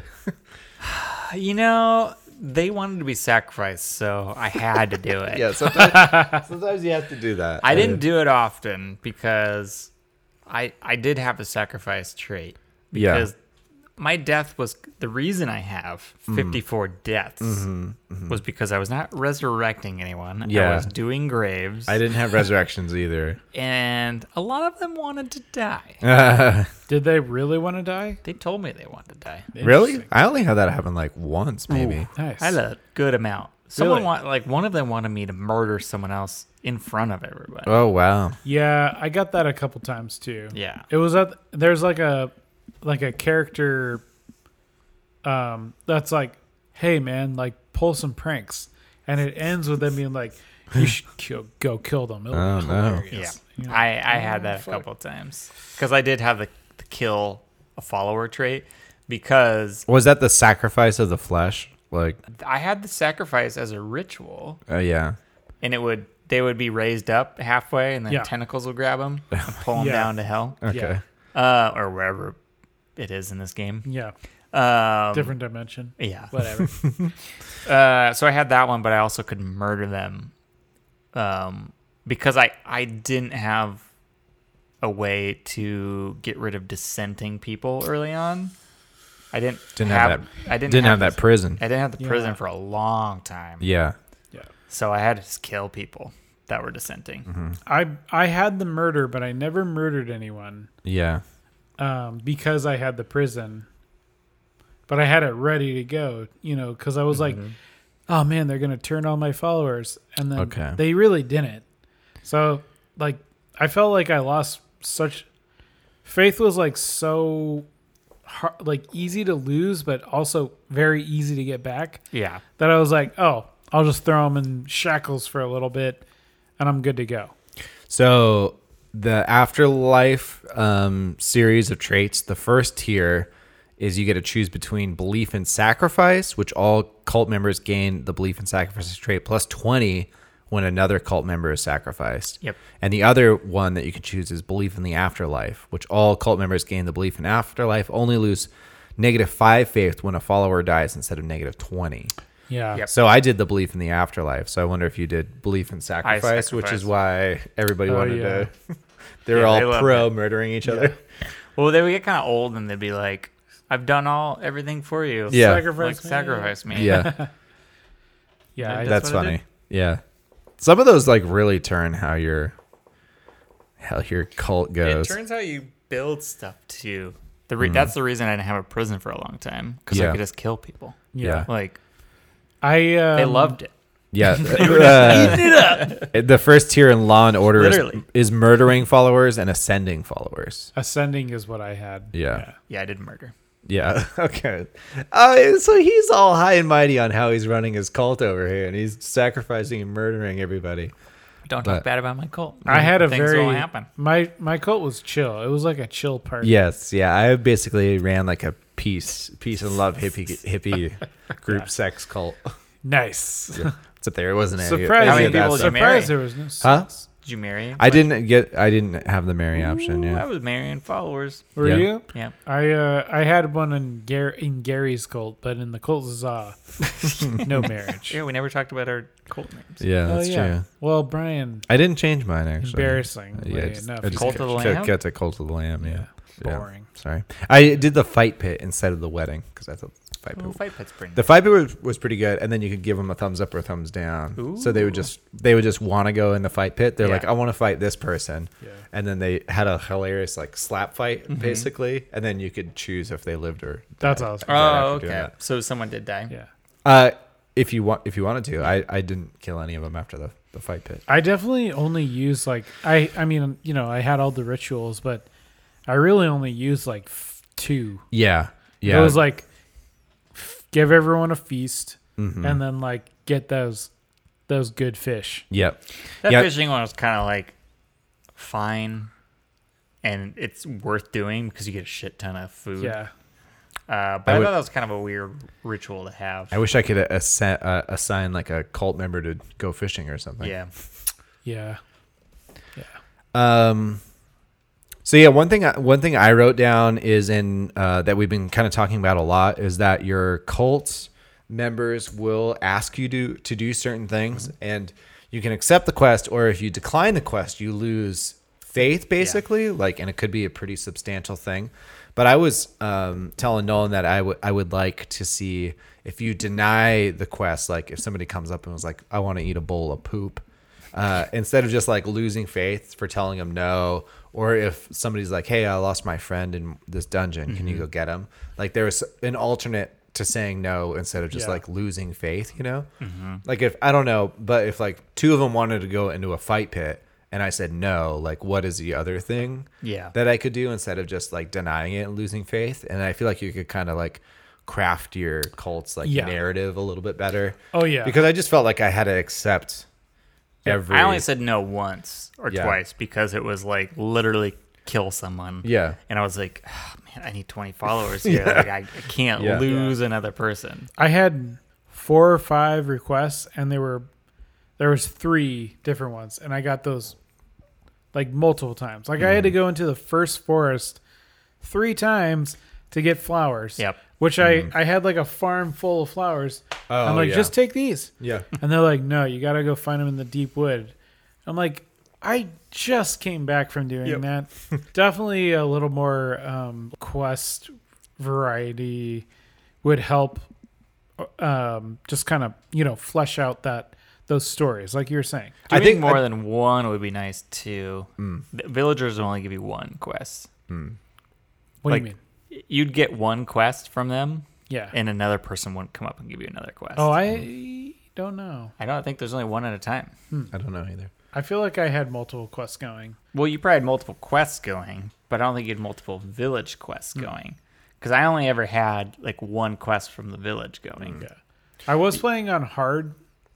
Speaker 3: you know, they wanted to be sacrificed, so I had to do it.
Speaker 2: yeah, sometimes, sometimes you have to do that.
Speaker 3: I didn't do it often because I I did have a sacrifice trait
Speaker 2: Uh, Yeah.
Speaker 3: because my death was the reason I have
Speaker 2: Mm.
Speaker 3: 54 deaths was because I was not resurrecting anyone. I
Speaker 2: Mm-hmm, Yeah.
Speaker 3: was doing graves
Speaker 2: I didn't have resurrections either.
Speaker 3: and a lot of them wanted to die.
Speaker 1: did they really want to die
Speaker 3: They told me they wanted to die.
Speaker 2: Really?
Speaker 1: Interesting.
Speaker 2: I only had that happen like once, maybe.
Speaker 1: nice
Speaker 3: I had a good amount. Someone
Speaker 1: Really?
Speaker 3: want, like one of them wanted me to murder someone else in front of everybody.
Speaker 2: Oh wow.
Speaker 1: Yeah, I got that a couple times too.
Speaker 3: Yeah.
Speaker 1: It was at there's like a like a character um that's like, "Hey man, like pull some pranks." And it ends with them being like, "You should kill, go kill them." It'll be
Speaker 2: Oh, no.
Speaker 1: hilarious.
Speaker 3: Yeah,
Speaker 1: You know?
Speaker 3: I, I had that a couple times because I did have the, the kill a follower trait because
Speaker 2: Was that the sacrifice of the flesh? Like,
Speaker 3: I had the sacrifice as a ritual,
Speaker 2: oh yeah.
Speaker 3: and it would they would be raised up halfway, and then
Speaker 1: Yeah.
Speaker 3: tentacles will grab them and pull them
Speaker 1: Yeah.
Speaker 3: down to hell
Speaker 2: Okay.
Speaker 1: Yeah.
Speaker 3: uh, or wherever it is in this game.
Speaker 1: Yeah,
Speaker 3: Um,
Speaker 1: different dimension.
Speaker 3: yeah.
Speaker 1: Whatever.
Speaker 3: Uh, so I had that one, but I also could murder them um, because I I didn't have a way to get rid of dissenting people early on. I didn't
Speaker 2: Didn't have
Speaker 3: that. I didn't,
Speaker 2: Didn't have that
Speaker 3: this-
Speaker 2: prison.
Speaker 3: I didn't have the prison
Speaker 1: Yeah.
Speaker 3: for a long time.
Speaker 2: Yeah.
Speaker 1: yeah.
Speaker 3: So I had to just kill people that were dissenting.
Speaker 2: Mm-hmm.
Speaker 1: I I had the murder, but I never murdered anyone
Speaker 2: Yeah.
Speaker 1: um because I had the prison. But I had it ready to go, you know, cuz I was like oh man, they're gonna turn on my followers, and then
Speaker 2: Okay.
Speaker 1: they really didn't. So like, I felt like I lost such faith was like so hard, like easy to lose, but also very easy to get back.
Speaker 3: Yeah.
Speaker 1: That I was like, oh, I'll just throw them in shackles for a little bit, and I'm good to go.
Speaker 2: So the afterlife um, series of traits, the first tier is you get to choose between belief and sacrifice, which all cult members gain the belief and sacrifice trait plus 20 when another cult member is sacrificed.
Speaker 3: Yep.
Speaker 2: And the other one that you can choose is belief in the afterlife, which all cult members gain the belief in afterlife, only lose negative five faith when a follower dies instead of negative 20.
Speaker 1: Yeah.
Speaker 3: Yep.
Speaker 2: So I did the belief in the afterlife. So I wonder if you did belief in sacrifice, which is
Speaker 3: sacrifice.
Speaker 2: why everybody
Speaker 1: Oh,
Speaker 2: wanted
Speaker 1: yeah.
Speaker 2: to. they were
Speaker 3: Yeah,
Speaker 2: all
Speaker 3: they loved
Speaker 2: pro murdering each other.
Speaker 3: Well, they would get kind of old and they'd be like, I've done all everything for you.
Speaker 2: Yeah.
Speaker 3: Like,
Speaker 1: me.
Speaker 3: sacrifice me.
Speaker 2: Yeah,
Speaker 1: Yeah.
Speaker 3: Yeah,
Speaker 1: I-
Speaker 2: that's,
Speaker 3: That's what I
Speaker 2: funny. Yeah, some of those like really turn how your how your cult
Speaker 3: It
Speaker 2: goes. Hmm.
Speaker 3: turns out you build stuff too. The re- That's the reason I didn't have a prison for a long time because
Speaker 2: Yeah.
Speaker 3: I could just kill people.
Speaker 1: yeah.
Speaker 3: Like,
Speaker 1: I um,
Speaker 3: they loved it.
Speaker 2: yeah, Uh, the first tier in Law and Order is,
Speaker 3: Literally.
Speaker 2: is murdering followers and ascending followers.
Speaker 1: ascending is what I had.
Speaker 2: Yeah.
Speaker 3: Yeah, I did murder.
Speaker 2: Yeah. Okay. Uh, so he's all high and mighty on how he's running his cult over here, and he's sacrificing and murdering everybody.
Speaker 3: Don't
Speaker 2: But-
Speaker 3: talk bad about my cult.
Speaker 1: I had a
Speaker 3: Things
Speaker 1: very
Speaker 3: will happen.
Speaker 1: my my cult was chill. It was like a chill party.
Speaker 2: Yes. Yeah. I basically ran like a peace, peace and love hippie hippie group sex cult.
Speaker 1: Nice.
Speaker 2: It's up there, wasn't it?
Speaker 1: Surprised.
Speaker 3: How many
Speaker 2: Yeah,
Speaker 3: people
Speaker 2: that's
Speaker 3: did you
Speaker 2: up-
Speaker 3: meet?
Speaker 1: Surprised there was no.
Speaker 2: Huh?
Speaker 3: Did you marry? him?
Speaker 2: I didn't get. I didn't have the Mary option.
Speaker 3: Ooh, I
Speaker 2: Yeah.
Speaker 3: was marrying followers.
Speaker 1: Were
Speaker 2: Yeah.
Speaker 1: you?
Speaker 3: Yeah.
Speaker 1: I uh, I had one in Gar- in Gary's cult, but in the cult Zaza, no marriage.
Speaker 3: Yeah, we never talked about our cult names.
Speaker 2: Yeah,
Speaker 1: Oh,
Speaker 2: that's
Speaker 1: yeah.
Speaker 2: true.
Speaker 1: Well, Brian,
Speaker 2: I didn't change mine actually.
Speaker 1: embarrassing.
Speaker 2: Yeah, I just,
Speaker 1: enough.
Speaker 2: I just
Speaker 3: Cult
Speaker 2: got,
Speaker 3: of the
Speaker 2: got-
Speaker 3: Lamb?
Speaker 2: got to cult of the lamb. Yeah. Yeah.
Speaker 1: Boring.
Speaker 2: Sorry, I did the fight pit instead of the wedding because I thought the fight pit
Speaker 3: Ooh, fight pits pretty.
Speaker 2: The five was, was pretty good, and then you could give them a thumbs up or a thumbs down. So they would
Speaker 3: Ooh.
Speaker 2: just they would just want to go in the fight pit. They're
Speaker 3: Yeah.
Speaker 2: like, I want to fight this person,
Speaker 1: Yeah.
Speaker 2: and then they had a hilarious like slap fight
Speaker 3: Mm-hmm.
Speaker 2: basically, and then you could choose if they lived or.
Speaker 1: That's
Speaker 2: died.
Speaker 1: awesome.
Speaker 3: Oh,
Speaker 2: after doing
Speaker 3: okay.
Speaker 2: that.
Speaker 3: So someone did die.
Speaker 1: Yeah,
Speaker 2: Uh, if you want, if you wanted to, I, I didn't kill any of them after the, the fight pit.
Speaker 1: I definitely only use like I I mean you know I had all the rituals, but I really only used like f- two.
Speaker 2: Yeah, yeah.
Speaker 1: It was like f- give everyone a feast,
Speaker 2: Mm-hmm. Hmm.
Speaker 1: and then like get those those good fish.
Speaker 2: yep.
Speaker 3: That
Speaker 2: Yeah.
Speaker 3: fishing one was kind of like fine, and it's worth doing because you get a shit ton of food.
Speaker 1: Yeah,
Speaker 3: Uh, but
Speaker 2: I
Speaker 3: I,
Speaker 2: would-
Speaker 3: thought that was kind of a weird ritual to have.
Speaker 2: I wish I could assign, uh, assign like a cult member to go fishing or something.
Speaker 3: yeah.
Speaker 1: yeah.
Speaker 2: Um, so yeah, one thing I- one thing I wrote down is in uh, that we've been kind of talking about a lot is that your cult members will ask you to to do certain things, and you can accept the quest, or if you decline the quest, you lose faith basically. Like, and it could be a pretty substantial thing. But I was um, telling Nolan that I would I would like to see if you deny the quest, like if somebody comes up and was like, "I want to eat a bowl of poop," uh, instead of just like losing faith for telling them no, or if somebody's like, "Hey, I lost my friend in this dungeon. Can
Speaker 1: Mm-hmm.
Speaker 2: you go get him?" Like there was an alternate to saying no instead of just
Speaker 1: Yeah. Mm-hmm.
Speaker 2: like losing faith, you know? Like if I don't know, but if like two of them wanted to go into a fight pit and I said no, like what is the other thing
Speaker 3: Yeah.
Speaker 2: that I could do instead of just like denying it and losing faith? And I feel like you could kind of like craft your cult's like
Speaker 1: Yeah.
Speaker 2: narrative a little bit better.
Speaker 1: Oh, yeah.
Speaker 2: Because I just felt like I had to accept every
Speaker 3: I only said no once or
Speaker 2: Yeah.
Speaker 3: twice because it was like literally kill someone.
Speaker 2: Yeah.
Speaker 3: And I was like, "Ah, man, I need 20 followers here. Like, I, I can't
Speaker 2: Yeah.
Speaker 3: lose another person.
Speaker 1: I had four or five requests, and there were there was three different ones, and I got those like multiple times. Like I had to
Speaker 2: Hmm.
Speaker 1: go into the first forest three times to get flowers.
Speaker 3: Yep.
Speaker 1: Which I I had like a farm full of flowers.
Speaker 2: Mm-hmm. Oh,
Speaker 1: I'm like,
Speaker 2: yeah.
Speaker 1: just take these,
Speaker 2: Yeah.
Speaker 1: and they're like, no, you got to go find them in the deep wood. I'm like. I just came back from doing
Speaker 2: Yep.
Speaker 1: that. Definitely a little more um, quest variety would help um, just kind of you know flesh out that those stories like you were saying
Speaker 3: Doing
Speaker 2: think-
Speaker 3: more
Speaker 2: I- Hmm.
Speaker 3: than one would be nice too. The villagers will only give you one quest.
Speaker 1: what
Speaker 3: Like-
Speaker 1: do you mean
Speaker 3: You'd get one quest from them,
Speaker 1: yeah
Speaker 3: and another person wouldn't come up and give you another quest.
Speaker 1: oh i don't know
Speaker 3: I don't think there's only one at a time.
Speaker 2: I don't know either.
Speaker 1: i feel like i had multiple quests going
Speaker 3: Well, you probably had multiple quests going, but I don't think you had multiple village quests going. Because I only ever had like one quest from the village going.
Speaker 1: yeah i was playing on hard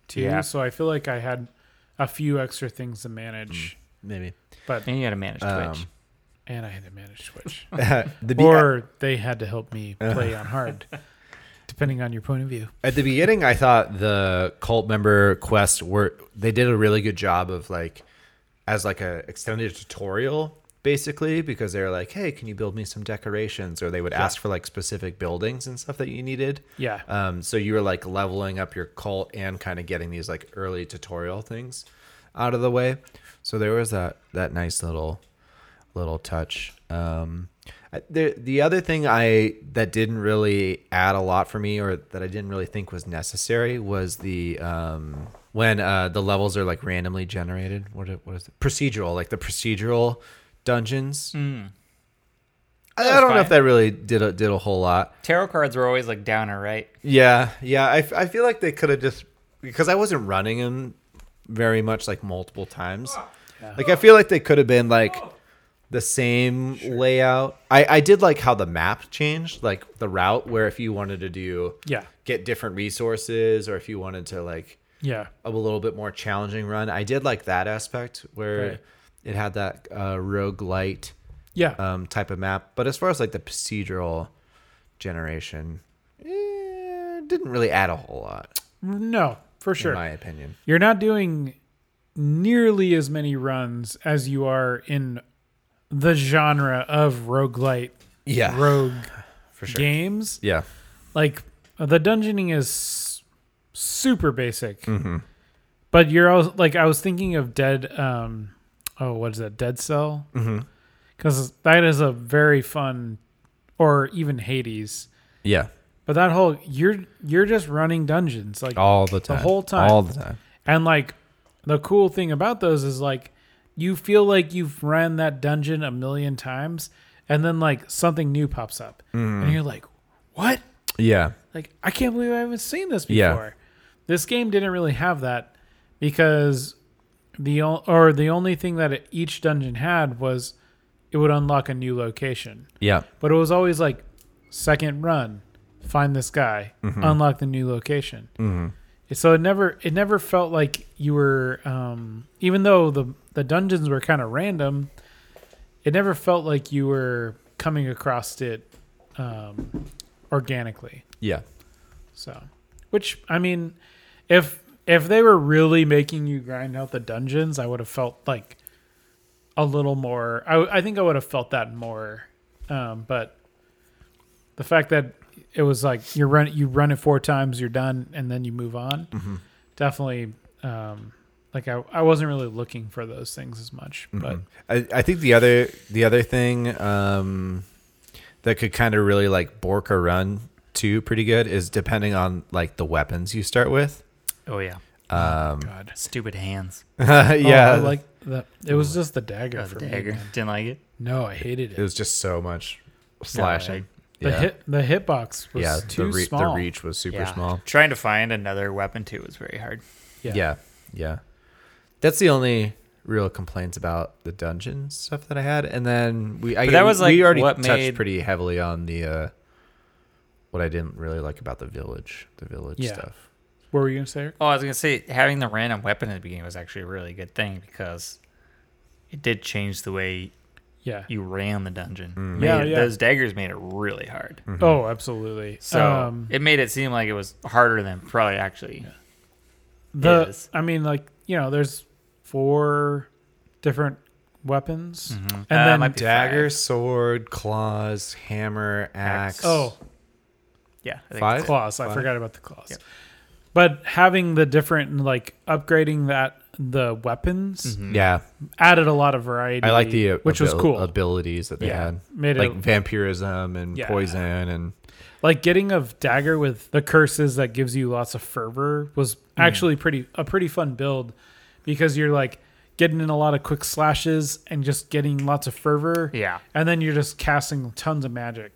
Speaker 1: too
Speaker 3: Yeah.
Speaker 1: so i feel like i had a few extra things to manage
Speaker 2: Maybe.
Speaker 1: but
Speaker 3: And you had to manage Twitch.
Speaker 2: Um,
Speaker 1: and i had to manage twitch
Speaker 2: the e- be-
Speaker 1: or they had to help me play on hard depending on your point of view
Speaker 2: at the beginning, I thought the cult member quests were they did a really good job of like as like a extended tutorial. basically because they were like, "Hey, can you build me some decorations?" Or they would ask for like specific buildings and stuff that you needed.
Speaker 1: Yeah.
Speaker 2: Um, so you were like leveling up your cult and kind of getting these like early tutorial things out of the way. So there was that that nice little little touch. Um, I- the the other thing I that didn't really add a lot for me, or that I didn't really think was necessary, was the um, when uh, the levels are like randomly generated. What it- what is it? procedural? Like the procedural dungeons. I, I
Speaker 3: was
Speaker 2: don't know if
Speaker 3: fine.
Speaker 2: that really did a, did a whole lot.
Speaker 3: Tarot cards were always like downer, right?
Speaker 2: Yeah, yeah. I, f- I feel like they could have just because I wasn't running him very much like multiple times. Like I feel like they could have been like the same layout. I I did like how the map changed, like the route where if you wanted to do
Speaker 1: Yeah.
Speaker 2: get different resources or if you wanted to like
Speaker 1: Yeah.
Speaker 2: a little bit more challenging run. I did like that aspect where
Speaker 1: Right.
Speaker 2: it had that uh, rogue light
Speaker 1: Yeah.
Speaker 2: um, type of map. But as far as like the procedural generation, eh, didn't really add a whole lot,
Speaker 1: no, for
Speaker 2: in
Speaker 1: sure.
Speaker 2: my opinion.
Speaker 1: You're not doing nearly as many runs as you are in the genre of roguelite
Speaker 2: Yeah,
Speaker 1: rogue
Speaker 2: for sure.
Speaker 1: games.
Speaker 2: Yeah,
Speaker 1: Like the dungeoning is s- super basic. But you're also like I was thinking of Dead um oh what is that? Dead Cell? Cuz that is a very fun or even Hades.
Speaker 2: yeah,
Speaker 1: But that whole you're you're just running dungeons like
Speaker 2: all the time,
Speaker 1: whole time.
Speaker 2: all the time.
Speaker 1: and like the cool thing about those is like you feel like you've ran that dungeon a million times and then like something new pops up and you're like, "What?
Speaker 2: Yeah,
Speaker 1: Like I can't believe I haven't seen this before."
Speaker 2: Yeah.
Speaker 1: This game didn't really have that because the o- or the only thing that it, each dungeon had was it would unlock a new location.
Speaker 2: yeah,
Speaker 1: But it was always like second run, find this guy, unlock the new location. Mm-hmm. So it never it never felt like you were um, even though the the dungeons were kind of random, it never felt like you were coming across it um, organically.
Speaker 2: yeah,
Speaker 1: So, which I mean, if if they were really making you grind out the dungeons, I would have felt like a little more. I, I think I would have felt that more. Um, but the fact that it was like you run you run it four times, you're done, and then you move on.
Speaker 2: Mm-hmm.
Speaker 1: Definitely, um, like I, I wasn't really looking for those things as much. But
Speaker 2: Mm-hmm. I, I think the other the other thing um, that could kind of really like bork a run to pretty good is depending on like the weapons you start with. Um,
Speaker 3: Oh yeah,
Speaker 1: God,
Speaker 3: stupid hands.
Speaker 1: Oh,
Speaker 2: yeah, Mm.
Speaker 1: I like that. It was just the dagger
Speaker 3: Oh,
Speaker 1: for
Speaker 3: the
Speaker 1: me,
Speaker 3: dagger.
Speaker 1: man.
Speaker 3: Didn't like it.
Speaker 1: No, I hated it.
Speaker 2: it was just so much slashing.
Speaker 1: The hit the hitbox was
Speaker 2: yeah,
Speaker 1: too
Speaker 2: the, re-
Speaker 1: small.
Speaker 2: the reach was super
Speaker 3: Yeah.
Speaker 2: small.
Speaker 3: Trying to find another weapon too was very hard.
Speaker 1: Yeah.
Speaker 2: Yeah. yeah, That's the only real complaints about the dungeon stuff that I had, and then we I,
Speaker 3: But that was, like,
Speaker 2: we already
Speaker 3: what
Speaker 2: touched
Speaker 3: made-
Speaker 2: pretty heavily on the uh, what I didn't really like about the village, the village
Speaker 1: Yeah.
Speaker 2: stuff.
Speaker 1: What were you gonna say? Eric?
Speaker 3: Oh, I was gonna say having the random weapon at the beginning was actually a really good thing because it did change the way
Speaker 1: Yeah.
Speaker 3: you ran the dungeon. Made
Speaker 1: Yeah,
Speaker 3: it-
Speaker 1: yeah.
Speaker 3: Those daggers made it really hard.
Speaker 2: Mm-hmm.
Speaker 1: Oh, absolutely.
Speaker 3: So
Speaker 1: um,
Speaker 3: it made it seem like it was harder than it probably actually.
Speaker 1: the
Speaker 3: is.
Speaker 1: I mean, like you know, there's four different weapons,
Speaker 2: Mm-hmm.
Speaker 1: and
Speaker 3: Uh,
Speaker 1: then
Speaker 3: might be-
Speaker 2: Dagger,
Speaker 3: Five.
Speaker 2: sword, claws, hammer, axe.
Speaker 1: oh,
Speaker 3: Yeah. I think
Speaker 2: Five?
Speaker 3: that's it.
Speaker 1: claws. I
Speaker 2: Five.
Speaker 1: forgot about the claws.
Speaker 3: Yep.
Speaker 1: But having the different like upgrading that the weapons
Speaker 2: yeah.
Speaker 1: added a lot of variety.
Speaker 2: Mm-hmm. I like the uh,
Speaker 1: which was
Speaker 2: abil-
Speaker 1: cool.
Speaker 2: abilities that they
Speaker 1: Yeah.
Speaker 2: had,
Speaker 1: Made
Speaker 2: like
Speaker 1: it-
Speaker 2: vampirism and
Speaker 1: Yeah.
Speaker 2: poison and
Speaker 1: like getting a dagger with the curses that gives you lots of fervor was actually pretty a pretty fun build because you're like getting in a lot of quick slashes and just getting lots of fervor
Speaker 3: Yeah.
Speaker 1: and then you're just casting tons of magic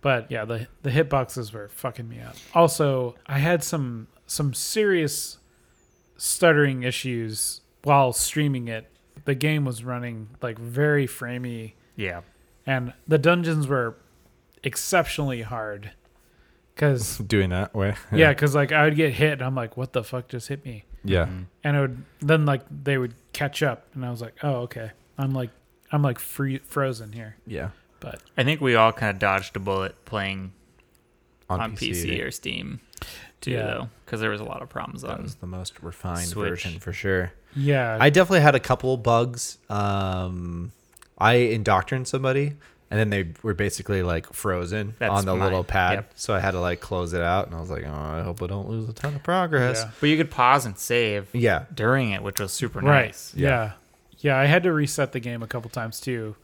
Speaker 1: but yeah the the hitboxes were fucking me up also i had some some serious stuttering issues while streaming it the game was running like very framey
Speaker 3: Yeah.
Speaker 1: and the dungeons were exceptionally hard because
Speaker 2: doing that way.
Speaker 1: yeah because like i would get hit and i'm like what the fuck just hit me
Speaker 2: yeah.
Speaker 3: Mm.
Speaker 1: and it would then like they would catch up and i was like oh okay i'm like i'm like free frozen here
Speaker 2: Yeah.
Speaker 1: but
Speaker 3: I think we all kind of dodged a bullet playing
Speaker 2: On,
Speaker 3: on PC,
Speaker 2: they-
Speaker 3: or Steam too,
Speaker 1: Yeah.
Speaker 3: though, because there was a lot of problems
Speaker 2: that
Speaker 3: on.
Speaker 2: was the most refined
Speaker 3: Switch.
Speaker 2: version for sure.
Speaker 1: yeah
Speaker 2: I definitely had a couple bugs. Um, I indoctrined somebody, and then they were basically like frozen
Speaker 3: That's
Speaker 2: on the
Speaker 3: mine.
Speaker 2: little pad.
Speaker 3: Yep.
Speaker 2: So I had to like close it out, and I was like, oh, I hope I don't lose a ton of progress.
Speaker 1: Yeah.
Speaker 3: But you could pause and save
Speaker 2: Yeah.
Speaker 3: during it, which was super
Speaker 1: Right.
Speaker 3: nice.
Speaker 1: Yeah. yeah. I had to reset the game a couple times too.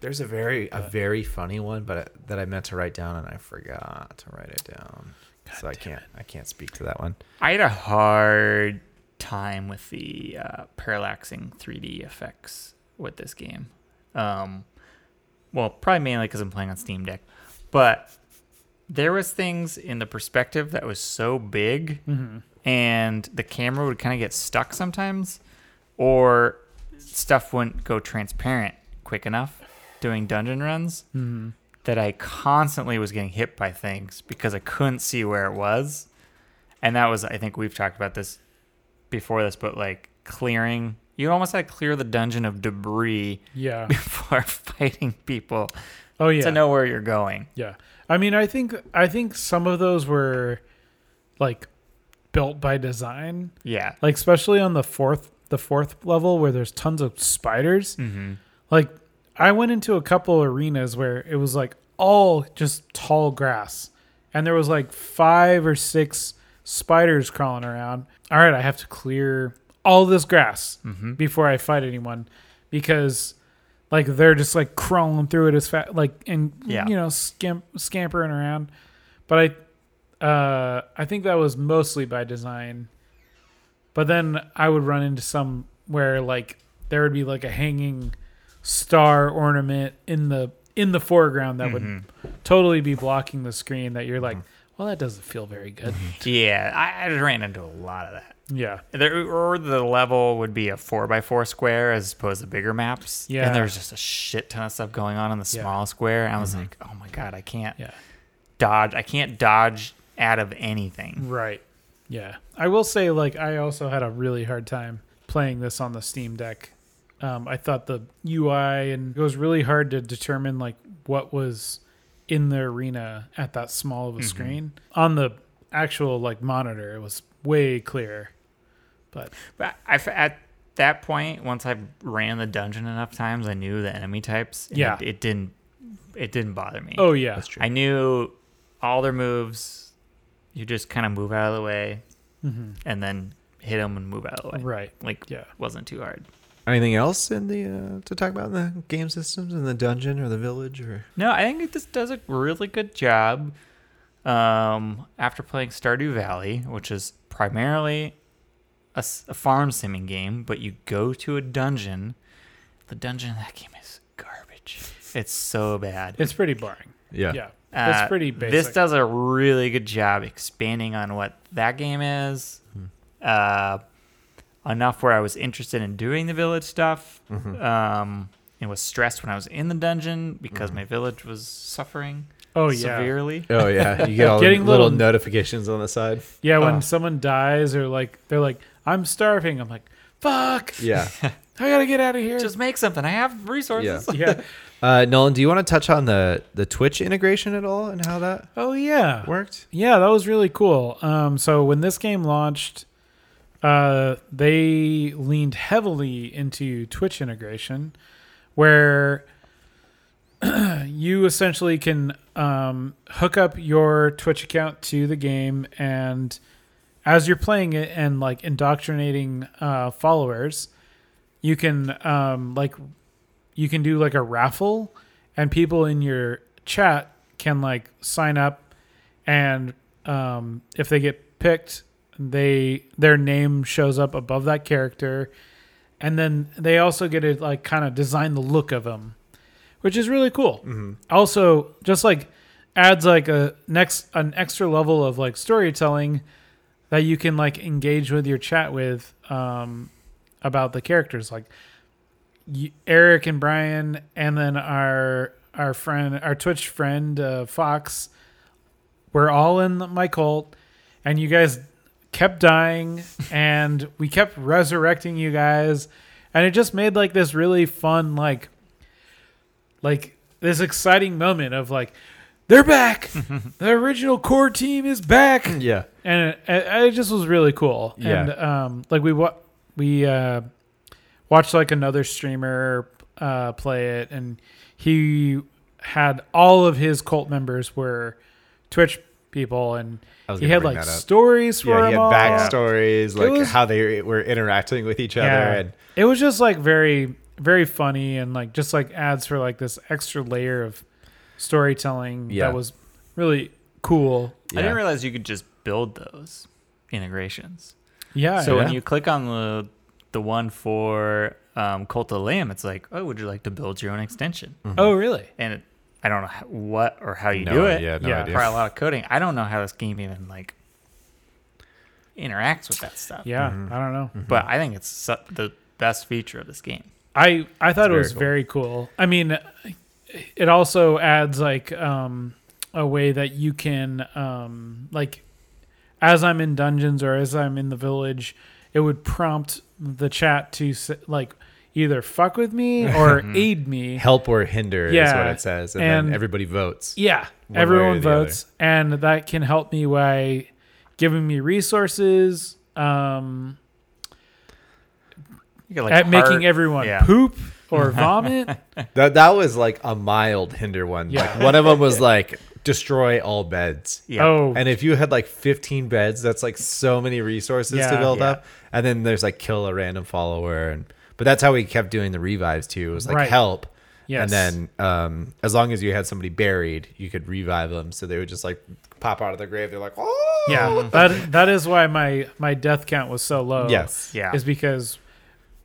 Speaker 2: There's a very a very funny one, but uh, that I meant to write down and I forgot to write it down. so I can't I can't speak to that one.
Speaker 3: I had a hard time with the uh, parallaxing 3D effects with this game. Um, well, probably mainly because I'm playing on Steam Deck, but there was things in the perspective that was so big,
Speaker 1: Mm-hmm.
Speaker 3: and the camera would kind of get stuck sometimes, or stuff wouldn't go transparent quick enough doing dungeon runs.
Speaker 1: Mm-hmm.
Speaker 3: That I constantly was getting hit by things because I couldn't see where it was and that was I think we've talked about this before this, but like clearing you almost had to clear the dungeon of debris
Speaker 1: Yeah.
Speaker 3: before fighting people
Speaker 1: Oh yeah.
Speaker 3: to know where you're going.
Speaker 1: Yeah. I mean, I think I think some of those were like built by design.
Speaker 3: Yeah.
Speaker 1: Like especially on the fourth the fourth level where there's tons of spiders.
Speaker 3: Mm-hmm.
Speaker 1: Like I went into a couple arenas where it was like all just tall grass and there was like five or six spiders crawling around. All right, I have to clear all this grass
Speaker 3: Mhm.
Speaker 1: before I fight anyone because like they're just like crawling through it as fast like and
Speaker 3: Yeah.
Speaker 1: you know scamp- scampering around. But I uh I think that was mostly by design. But then I would run into some where like there would be like a hanging star ornament in the in the foreground that would totally be blocking the screen that you're like, well, that doesn't feel very good.
Speaker 3: Mm-hmm. Yeah. I, I just ran into a lot of that.
Speaker 1: yeah.
Speaker 3: There, or the level would be a four by four square as opposed to bigger maps.
Speaker 1: Yeah.
Speaker 3: And there's just a shit ton of stuff going on in the
Speaker 1: Yeah. Mm-hmm.
Speaker 3: small square. And I was like, oh my God, I can't
Speaker 1: Yeah.
Speaker 3: dodge. I can't dodge out of anything.
Speaker 1: Right. Yeah. I will say, like, I also had a really hard time playing this on the Steam Deck. Um, I thought the UI and it was really hard to determine like what was in the arena at that small of a screen. On the actual like monitor, it was way clearer. But
Speaker 3: But I, f- at that point, once I ran the dungeon enough times, I knew the enemy types. and
Speaker 1: Yeah.
Speaker 3: it, it didn't. It didn't bother me.
Speaker 1: oh yeah,
Speaker 2: That's true.
Speaker 3: I knew all their moves. You just kind of move out of the way, and then hit them and move out of the way.
Speaker 1: Mm-hmm. right.
Speaker 3: Like,
Speaker 1: Yeah.
Speaker 3: wasn't too hard.
Speaker 2: Anything else in the uh, to talk about in the game systems in the dungeon or the village or
Speaker 3: No, I think this does a really good job. Um, after playing Stardew Valley, which is primarily a, s- a farm simming game, but you go to a dungeon. The dungeon in that game is garbage. It's so bad.
Speaker 1: It's pretty boring. Yeah,
Speaker 3: Uh,
Speaker 1: it's pretty basic.
Speaker 3: This does a really good job expanding on what that game is. Uh, enough where I was interested in doing the village stuff. Um, and was stressed when I was in the dungeon because my village was suffering
Speaker 1: oh yeah.
Speaker 3: severely.
Speaker 2: Oh yeah, you get all
Speaker 1: Getting
Speaker 2: the little,
Speaker 1: little-
Speaker 2: notifications on the side.
Speaker 1: Yeah, when
Speaker 3: Oh.
Speaker 1: someone dies or like they're like, I'm starving. I'm like, fuck.
Speaker 2: Yeah.
Speaker 1: I gotta get out of here.
Speaker 3: Just make something. I have resources.
Speaker 1: yeah.
Speaker 2: Uh, Nolan, do you want to touch on the the Twitch integration at all and how that
Speaker 1: Oh yeah.
Speaker 2: worked?
Speaker 1: Yeah, that was really cool. Um, so when this game launched, uh, they leaned heavily into Twitch integration, where you essentially can um, hook up your Twitch account to the game, and as you're playing it and like indoctrinating uh, followers, you can um, like you can do like a raffle, and people in your chat can like sign up and um, if they get picked, they their name shows up above that character, and then they also get to like kind of design the look of them, which is really cool. Also, just like adds like a next an extra level of like storytelling that you can like engage with your chat with um, about the characters, like y- Eric and Brian, and then our our friend our Twitch friend uh, Fox we're all in my cult and you guys kept dying and we kept resurrecting you guys and it just made like this really fun like like this exciting moment of like they're back the original core team is back
Speaker 2: Yeah.
Speaker 1: and it, it it just was really cool.
Speaker 2: Yeah.
Speaker 1: And um, like we wa- we uh, watched like another streamer uh, play it, and he had all of his cult members were Twitch people, and
Speaker 2: I was
Speaker 1: he
Speaker 2: gonna
Speaker 1: had
Speaker 2: bring
Speaker 1: like
Speaker 2: that up.
Speaker 1: stories for
Speaker 2: Yeah,
Speaker 1: them
Speaker 2: he had
Speaker 1: all.
Speaker 2: backstories, like
Speaker 1: was-
Speaker 2: how they were interacting with each other, and
Speaker 1: It was just like very, very funny and like just like adds for like this extra layer of storytelling
Speaker 2: Yeah.
Speaker 1: that was really cool.
Speaker 3: I
Speaker 2: Yeah.
Speaker 3: didn't realize you could just build those integrations.
Speaker 1: Ah, Yeah.
Speaker 3: So when
Speaker 2: Yeah.
Speaker 3: you click on the the one for um, Cult of Lamb, it's like, oh, would you like to build your own extension?
Speaker 1: oh, really?
Speaker 3: And it, I don't know how, what or how you
Speaker 2: No
Speaker 3: do it.
Speaker 2: idea, no
Speaker 1: Yeah.
Speaker 2: idea.
Speaker 3: Probably a lot of coding. I don't know how this game even like interacts with that stuff.
Speaker 1: Yeah.
Speaker 2: Mm-hmm.
Speaker 1: I don't know.
Speaker 3: But I think it's su- the best feature of this game.
Speaker 1: I I thought
Speaker 2: It's
Speaker 1: it was
Speaker 2: very
Speaker 1: very cool. I mean, it also adds like um, a way that you can um, like as I'm in dungeons or as I'm in the village, it would prompt the chat to s- like either fuck with me or
Speaker 2: Mm-hmm.
Speaker 1: aid me.
Speaker 2: help or hinder is what
Speaker 1: Yeah,
Speaker 2: it says, and, then
Speaker 1: and-
Speaker 2: everybody votes.
Speaker 1: Yeah,
Speaker 2: One way or
Speaker 1: everyone
Speaker 2: the other.
Speaker 1: votes, and that can help me by giving me resources. Um,
Speaker 3: You got, like,
Speaker 1: at
Speaker 3: heart-
Speaker 1: making everyone
Speaker 3: yeah.
Speaker 1: poop or vomit.
Speaker 2: That that was like a mild hinder one.
Speaker 1: Yeah.
Speaker 2: Like one of them was like destroy all beds.
Speaker 3: Yeah.
Speaker 1: Oh,
Speaker 2: And if you had like 15 beds, that's like so many resources to
Speaker 1: Yeah.
Speaker 2: build
Speaker 3: Yeah.
Speaker 2: up. And then there's like kill a random follower and but that's how we kept doing the revives too. It was like
Speaker 1: Right.
Speaker 2: help.
Speaker 1: Yes.
Speaker 2: And then um, as long as you had somebody buried, you could revive them. So they would just like pop out of the grave. They're like, oh
Speaker 1: Yeah, that that is why my my death count was so low.
Speaker 2: Yes.
Speaker 3: Yeah.
Speaker 1: is because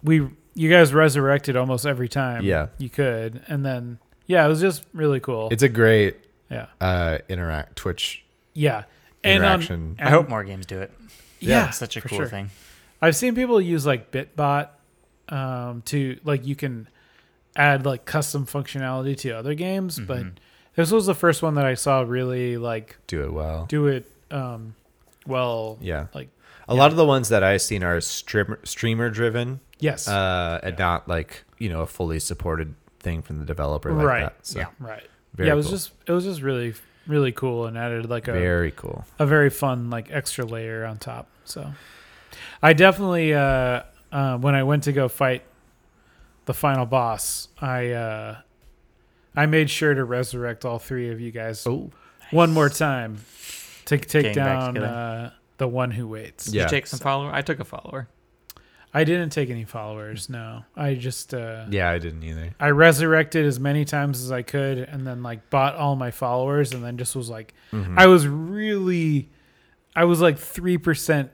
Speaker 1: we you guys resurrected almost every time.
Speaker 2: Yeah.
Speaker 1: you could, and then yeah, it was just really cool.
Speaker 2: It's a great
Speaker 1: yeah,
Speaker 2: uh interact Twitch.
Speaker 1: yeah, and on-
Speaker 2: Interaction.
Speaker 3: I hope more games do it.
Speaker 1: Yeah,
Speaker 3: It's such a
Speaker 1: for
Speaker 3: cool
Speaker 1: sure.
Speaker 3: thing.
Speaker 1: I've seen people use like Bitbot um, to like you can add like custom functionality to other games,
Speaker 3: Mm-hmm.
Speaker 1: but this was the first one that I saw really like
Speaker 2: Do it well.
Speaker 1: do it um, well.
Speaker 2: Yeah.
Speaker 1: like
Speaker 2: a lot of the ones that I've seen are streamer streamer driven.
Speaker 1: yes,
Speaker 2: uh, and not like you know a fully supported thing from the developer like
Speaker 1: Right.
Speaker 2: that. So
Speaker 3: Yeah.
Speaker 1: right.
Speaker 2: very
Speaker 1: yeah, it was
Speaker 2: cool.
Speaker 1: just it was just really really cool and added like a
Speaker 2: very cool.
Speaker 1: a very fun like extra layer on top. So I definitely uh, uh, when I went to go fight the final boss, I uh, I made sure to resurrect all three of you guys
Speaker 2: Oh,
Speaker 1: one more time to take
Speaker 3: Gang back
Speaker 1: down
Speaker 3: together.
Speaker 1: uh, the one who waits.
Speaker 2: Yeah.
Speaker 3: You take some follower. I took a follower.
Speaker 1: I didn't take any followers. No, I just uh,
Speaker 2: yeah, I didn't either.
Speaker 1: I resurrected as many times as I could and then like bought all my followers and then just was like
Speaker 2: Mm-hmm.
Speaker 1: I was really I was like 3%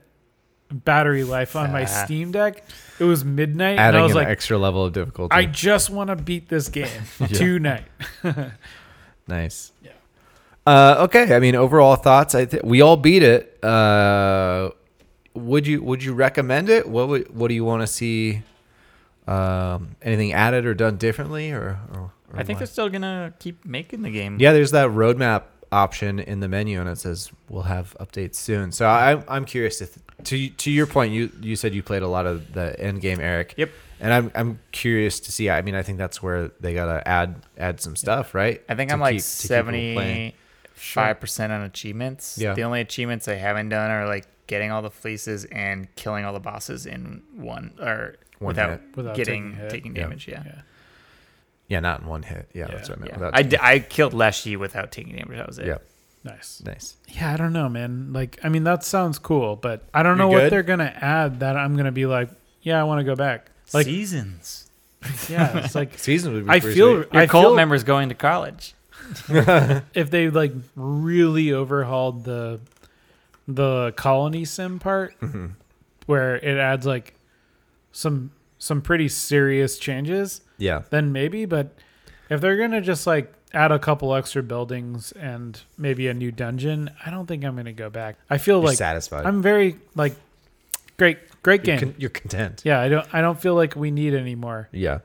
Speaker 1: battery life on my
Speaker 3: Ah.
Speaker 1: Steam Deck. It was midnight and
Speaker 2: Adding
Speaker 1: I was
Speaker 2: an
Speaker 1: like
Speaker 2: extra level of difficulty.
Speaker 1: I just want to beat this game tonight.
Speaker 2: nice. Yeah. Uh, okay. I mean, overall thoughts. I th- we all beat it. Uh, would you Would you recommend it? What would What do you want to see? Um, anything added or done differently, or, or, or
Speaker 3: I think
Speaker 2: what?
Speaker 3: they're still gonna keep making the game.
Speaker 2: Mm-hmm. Yeah, there's that roadmap option in the menu, and it says we'll have updates soon. So I, I'm curious if, to to your point, you you said you played a lot of the end game, Eric.
Speaker 3: Yep.
Speaker 2: And I'm I'm curious to see. I mean, I think that's where they gotta add add some stuff, right?
Speaker 3: I think
Speaker 2: To
Speaker 3: I'm like
Speaker 2: keep- to keep people playing.
Speaker 3: seventy five percent on achievements.
Speaker 2: Yeah.
Speaker 3: The only achievements I haven't done are like getting all the fleeces and killing all the bosses in one or
Speaker 2: One
Speaker 3: without,
Speaker 2: hit.
Speaker 1: Without
Speaker 3: getting
Speaker 1: taking a
Speaker 3: taking,
Speaker 1: hit.
Speaker 2: Yeah.
Speaker 3: damage. Yeah.
Speaker 1: Yeah.
Speaker 2: Yeah, not in one hit. Yeah, that's what I meant.
Speaker 3: Yeah.
Speaker 2: Without
Speaker 3: I, d- I killed Leshy without taking damage. That was it.
Speaker 2: yeah,
Speaker 1: Nice.
Speaker 2: nice.
Speaker 1: Yeah, I don't know, man. Like I mean that sounds cool, but I don't
Speaker 2: You're
Speaker 1: know
Speaker 2: good?
Speaker 1: what they're going to add that I'm going to be like, yeah, I want to go back. Like
Speaker 3: Seasons.
Speaker 1: yeah, it's like
Speaker 2: Season would be
Speaker 1: I
Speaker 2: pretty
Speaker 1: feel
Speaker 2: sweet.
Speaker 3: Your
Speaker 1: I
Speaker 3: cult
Speaker 1: feel
Speaker 3: member's going to college.
Speaker 1: if they like really overhauled the the colony sim part
Speaker 2: Mm-hmm.
Speaker 1: where it adds like some some pretty serious changes
Speaker 2: Yeah,
Speaker 1: then maybe but if they're gonna just like add a couple extra buildings and maybe a new dungeon i don't think i'm gonna go back i feel
Speaker 2: You're
Speaker 1: like
Speaker 2: satisfied.
Speaker 1: i'm very like great great
Speaker 2: you're,
Speaker 1: game
Speaker 2: con- you're content.
Speaker 1: yeah i don't i don't feel like we need any more
Speaker 2: Yeah.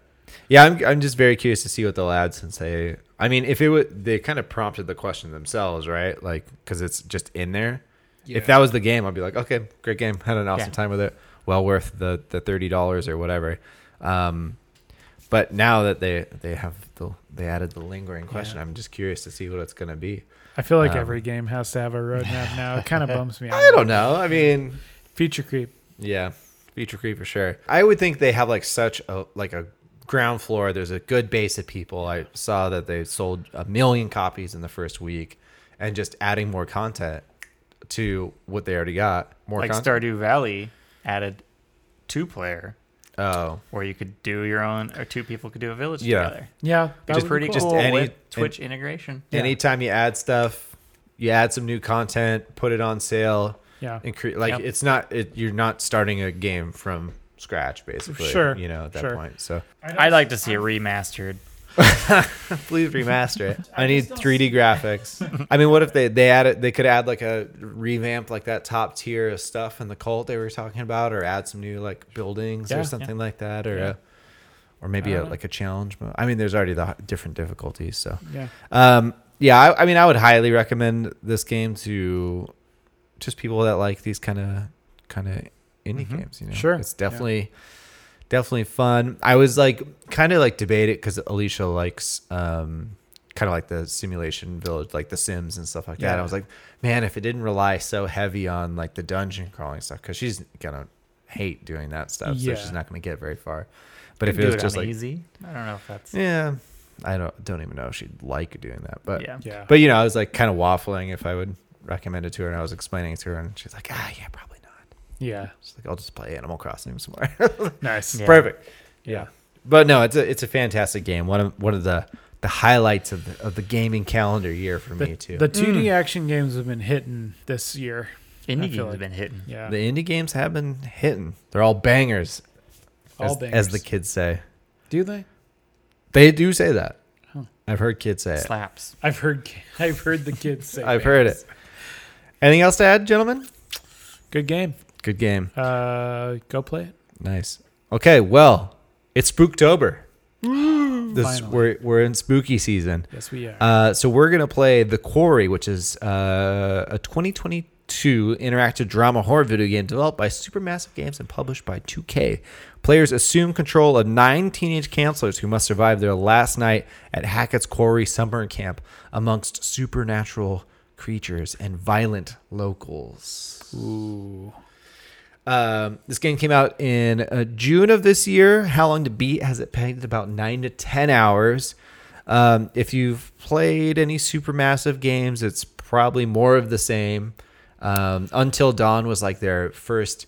Speaker 2: Yeah, I'm I'm just very curious to see what they'll add since they I mean, if it would they kind of prompted the question themselves, right? Like cuz it's just in there. If that was the game, I'd be like, "Okay, great game. Had an awesome
Speaker 3: Yeah.
Speaker 2: time with it. Well worth the the $30 or whatever." Um but now that they they have the they added the lingering question, I'm just curious to see what it's going to be.
Speaker 1: i feel like
Speaker 2: Um,
Speaker 1: every game has to have a roadmap now it kind of bums me out
Speaker 2: I don't know. I mean,
Speaker 1: feature creep
Speaker 2: Yeah, feature creep for sure. I would think they have like such a like a ground floor. There's a good base of people. I saw that they sold a million copies in the first week, and just adding more content to what they already got. More
Speaker 3: like
Speaker 2: content.
Speaker 3: Stardew Valley added two player
Speaker 2: oh,
Speaker 3: where you could do your own or two people could do a village
Speaker 2: Yeah.
Speaker 3: together.
Speaker 1: Yeah, that
Speaker 3: Which is
Speaker 1: would be
Speaker 3: pretty
Speaker 1: cool.
Speaker 3: cool
Speaker 2: Just any-
Speaker 3: with Twitch integration.
Speaker 2: anytime you add stuff, you add some new content, put it on sale,
Speaker 1: Yeah.
Speaker 2: and cre- like
Speaker 3: Yep.
Speaker 2: it's not it, you're not starting a game from scratch basically.
Speaker 1: Sure,
Speaker 2: you know at that
Speaker 1: sure.
Speaker 2: point. So
Speaker 3: I'd like to see it remastered.
Speaker 2: please remaster it. I need 3D graphics. I mean, what if they they add it? They could add like a revamp like that top tier of stuff in the cult they were talking about, or add some new like buildings
Speaker 1: Yeah,
Speaker 2: or something like that, or
Speaker 1: Yeah. Uh,
Speaker 2: a, or maybe a, like a challenge. Mode. I mean, there's already the h- different difficulties, so.
Speaker 1: Yeah.
Speaker 2: Um, yeah, I, I mean, I would highly recommend this game to just people that like these kind of kind of indie
Speaker 3: Mhm.
Speaker 2: games. You know,
Speaker 1: Sure.
Speaker 2: it's
Speaker 1: Yeah.
Speaker 2: definitely definitely fun. I was like kind of like debate it because Alicia likes um kind of like the simulation village, like The Sims and stuff like that.
Speaker 1: Yeah.
Speaker 2: I was like, man, if it didn't rely so heavy on like the dungeon crawling stuff, because she's gonna hate doing that stuff,
Speaker 1: Yeah.
Speaker 2: so she's not gonna get very far. But if
Speaker 3: Do
Speaker 2: it was
Speaker 3: on
Speaker 2: just like,
Speaker 3: easy, I don't know if that's
Speaker 2: yeah, I don't don't even know if she'd like doing that, but
Speaker 3: yeah.
Speaker 1: Yeah.
Speaker 2: but you know, I was like kind of waffling if I would recommend it to her, and I was explaining it to her, and she's like, "Ah, yeah, probably not."
Speaker 1: yeah.
Speaker 2: She's like, "I'll just play Animal Crossing somewhere."
Speaker 1: Nice.
Speaker 3: Yeah.
Speaker 2: Perfect.
Speaker 1: Yeah.
Speaker 2: But no, it's a it's a fantastic game. One of one of the the highlights of the of the gaming calendar year for me too.
Speaker 1: The 2D action games have been hitting this year.
Speaker 3: Indie
Speaker 1: I
Speaker 3: games
Speaker 1: feel
Speaker 3: have
Speaker 1: like-
Speaker 3: been hitting.
Speaker 1: Yeah.
Speaker 2: the indie games have been hitting. They're all bangers,
Speaker 1: All
Speaker 2: as,
Speaker 1: bangers.
Speaker 2: as the kids say.
Speaker 1: Do they?
Speaker 2: They do say that.
Speaker 1: Huh.
Speaker 2: I've heard kids say it.
Speaker 3: Slaps.
Speaker 1: I've heard ki- I've heard the kids say
Speaker 2: I've heard it. Anything else to add, gentlemen?
Speaker 1: Good game.
Speaker 2: Good game.
Speaker 1: Uh go play it.
Speaker 2: Nice. Okay, well, it's Spooktober. this,
Speaker 1: Finally.
Speaker 2: we're we're in spooky season.
Speaker 1: Yes, we are.
Speaker 2: Uh, so we're gonna play The Quarry, which is uh, a 2022 interactive drama horror video game developed by Supermassive Games and published by 2K. Players assume control of nine teenage counselors who must survive their last night at Hackett's Quarry summer camp amongst supernatural creatures and violent locals.
Speaker 1: Ooh.
Speaker 2: Um, this game came out in uh, June of this year. How long to beat has it pegged at about nine to ten hours. Um, if you've played any supermassive games, it's probably more of the same. Um, Until Dawn was like their first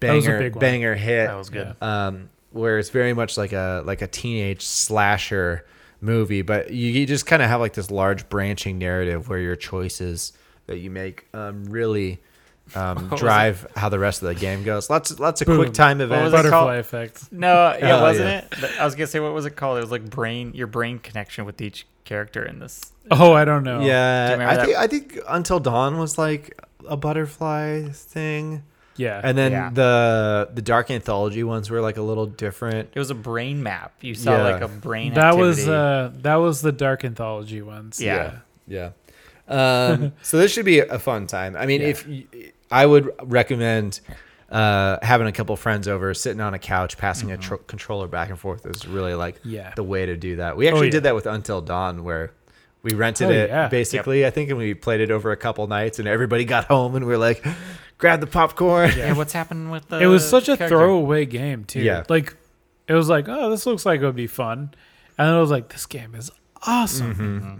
Speaker 1: That was a
Speaker 2: banger
Speaker 1: big one.
Speaker 2: banger hit
Speaker 3: That was good.
Speaker 2: um, where it's very much like a like a teenage slasher movie, but you, you just kind of have like this large branching narrative where your choices that you make um, really um,
Speaker 3: was
Speaker 2: drive how the rest of the game goes. Lots lots of
Speaker 1: Boom.
Speaker 2: quick time events.
Speaker 3: was it called?
Speaker 1: Butterfly effect.
Speaker 3: No, yeah,
Speaker 2: Oh,
Speaker 3: wasn't
Speaker 2: yeah.
Speaker 3: it? Th- I was gonna say what was it called? It was like brain, your brain connection with each character in this.
Speaker 1: Oh, I don't know.
Speaker 2: Yeah,
Speaker 3: Do you remember
Speaker 2: I
Speaker 3: that?
Speaker 2: think I think Until Dawn was like a butterfly thing,
Speaker 1: Yeah.
Speaker 2: and then
Speaker 3: Yeah.
Speaker 2: the the dark anthology ones were like a little different.
Speaker 3: It was a brain map. You saw
Speaker 2: Yeah.
Speaker 3: like a brain.
Speaker 1: that
Speaker 3: activity.
Speaker 1: was uh that was the dark anthology ones.
Speaker 3: Yeah.
Speaker 2: Yeah. Um, so this should be a fun time. I mean,
Speaker 1: Yeah.
Speaker 2: if y- I would recommend uh, having a couple friends over, sitting on a couch, passing
Speaker 1: Mm-hmm.
Speaker 2: a tro- controller back and forth is really like
Speaker 1: Yeah.
Speaker 2: the way to do that. We actually
Speaker 1: Oh, yeah.
Speaker 2: did that with Until Dawn, where we rented
Speaker 1: Oh,
Speaker 2: it
Speaker 1: yeah.
Speaker 2: basically, I think, and we played it over a couple nights, and everybody got home and we are like, grab the popcorn.
Speaker 3: Yeah. what's happening with the?
Speaker 1: uh, It was such a
Speaker 3: character?
Speaker 1: throwaway game too.
Speaker 2: Yeah.
Speaker 1: Like it was like, oh, this looks like it would be fun. And then I was like, this game is awesome.
Speaker 2: Mm-hmm.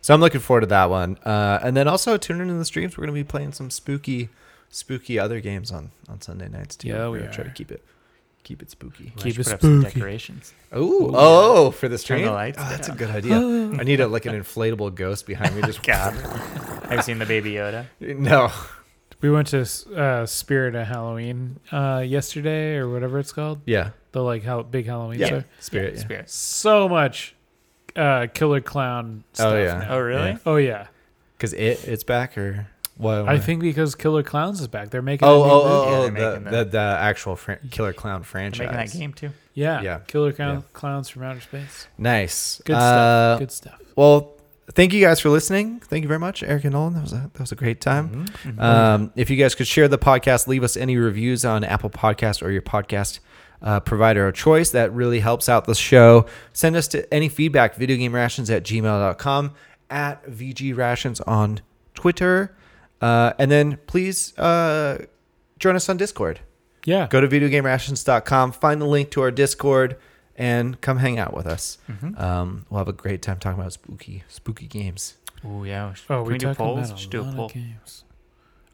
Speaker 2: So I'm looking forward to that one. Uh, and then also tune into the streams. We're going to be playing some spooky, spooky other games on on Sunday nights too.
Speaker 1: Yeah,
Speaker 2: We're
Speaker 1: we
Speaker 2: gonna try
Speaker 1: are.
Speaker 2: to keep it keep it spooky.
Speaker 3: We
Speaker 1: Keep
Speaker 3: should
Speaker 1: it
Speaker 3: put up some
Speaker 1: spooky.
Speaker 3: decorations.
Speaker 2: Ooh, oh, for the stream.
Speaker 3: the lights
Speaker 2: oh, that's a
Speaker 3: down.
Speaker 2: good idea. I need a, like an inflatable ghost behind me. Just
Speaker 3: God, have you seen the Baby Yoda?
Speaker 2: no.
Speaker 1: We went to uh, Spirit of Halloween uh, yesterday or whatever it's called.
Speaker 2: Yeah,
Speaker 1: The like how big Halloween
Speaker 2: yeah.
Speaker 1: store.
Speaker 2: Spirit.
Speaker 3: Yeah,
Speaker 2: Yeah.
Speaker 3: Spirit.
Speaker 1: So much uh, killer clown stuff.
Speaker 2: Oh yeah.
Speaker 1: now.
Speaker 3: Oh really?
Speaker 2: Yeah.
Speaker 1: Oh yeah.
Speaker 2: Because it it's back or what?
Speaker 1: I think uh, because Killer Clowns is back. They're making
Speaker 2: Oh
Speaker 1: a new
Speaker 2: oh
Speaker 1: movie.
Speaker 2: oh,
Speaker 3: Yeah,
Speaker 2: oh
Speaker 3: they're making
Speaker 2: the, the the actual fran- Killer Clown
Speaker 3: They're
Speaker 2: franchise.
Speaker 3: Making that game too.
Speaker 1: Yeah.
Speaker 2: yeah.
Speaker 1: Killer Clown,
Speaker 2: Yeah.
Speaker 1: Clowns from Outer Space.
Speaker 2: Nice.
Speaker 1: Good
Speaker 2: Uh,
Speaker 1: stuff. Good stuff.
Speaker 2: Well, thank you guys for listening. Thank you very much, Eric and Nolan. That was a, that was a great time.
Speaker 3: Mm-hmm.
Speaker 2: Um, if you guys could share the podcast, leave us any reviews on Apple Podcast or your podcast uh, provider of choice. That really helps out the show. Send us to any feedback, videogamerations at gmail.com, at VG Rations on Twitter. Uh, and then please uh, join us on Discord
Speaker 1: Yeah.
Speaker 2: go to videogamerations.com find the link to our discord and come hang out with us.
Speaker 3: Mm-hmm.
Speaker 2: Um, we'll have a great time talking about spooky, spooky games.
Speaker 3: Oh yeah.
Speaker 1: Oh,
Speaker 3: Can
Speaker 1: we,
Speaker 3: we do
Speaker 1: talking
Speaker 3: polls?
Speaker 1: about
Speaker 3: Should
Speaker 1: a
Speaker 3: do a
Speaker 1: lot
Speaker 3: poll.
Speaker 1: of games.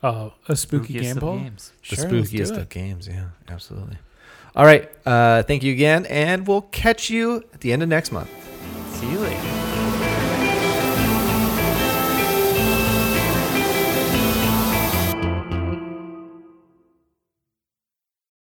Speaker 1: Oh, a spooky
Speaker 3: Spookiest
Speaker 1: game
Speaker 3: of
Speaker 1: poll.
Speaker 3: games.
Speaker 2: The
Speaker 1: Sure, let's do
Speaker 2: spookiest
Speaker 1: it.
Speaker 2: of games. Yeah, absolutely. All right. Uh, thank you again, and we'll catch you at the end of next month.
Speaker 3: See you later.